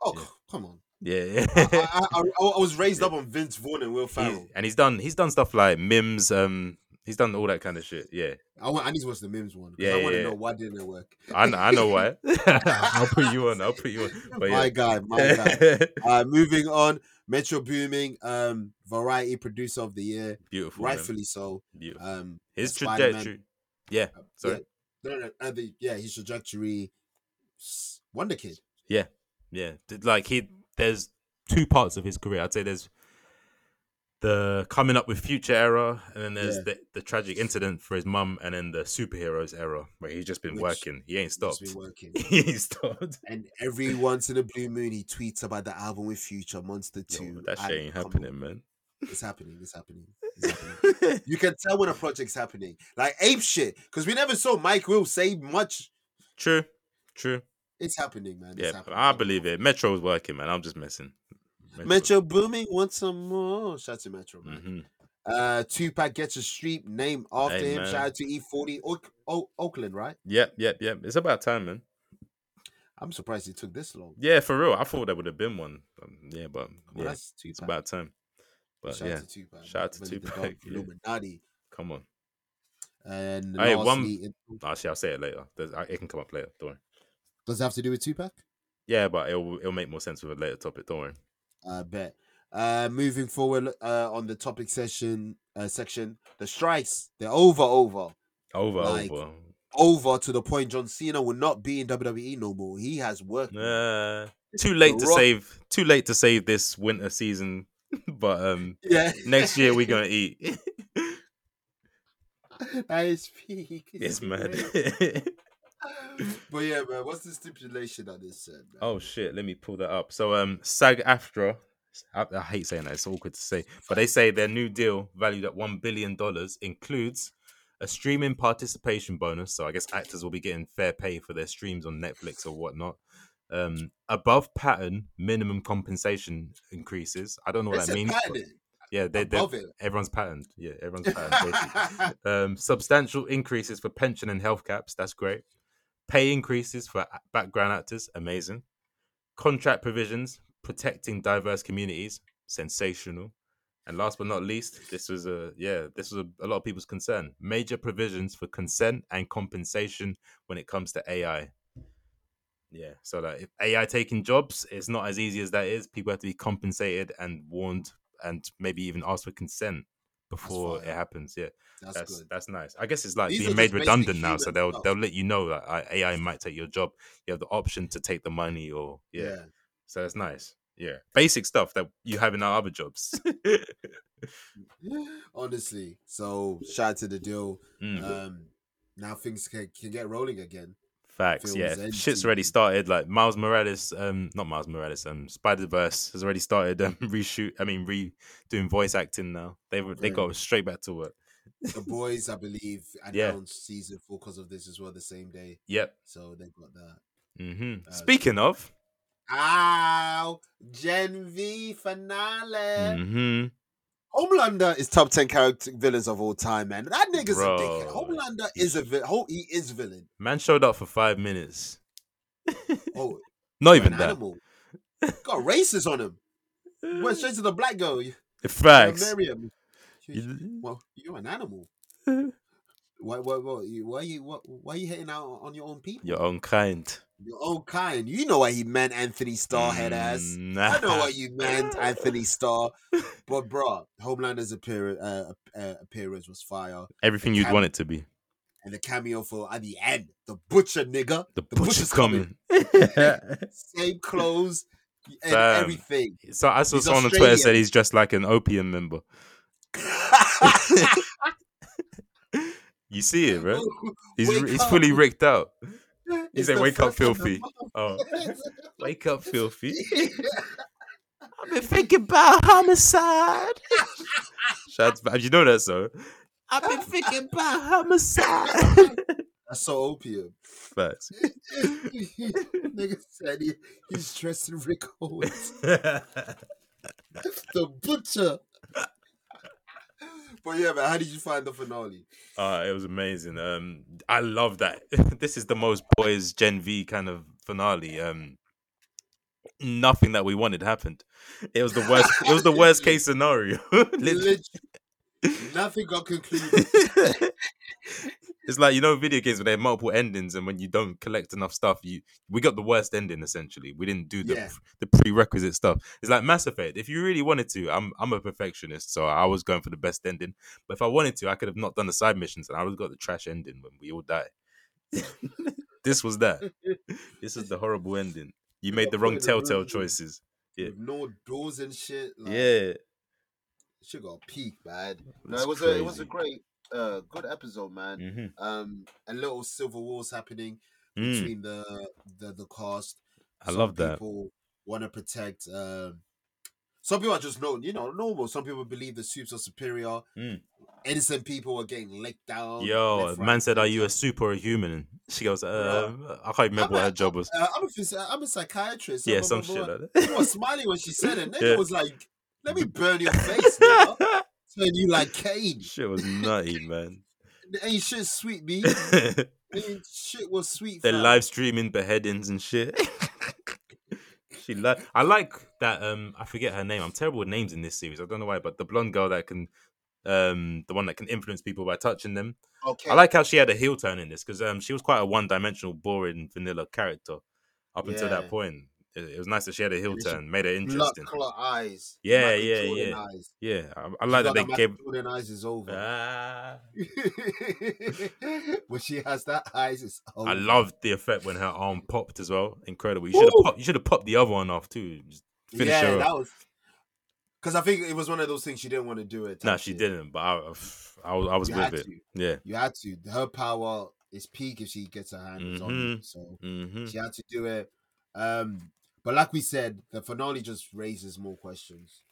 Oh,
Yeah.
c- come on. [laughs]
Yeah, yeah. [laughs]
I, I, I, I was raised up on Vince Vaughn and Will
He's-
Ferrell.
and he's done he's done stuff like Mims. Um, he's done all that kind of shit. Yeah,
I want. I need to watch the memes one because
Yeah,
I want to
yeah,
know
yeah.
why didn't it work.
I know, I know
[laughs]
why. [laughs] I'll put you on. I'll put you on. But
My
yeah.
guy,
[laughs]
my guy. Uh, moving on, Metro Booming, um, Variety Producer of the Year,
Beautiful, man.
rightfully so.
Beautiful.
Um,
His
Spider-Man.
trajectory. Yeah. Sorry.
no, no, uh, the, yeah, his trajectory, s- Wonder Kid.
Yeah, th- like he there's two parts of his career. I'd say there's the coming up with future era, and then there's
Yeah.
the, the tragic incident for his mum, and then the superheroes era where he's just been
Which-
working. He ain't
that's
stopped.
been working.
[laughs] he ain't stopped.
And every once in a blue moon, he tweets about the album with Future, Monster
Yo,
2.
that
and-
shit ain't
come on,
happening, man.
[laughs] It's happening. It's happening. It's happening. you can tell when a project's happening. Like ape shit. Because we never saw Mike Will say much.
true, true.
It's happening, man. It's
Yeah,
happening.
I believe it. Metro's working, man. I'm just messing.
Metro booming once some more. Shout out to Metro, man.
hmm
Uh, Tupac gets a street name after
Hey,
him.
man.
Shout out to E40 Oak, o- Oakland, right?
Yep, yep, yep. It's about time, man.
I'm surprised it took this long.
Yeah, for real. I thought there would have been one. Um, yeah, but
Well,
yeah,
that's Tupac.
it's about time. But
Shout
yeah,
out to Tupac.
shout out to
Benny the
Tupac,
Dog,
yeah.
Illuminati.
come on.
And
Hey, one-
lastly, it
Actually, I'll say it later. There's, I- it can come up later. Don't worry.
does it have to do with Tupac?
Yeah, but it'll it'll make more sense with a later topic. Don't worry.
I bet. Uh, moving forward uh, on the topic session uh, section, the strikes they're over, over,
Over,
Like-
over.
over to the point John Cena will not be in WWE no more. He has worked.
Nah. too late to
Rock-
save. Too late to save this winter season. [laughs] but um,
[laughs] Yeah,
next year we're gonna eat. [laughs]
that is peak.
[laughs] it's mad.
great. [laughs]
[laughs]
but yeah, man, what's the stipulation that they said? Man?
oh shit! Let me pull that up. So um, SAG AFTRA. I, I hate saying that. It's awkward to say, but they say their new deal, valued at one billion dollars, includes a streaming participation bonus. So I guess actors will be getting fair pay for their streams on Netflix or whatnot. Um, above pattern minimum compensation increases. I don't know what
It's
that
a
means. but-
pattern.
Yeah, they, they
Above it.
everyone's patterned. Yeah, everyone's
[laughs]
patterned. basically. um, substantial increases for pension and health caps. That's great. Pay increases for a- background actors. Amazing. Contract provisions protecting diverse communities. Sensational. And last but not least, this was a yeah, this was a, a lot of people's concern. Major provisions for consent and compensation when it comes to AI. Yeah, so that if AI taking jobs, it's not as easy as that is. People have to be compensated and warned, and maybe even asked for consent before
fire.
it happens. Yeah,
That's,
that's that's,
good.
nice. I guess it's like
These are just
being made
basic
redundant now, so
human
they'll
stuff.
they'll let you know that like, AI might take your job. You have the option to take the money, or yeah, so that's nice. Yeah, basic stuff that you have in our other
[laughs]
jobs.
Yeah. Honestly. So shout out to the deal.
Mm.
Um, now things can, can get rolling again.
Facts, yeah.
Feels empty.
Shit's already started. Like Miles Morales, um, not Miles Morales, um, Spider Verse has already started um [laughs] reshoot. I mean, re doing voice acting now. They were- they
Right.
got straight back to work.
The boys, I believe,
Yeah.
announced season four because of this as well the same day.
Yep.
So they got that.
hmm
Uh,
Speaking of,
Ow! Gen V finale.
hmm
Homelander is top ten character villains of all time, man. That nigga's
Bro.
a dickhead. Homelander is a villain. He is villain.
man showed up for five minutes.
Oh,
[laughs] Not
an
even that.
animal. Got racist on him. Went straight to the black girl. You gotta
[laughs] Facts.
marry him.
You-
Well, you're an
[laughs]
animal. Why, why, why, you- why you, why, why you hating out on your own people?
Your own kind.
Your own kind. You know what he meant, Anthony Starhead
Mm.
ass. I know what
[laughs]
you meant, Anthony Starr. But bro, Homelander's appearance, uh, uh, appearance was fire,
Everything you'd want it to be.
and the cameo for at the end, the butcher nigga,
The
butcher's
butcher's coming.
same clothes and
Fam. [laughs]
everything.
so I saw
He's
someone on Twitter said
Australian.
he's dressed like an opium member. You see it, bro. He's
Oh, Wake
he's
up.
fully ricked out. He
It's
said,
the
"Wake up,
first of
filthy."
[laughs]
Oh,
the
wake
[laughs]
up, filthy.
month.
I've been thinking
[laughs]
about homicide. Shout out! You know that song. I've been thinking about homicide.
That's so opium. [laughs]
Facts.
Nigga said he, he's dressed in Rick Owens, [laughs] the butcher. but yeah, man, how did you find the finale?
Uh, it was amazing. Um, I love that. [laughs] this is the most boys Gen V kind of finale. Um, nothing that we wanted happened. It was the worst. it was the worst case scenario. [laughs] Literally.
Literally, nothing got concluded.
it's like you know video games where they have multiple endings and when you don't collect enough stuff you we got the worst ending essentially we didn't do the
Yeah.
the prerequisite stuff it's like mass effect if you really wanted to i'm i'm a perfectionist so i was going for the best ending but if i wanted to i could have not done the side missions and i would have got the trash ending when we
[laughs]
all die this was that this is the horrible ending you made the wrong
Put it in
telltale
room.
choices [laughs] Yeah.
With no doors and shit. Like,
yeah
shit got peak, man. No,
That's
it was a it was a
crazy.
great, uh, good episode, man.
Mhm.
Um, and little civil wars happening
Mm,
between the the the cast.
i love that
People want to protect. Um, some people are just no, you know, normal. Some people believe the soups are superior.
Mm.
Innocent people are getting licked down.
Yo,
left, right,
man said, "Are you a
center.
super or human?" She goes, uh,
Bruh.
"I can't remember what her
[laughs]
job was."
Uh, I'm a phys- I'm a psychiatrist.
Yeah,
blah,
some
blah,
shit
blah.
like
[laughs] She was smiling when she said it. Nigga
Yeah.
was like, "Let me burn your face, nigga.
that.
Turn you like Cage.
[laughs] shit was nutty, man.
[laughs]
[laughs]
Ain't shit sweet, me.
They're
Ain't shit was sweet. fam.
live streaming beheadings and shit. [laughs] she li- I like that. Um, I forget her name. I'm terrible with names in this series. I don't know why, but the blonde girl that can, um, the one that can influence people by touching them.
Okay.
I like how she had a heel turn in this because um, she was quite a one-dimensional, boring, vanilla character up until
Yeah.
that point. It, it was nice that she had a heel
And she
turn, made it
blood
interesting.
clot eyes.
Yeah,
Michael
yeah,
Jordan
yeah.
Eyes.
Yeah, I, I like that
She
they
got Michael
gave.
Jordan eyes is over.
Ah,
[laughs] when she has that eyes, it's over.
I loved the effect when her arm popped as well. Incredible. You should have
Ooh.
popped. You should have popped the other one off too. Just finish
yeah,
her.
that
Off.
was. Because I think it was one of those things she didn't want to do it.
Nah,
type
she
shit.
didn't. But I, I, was- I was
You
with
had
it.
to.
Yeah.
You had to. Her power is peak if she gets her hands on you. So
hmm
she had to do it. Um, but like we said, the finale just raises more questions.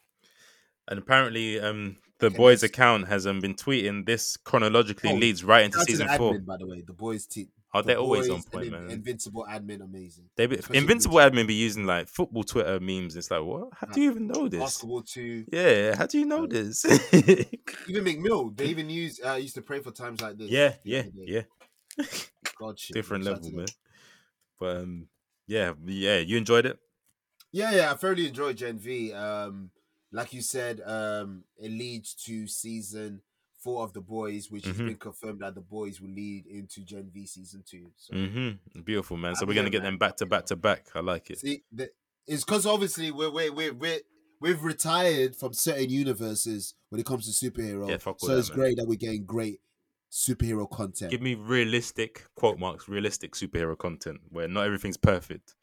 And apparently, um, the
Okay,
boys'
next.
account has um been tweeting this chronologically
Oh,
leads right into
Shout out to
season
the
four.
admin, by the way, the boys' team.
Are
the
they always on
boys and
point,
In-
man?
Invincible admin, amazing.
they be,
especially
invincible admin be using like football Twitter memes. It's like, what? How do you even know this?
Basketball too.
Yeah, how do you know this? [laughs]
Even McMill, they even use. Uh, used to pray for times like this.
yeah,
the
yeah,
other day.
yeah.
God, shit,
different
shout out to
level,
them.
man. But um, yeah, yeah, you enjoyed it.
Yeah, yeah, I thoroughly enjoyed Gen V. Um, like you said, um, it leads to season four of the boys, which
Mhm.
has been confirmed that the boys will lead into Gen V season two. So
hmm Beautiful, man. So
I'm
we're gonna
here,
get
man.
them back to back to back. I like it.
see, the, it's because obviously we're we are we are we're we've retired from certain universes when it comes to superhero.
Yeah, fuck all
so
that,
it's
man.
great that we're getting great superhero content.
Give me realistic quote marks, realistic superhero content where not everything's perfect.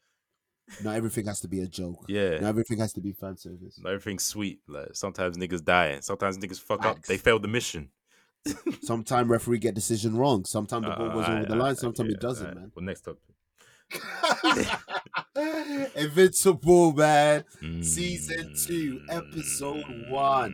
Not everything has to be a joke.
Yeah.
Not everything has to be fan service.
[laughs] Not everything's sweet. Like sometimes niggas die. Sometimes niggas fuck up.
Facts.
They failed the mission.
Sometimes referee get decision wrong. Sometimes the ball
Uh,
goes
alright,
over the line.
alright,
Sometimes
yeah, uh,
it doesn't,
alright. [laughs]
man.
Well, next topic.
[laughs] Invincible, man. Season two, episode one.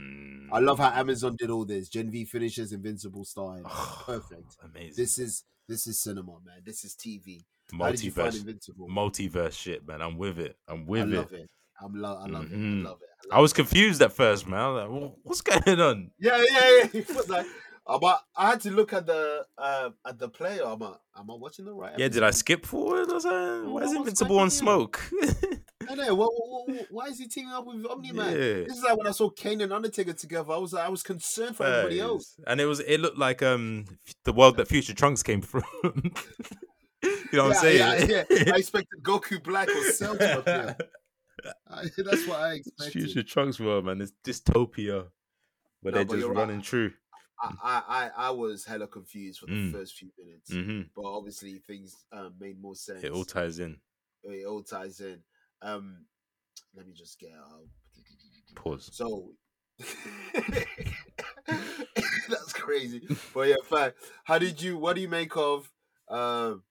Mm.
I
[sighs]
love how Amazon did all this. Gen V finishes, Invincible started.
Oh,
Perfect.
Amazing.
This is this is cinema, man. This is TV. How did you find
multiverse,
Invincible?
multiverse shit, man. I'm with it. I'm
I
with it.
love it. I'm lo- I love
Mhm.
it. I love it. I
I was confused at first, man. I was like, "Wha- what's going on?
Yeah, yeah, [laughs] yeah. It was like, I'm a, I had to look at the uh, at the player. I'm a, am I watching the right?
Yeah, did I skip forward? I was like, why is
What's
Invincible
going
on
on?
smoke?
I know. Why, why, why is he teaming up with Omni Man?
[laughs] Yeah.
This is like when I saw Kane and Undertaker together. I was like, I was concerned for everybody else.
Facts. And it was it looked like um the world that Future Trunks came from. [laughs] you know what I'm saying? [laughs]
Yeah, yeah. I expected Goku Black or Cell to appear. I, [laughs] that's what I
It's
expected.
Future Trunks world, man. It's dystopia.
No,
Where they're
but
just
you're right.
running true.
I, I, I I was hella confused for the
Mm.
first few minutes,
hmm
but obviously things um, made more sense.
It all ties in.
it all ties in. Um, let me just get out.
Pause.
So [laughs] that's crazy. But yeah, fine. How did you? What do you make of um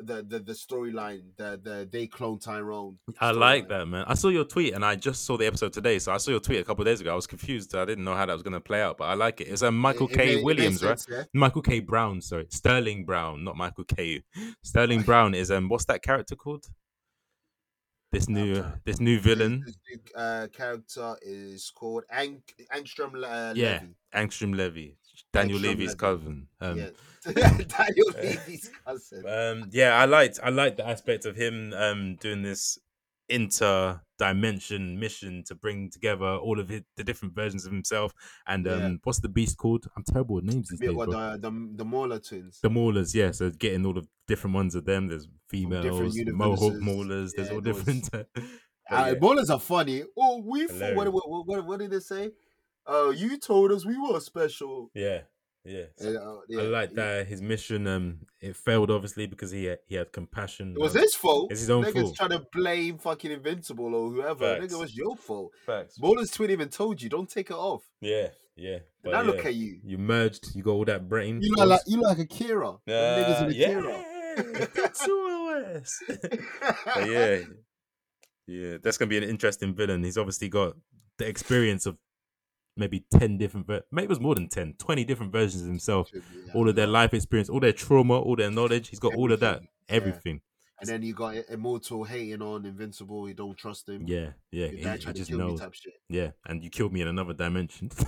the the, the storyline? The the they clone Tyrone.
I like
storyline?
that, man. I saw your tweet and I just saw the episode today. So I saw your tweet a couple of days ago. I was confused. I didn't know how that was going to play out, but I like it. It's a Michael
It- it
K.
made- it made
Williams, right?
sense, yeah?
Michael K. Brown, sorry. Sterling Brown, not Michael K.
[laughs]
Sterling Brown is um what's that character called? This new
trying to-
this new villain.
This new, uh, character is called Ang- Angstrom uh,
Yeah.
Levy.
Angstrom Levy. Daniel
Angstrom
Levy's
Levy.
cousin. Um, uh,
yeah, [laughs] Daniel Levy's cousin.
Um, yeah, I liked I liked the aspect of him um, doing this inter-dimension mission to bring together all of it, the different versions of himself. And um,
Yeah.
what's the beast called? I'm terrible with names these
Yeah,
days.
well,
bro.
the, the the Mauler twins.
the maulers, yeah. So getting all the different ones of them. There's females, mohawk
universes.
maulers. There's
Yeah,
all
there was-
different. [laughs] but
Uh,
yeah.
Maulers are funny. Oh, we fo- what,
Hilarious.
what, what, what, what did they say? Oh, you told us we were special.
yeah, yeah.
And, uh,
I
yeah,
like
it-
that his mission. Um, it failed obviously because he had, he had compassion.
It was
um,
his fault.
It's his own
Niggas
fault.
trying to blame fucking Invincible or whoever.
Facts.
Nigga, it was your fault.
Facts.
Maulers twin even told you, don't take it off.
Yeah, yeah.
And
But
now
yeah.
look at you.
You merged. You got all that brain.
You look like you look like Akira. Them niggas in
Uh,
Akira. [laughs]
that's all it was. But yeah, yeah, that's gonna be an interesting villain. He's obviously got the experience of maybe ten different, ver- maybe it was more than 10, 20 different versions of himself. All of their life experience, all their trauma, all their knowledge. He's got all of that,
Everything,
everything.
And then you got Immortal hating on Invincible. You don't trust him.
Yeah, yeah.
Your
he-
dad
He,
tried to
just
kill me
knows.
type shit.
Yeah, and you killed me in another dimension. [laughs]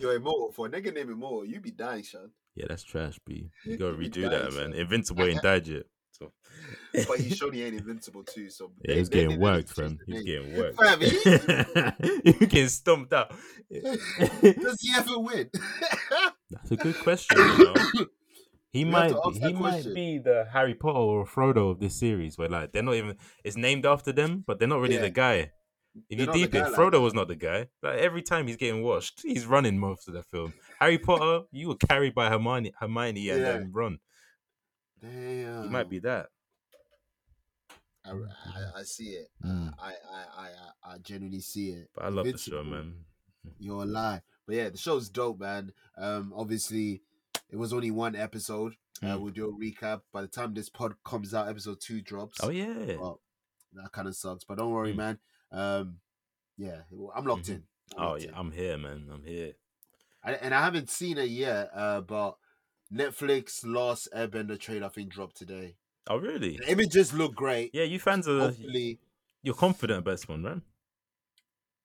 You're immortal. For a nigga named Immortal, you be dying, son.
yeah, that's trash, B. You gotta
He
redo that,
died,
man.
son.
Invincible ain't died yet. So.
But
[laughs]
he surely ain't invincible too. So
Yeah,
they-
he's
they
getting
didn't even
worked,
change
fam.
the
He's
name.
getting worked.
Fam,
[laughs]
he-
You're getting
[laughs]
stomped out.
Does he ever win? [laughs]
That's a good question. You know? He
We have
might
to
be,
ask
he
that
might
question.
be the Harry Potter or Frodo of this series, where like they're not even it's named after them, but they're not really
Yeah.
the guy.
They're
If you
not the
deep
guy
it,
like
Frodo
that.
was not the guy. Like every time he's getting washed, he's running most of the film. Harry Potter, you were carried by Hermione, Hermione and
Yeah. Uh-huh.
um, Ron.
Damn.
He might be that.
I, I, I see it.
Mm.
I, I, I, I, I genuinely see it.
But I love the
Invincible.
show, man.
You're a lie. But yeah, the show's dope, man. Um, obviously, it was only one episode. Uh,
Mm.
we'll do a recap. By the time this pod comes out, episode two drops.
Oh yeah.
Well, that kind of sucks. But don't worry,
Mm.
man. Um, yeah, I'm locked
Mhm.
in. I'm
Oh
locked
yeah.
in.
I'm here, man. I'm here.
I, and I haven't seen it yet, uh, but Netflix Last Airbender trailer I think dropped today.
Oh really?
The images look great.
Yeah, you fans are
Hopefully,
you're confident about this one, man.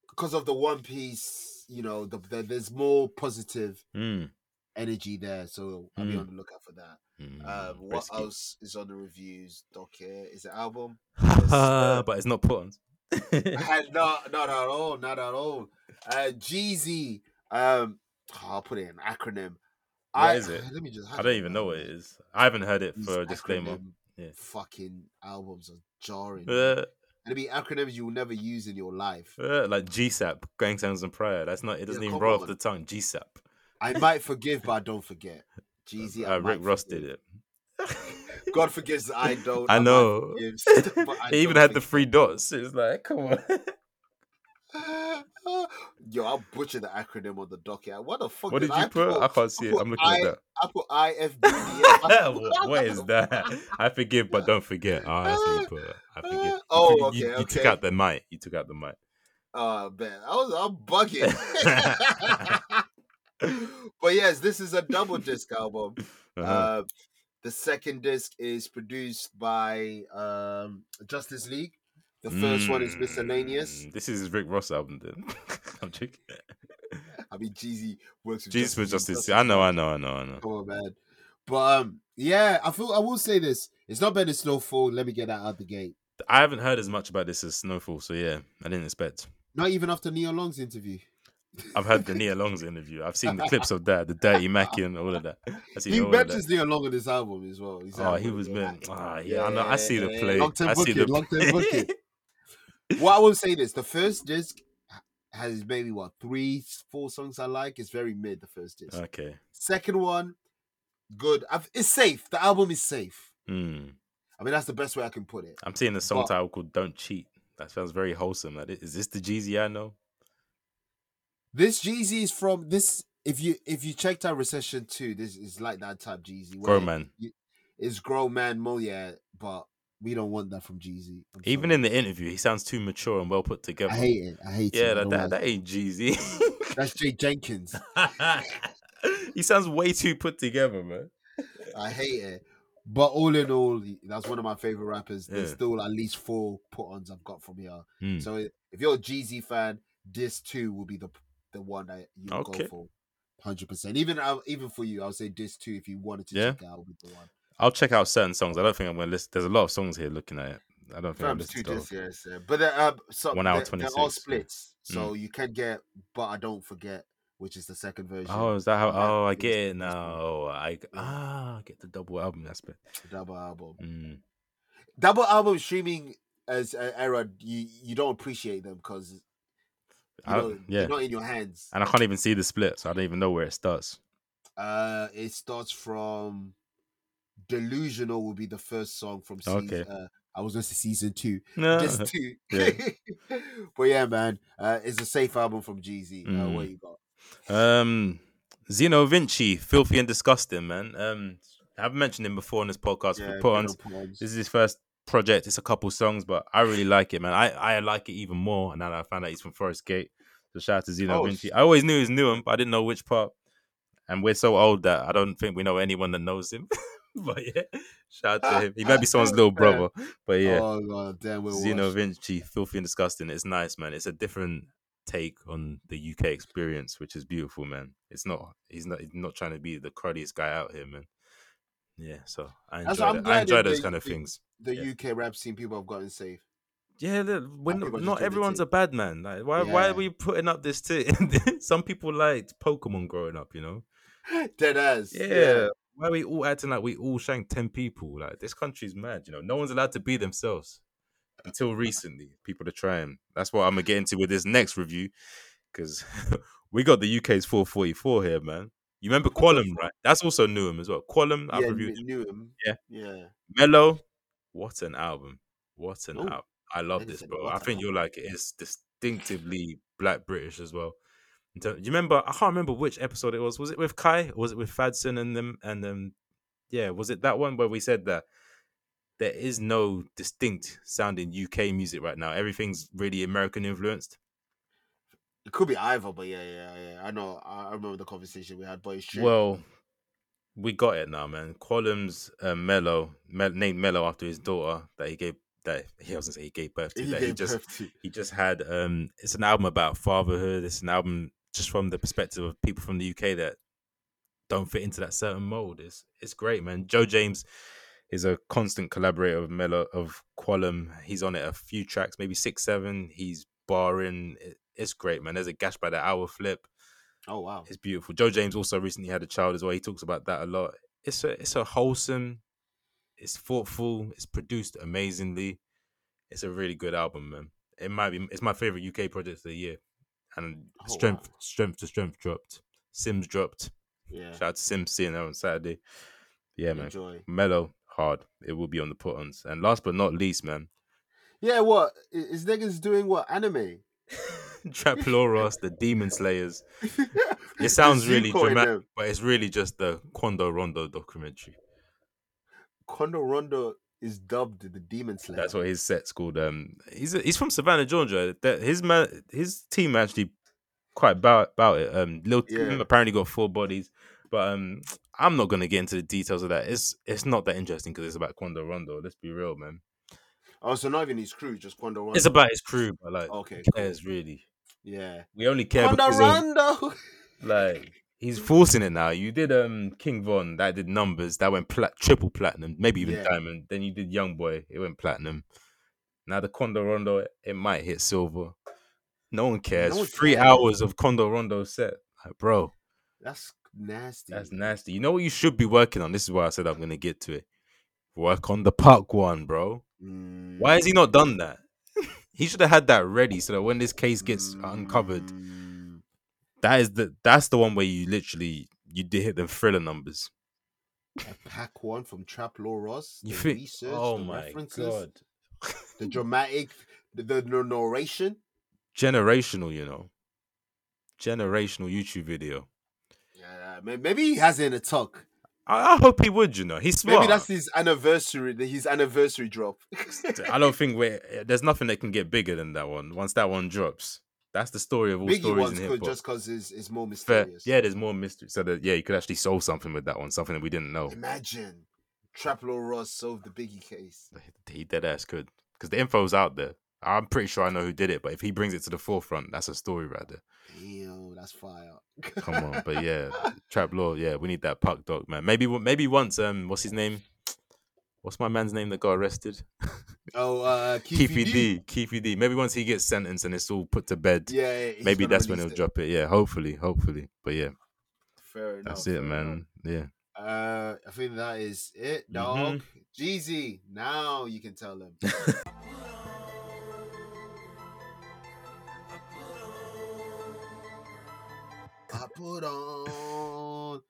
because of the One Piece, you know, the, the, there's more positive
Mm.
energy there. So I'll be
Mm.
on the lookout for that.
Mm,
Um, what
risky. [laughs]
else is on the reviews docket? Is it album?
but it's not
[laughs]
put on.
not, not at all. Not at all. Uh, Jeezy. Um, I'll put it in acronym.
What
I,
is it?
[sighs] Let me just.
I don't even know what it is. I haven't heard it
These
for a disclaimer.
acronym
Yeah.
Fucking albums are jarring. man.
Uh,
it'll be acronyms you will never use in your life.
Uh, like GSAP, Gang Sounds and Prayer. That's not. It doesn't
Yeah,
even
come
roll off
on.
the tongue. GSAP.
I might forgive, but I don't forget. Jeezy, I
uh, Rick
might
Ross
forgive.
did it.
God forgives,
[laughs]
I don't.
I
might
know.
forgive, [laughs]
[laughs]
but I
he even
don't
had the
forgive.
three dots. It was like, come on.
[laughs] Yo, I'll butcher the acronym on the docket. What the fuck?
[laughs] what did you
I
put? I can't see it.
put
I'm looking at that.
I put [laughs] IFBDF.
[laughs] What- what is that? [laughs] I forgive, but
[laughs]
don't forget. Oh, that's what you put. I forgive. You
Oh,
took- you,
okay,
you took
okay.
out the mic. You took out the mic.
Oh man, I was I'm
[laughs]
bugging. [laughs] but yes, this is a double disc album.
Uh-huh.
Uh, the second disc is produced by um, Justice League. The first one is
Mm,
miscellaneous.
This is his Rick Ross album, then. [laughs] I'm joking.
I mean, Jeezy works with
Jesus for
League,
Justice. I know, I know, I know, I know.
Come on, man. But um, yeah, I feel I will say this. It's not better than Snowfall. Let me get that out the gate.
I haven't heard as much about this as Snowfall, so yeah, I didn't expect.
Not even after Neil Long's interview.
I've heard the Nia Long's interview. I've seen the
[laughs]
clips of that, the Dirty Mackie and all of that. I seen
He
all of that.
mentions Neil Long in this album as well. He's
Oh,
like,
he
"Well,
was
yeah,
meant. Ah, yeah, I know. I see the
yeah,
play.
long-term
I see the
booking, long-term
[laughs]
booking. Well, I will say this: the first disc has maybe what three, four songs I like. It's very mid. The first disc.
okay.
Second one, good. I've, it's safe. The album is safe.
Mm.
I mean, that's the best way I can put it.
I'm seeing a song
But-
title called "Don't Cheat." That sounds very wholesome. Like, is this the Jeezy I know?
This Jeezy is from this. If you if you checked out Recession Two, this is like that type Jeezy. where
Grow man.
It's grown man mo, yeah, but we don't want that from Jeezy. I'm
Even
sorry.
in the interview, he sounds too mature and well put together.
I hate it. I hate it.
yeah,
I
that,
don't
that,
like
that ain't Jeezy. [laughs]
it. That's Jay Jenkins.
he sounds way too put together, man.
I hate it. But all in all, that's one of my favorite rappers. There's
Yeah.
still at least four put-ons I've got from here.
Hmm.
So i- if you're a Jeezy fan, this too will be the the one that you
Okay.
go for. Hundred percent. Even I- even for you, I would say this too. If you wanted to
Yeah.
check it out, would be the one.
I'll check out certain songs. I don't think I'm gonna listen. There's a lot of songs here. Looking at it, I don't think I'm
Fam, it's eh? two
listening to. all of
discs,
them.
yes, yeah. But they're, um, so
One hour
they're, they're all
26, yeah. Hmm.
splits, so you can get. But I don't forget, which is the second version.
Oh, is that how?
Yeah,
Oh, I
it's-
get it
it's-
now. I ah, I get the double album aspect.
double album.
Mm.
Double album streaming as uh, era, you you don't appreciate them because you
I-
know,
yeah,
they're not in your hands.
and I can't even see the split, so I don't even know where it [laughs] starts.
Uh, it starts from "Delusional" will be the first song from. Season,
Okay.
uh, I was going to say season two.
[laughs] No,
This two.
Yeah.
[laughs] but yeah, man, uh, it's a safe album from Jeezy. Uh, what
Mm.
you got?
Um, Zeno Vinci, filthy and disgusting, man. Um, I haven't mentioned him before on this podcast.
Yeah,
Yeah,
good
put
on
on.
Pawns.
This is his first project. It's a couple songs, but I really like it, man. I, I like it even more. And now that I found out he's from Forest Gate, so shout out to Zeno
Oh,
Vinci.
sh-
I always knew he was new him, but I didn't know which part. And we're so old that I don't think we know anyone that knows him. [laughs] but yeah, shout out to him. He might be
[laughs]
someone's little brother, but yeah.
Oh god, damn, we're
Zeno
washed.
Vinci, filthy and disgusting. It's nice, man. It's a different take on the UK experience, which is beautiful, man. It's not. He's not. He's not trying to be the cruddiest guy out here, man. Yeah. So I
That's-
enjoy.
I'm
That. I
glad
enjoy
that
those
they-
kind of
they-
things.
The
Yeah.
UK rap scene people have gotten safe. [laughs]
Yeah, look, we're
I think I just
not, not
joined the
everyone's a
team.
bad man. Like, why? Why
Yeah.
are we putting up this? T- [laughs] Some people liked Pokemon growing up, you know.
Dead ass.
Yeah. Why are we all acting like we all shanked ten people? Like this country's mad, you know. No one's allowed to be themselves. Until recently, people are trying. That's what I'm gonna get into with this next review, because [laughs] we got the UK's 444 here, man. You remember Qualum, right? That's also Newham as well. Qualum, I've
yeah,
reviewed
kn- knew him.
Yeah.
yeah.
Mellow. What an album! What an
Ooh.
album! I love
Nigga
this,
said,
bro.
"What
I
an
think you'll like it. It's distinctively Black British as well. In ter- you remember? I can't remember which episode it was. Was it with Kai? Or was it with Fadson and them? And um, yeah, was it that one where we said that there is no distinct sounding UK music right now? Everything's really American influenced.
It could be either, but yeah, yeah, yeah. I know. I I remember the conversation we had, but it's true.
Well, we got it now, man. Qualum's uh, Mello, Mel- named Mello after his daughter that he gave that he wasn't say he gave birth to.
he
that he
gave
just
birth to.
he just had um it's an album about fatherhood it's an album just from the perspective of people from the uk that don't fit into that certain mold it's it's great man joe james is a constant collaborator of mellow of qualum he's on it a few tracks maybe six seven he's barring It- it's great man there's a gash by the hour flip
Oh wow.
it's beautiful joe james also recently had a child as well he talks about that a lot it's a it's a wholesome it's thoughtful it's produced amazingly It's a really good album, man. It might be it's my favorite UK project of the year. And strength strength to strength dropped. Sims dropped.
Yeah.
Shout out to Sims seeing that on Saturday. Yeah, man.
Enjoy.
Mellow, hard. It will be on the put ons. And last but not least, man, [laughs]
Yeah, what I- is niggas doing? What anime?
Traploros, the Demon Slayers.
[laughs]
It sounds really
Zuko in
dramatic,
them.
but it's really just the Quando Rondo documentary.
Kondo Rondo is dubbed the Demon Slayer.
That's what his set's called. Um, he's he's from Savannah, Georgia. That his man, his team actually quite about about it. Um, Lil
Yeah.
Kim apparently got four bodies, but um, I'm not gonna get into the details of that. It's it's not that interesting because it's about Quando Rondo. Let's be real, man.
Oh, so not even his crew, just Kondo Rondo. Oh,
It's about his crew, but like,
okay,
who
cool.
cares really?
yeah.
We only care
Kondo
because of,
Rondo. [laughs]
like he's forcing it now. You did um King Von that did numbers that went plat- triple platinum, maybe even
Yeah.
diamond. Then you did Young Boy, it went platinum. Now the Kondo Rondo, it might hit silver. No one cares.
one
Three
cares.
hours of Kondo Rondo set, like, bro.
That's nasty.
That's nasty. You know what you should be working on. This is why I said I'm gonna get to it. Work on the Park one, bro.
Mm.
Why has he not done that? [laughs] he should have had that ready so that when this case gets uncovered,
Mm.
that is the that's the one where you literally you did hit them thriller numbers.
A pack one from Trap Law Ross.
You
the
think?
research,
oh
the
my
references,
god!
The dramatic, the, the, the narration.
Generational, you know, generational YouTube video.
Yeah, may- maybe he has it in a tuck.
I, I hope he would, you know. He's
Maybe
smart.
that's his anniversary. His anniversary drop.
I don't think we there's nothing that can get bigger than that one. Once that one drops, that's the story of all
Biggie
stories in
ones
hip
could
hop.
just cause it's, it's more
Fair.
mysterious.
Yeah, there's more mystery. So that yeah, you could actually solve something with that one, something that we didn't know.
Imagine Trap Law Ross solved the Biggie case.
He dead ass could because the info's out there. I'm pretty sure I know who did it, but if he brings it to the forefront, that's a story right there.
Damn, that's fire.
Come on, but yeah, Trap Law. Yeah, we need that Puck Dog man. Maybe maybe once. Um, what's his name? What's my man's name that got arrested?
Oh, uh,
Keefy
Keefy D.
D. Keefy D. Maybe once he gets sentenced and it's all put to bed.
Yeah, yeah, he's
maybe
gonna
that's when he'll
release it.
drop it. Yeah, hopefully, hopefully. But yeah,
Fair enough.
that's
fair
it, man. Yeah,
enough. Uh, I think that is it, dog. Jeezy, now you can tell him. I put on.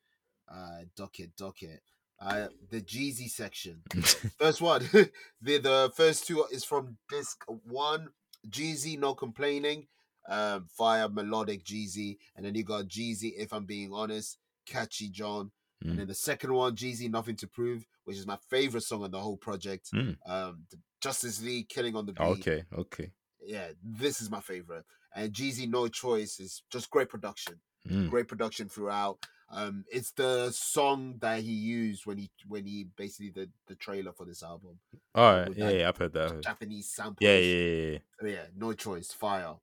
Uh, docket, docket. Uh, the Jeezy section. First one. [laughs] the the first two is from disc one. Jeezy, no complaining. Um, via melodic Jeezy, and then you got Jeezy. If I'm being honest, catchy John.
Mm.
And then the second one, Jeezy, nothing to prove, which is my favorite song on the whole project.
Mm.
Um, the Justice League, killing on the beat.
okay, okay.
Yeah, this is my favorite. And Jeezy, no choice is just great production
Mm.
great production throughout. Um, it's the song that he used when he when he basically the the trailer for this album,
All right,
With
yeah,
that
yeah, I've heard that. I've heard-
Japanese sample.
Uh, Yeah, yeah, yeah, yeah.
yeah. No choice, fire.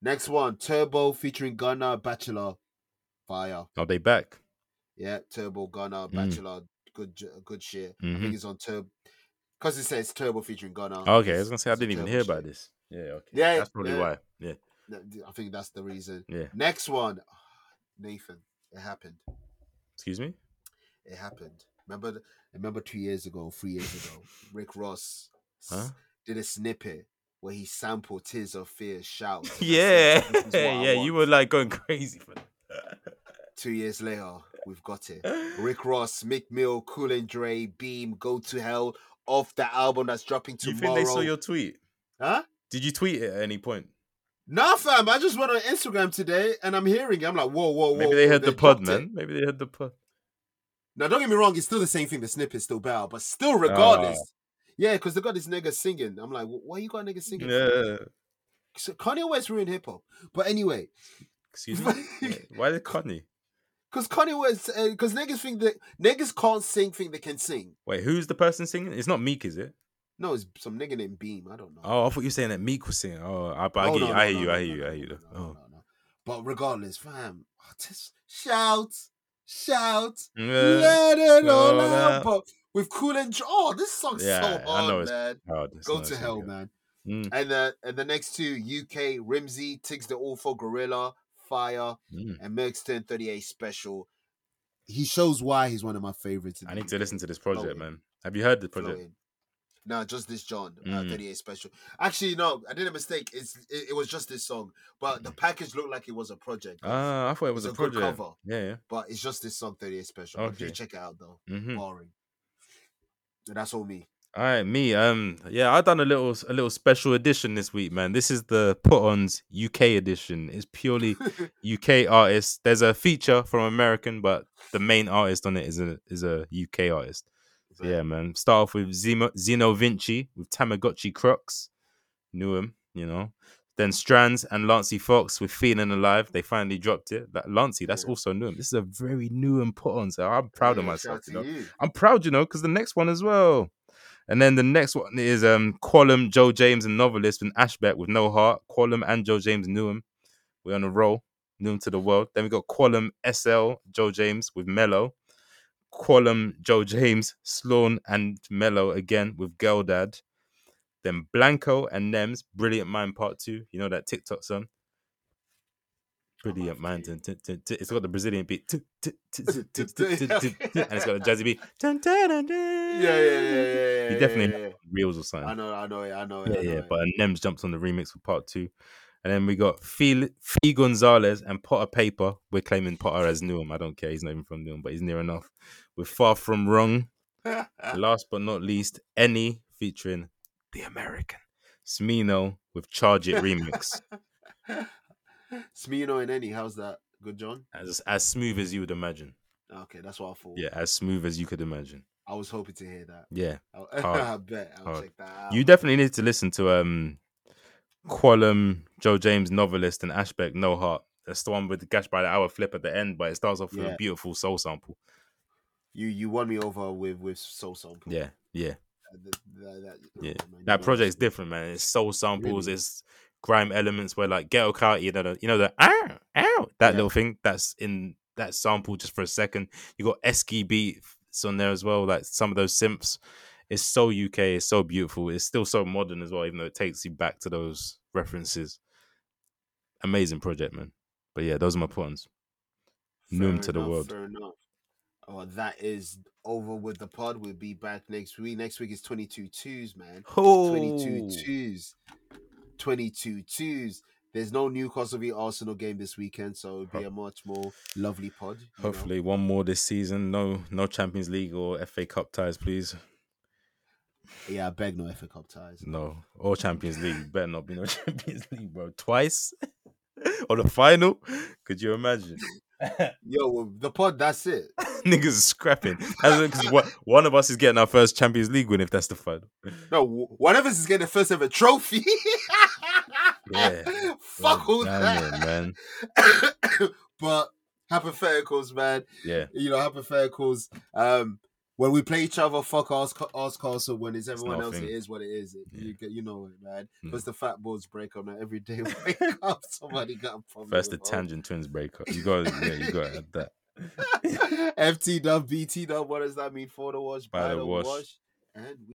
Next one, Turbo featuring Gunna Bachelor, fire.
Are they back?
Yeah, Turbo Gunna
Mm.
Bachelor, good j- good shit. I
Mhm.
think it's on Turbo because it says Turbo featuring Gunna.
Ah, Okay, I
it's-
was gonna say I
it's
didn't even
Turbo
hear about
shit.
this. Yeah, okay.
Yeah,
that's probably
yeah.
why. Yeah,
Th- I think that's the reason.
yeah.
Next one, [sighs] Nathan. It happened.
Excuse me.
It happened. Remember, th- remember two years ago, three years
[laughs]
ago, Rick Ross s- [laughs]
Huh?
did a snippet where he sampled "Tears of Fear" shout. and I said,
[laughs] Yeah,
"This is what I
[laughs] yeah,
want."
you were like going crazy for
Two years later, we've got it.
that.
Rick Ross, Mick Mill, Cool and Dre, Beam, Go to Hell off the album that's dropping
Do you
tomorrow.
think they saw your tweet?
Huh?
Did you tweet it at any point?
Nah, fam. I just went on Instagram today and I'm hearing. it. I'm like, whoa, whoa, whoa.
Maybe they
whoa,
heard the pod,
dropped it.
man. Maybe they heard
[laughs]
the pod.
Now, don't get me wrong, it's still the same thing. The snippet's still bad, but
Ah.
still, regardless, yeah, because they got this nigga singing. I'm like, why you got a nigga singing? for?"
Yeah.
So Kanye West ruined hip hop. But anyway, [laughs]
Excuse me. Wait, Why did Connie?
because Kanye West, because niggas think that niggas can't sing, think they can sing.
Wait, who's the person singing? It's not Meek, is it?
No, it's some nigga named Beam. I don't know.
Oh, I thought you were saying that Meek was singing. Oh, I, but I
Oh,
get
no,
you.
no,
I hear
no,
you.
no,
I
no,
hear you.
no,
I hear you.
no, no,
Oh.
no, no. But regardless, fam, oh, just shout, shout,
Oh. Yeah.
let it all
all
out.
out.
But with Cool and Dre, oh, this song's so
Yeah, I
hard,
know it's
man.
hard, it's
Go
not-
to
it's not
hell,
good.
man.
Mm,
And the and the next two UK Rimsey, Tiggs the Awful, Gorilla, Fire,
mm.
and Merck's 1038 special. He shows why he's one of my favorites. in
I
the
need to
UK.
listen to this project,
Flowing.
man. Have you heard the project?
Flowing. Nah, just this John uh,
Mm.
38 special. Actually, no, I did a mistake. It's it, it was just this song, but the package looked like it was a project,
Ah, I thought it was
It's
a
a good
project.
cover.
Yeah,
but it's just this song 38 special. But Do
Okay.
check it out though.
yeah. hmm
Boring. And that's all me.
All right, me. Um, yeah, I done a little a little special edition this week, man. This is the put-ons UK edition. It's
[laughs]
purely UK artists. There's a feature from American, but the main artist on it is a is a UK artist. So, yeah, man. Start off with Zemo, Zeno Vinci with Tamagotchi Crocs. Knew him, you know. Then Strands and Lancey Fox with Feeling Alive. They finally dropped it. That Lancey, that's
Yeah.
also new. This is a very new and put on. So I'm proud of
Yeah,
myself.
shout
You
to
know?
you.
I'm proud, you know, because the next one as well. And then the next one is um Qualum, Joe James, and novelist and Ashbeck with no heart. Qualum and Joe James knew him. We're on a roll, knew him to the world. Then we got Qualum SL, Joe James with Mellow. Qualum, Joe James, Sloan, and Mellow again with Girl Dad. Then Blanco and Nems, Brilliant Mind Part Two. You know that TikTok song. Brilliant mind.
Okay.
Dun, dun, dun, dun. It's got the Brazilian beat. Dun, dun, dun, dun, dun, dun, dun, dun, dun. And it's got a
[laughs]
jazzy beat. Dun, dun, dun, dun.
Yeah, yeah, yeah, yeah. yeah,
You definitely
yeah,
know
yeah.
reels or
I
something.
know, I know it, I know it.
Yeah,
I know
yeah.
it.
But Nems jumps on the remix for part two. And then we got Fee, Fee Gonzalez and Potter Paper. We're claiming Potter as Newham. I don't care. He's not even from Newham, but he's near enough. We're far from wrong.
Uh.
Last but not least, Any featuring The American. Smino with Charge It
[laughs]
remix.
Smino and any, how's that? Good John?
as, as smooth as you would imagine.
Okay, that's what I thought.
Yeah, as smooth as you could imagine.
I was hoping to hear that. [laughs]
Yeah.
I,
Hard.
I bet. I'll
Hard.
check that out.
You definitely need to listen to um Qualum, Joe James, Novelist, and Ashbeck, No Heart. That's the one with the Gash by the Hour flip at the end, but it starts off with
Yeah.
a beautiful soul sample.
you you won me over with with soul sample.
Yeah, yeah.
Uh, th- th- that,
Yeah,
oh, man, you
That
know,
project's different, man. It's soul samples,
Really?
it's grime elements where like ghetto car, you know, the, you know the ow, ow,
Yeah.
that little thing that's in that sample just for a second. You got Esky beats on there as well, like some of those synths. It's so UK, it's so beautiful, it's still so modern as well, even though it takes you back to those references. Amazing project, man. But yeah, those are my puns. New
fair
to the
enough,
world.
Fair enough. Oh, that is over with the pod. We'll be back next week. Next week is 22 twos, man. 22
Oh.
twos. 22 twos. There's no Newcastle v Arsenal game this weekend, so it'll be a much more lovely pod. you know.
Hopefully, one more this season. No, no Champions League or FA Cup ties, please.
Yeah, I beg no FA Cup ties.
No, or Champions League. Better not be no [laughs] Champions League, bro. Twice [laughs] or the final. Could you imagine? [laughs]
Yo, well, the pod, that's it.
Niggas is scrapping. Because one, one of us is getting our first Champions League win if that's the final.
No, wh- one of us is getting the first ever trophy. [laughs]
Yeah.
Fuck all
Damn
that.
it, man.
[coughs] but hypotheticals, man. [laughs]
Yeah.
You know, hypotheticals. Um, when we play each other, fuck us, us Castle. When it's everyone
not a
else, it
thing.
is what it is. It-
Yeah.
You get, you know it, man.
Mm.
Because the fat boards break on that every
[laughs]
day. Wake up, somebody got a problem.
First the
with us. [laughs]
tangent twins break up. You got yeah, you got to add that.
FT dub, BT dub. What does that mean? For the wash, by, the wash, and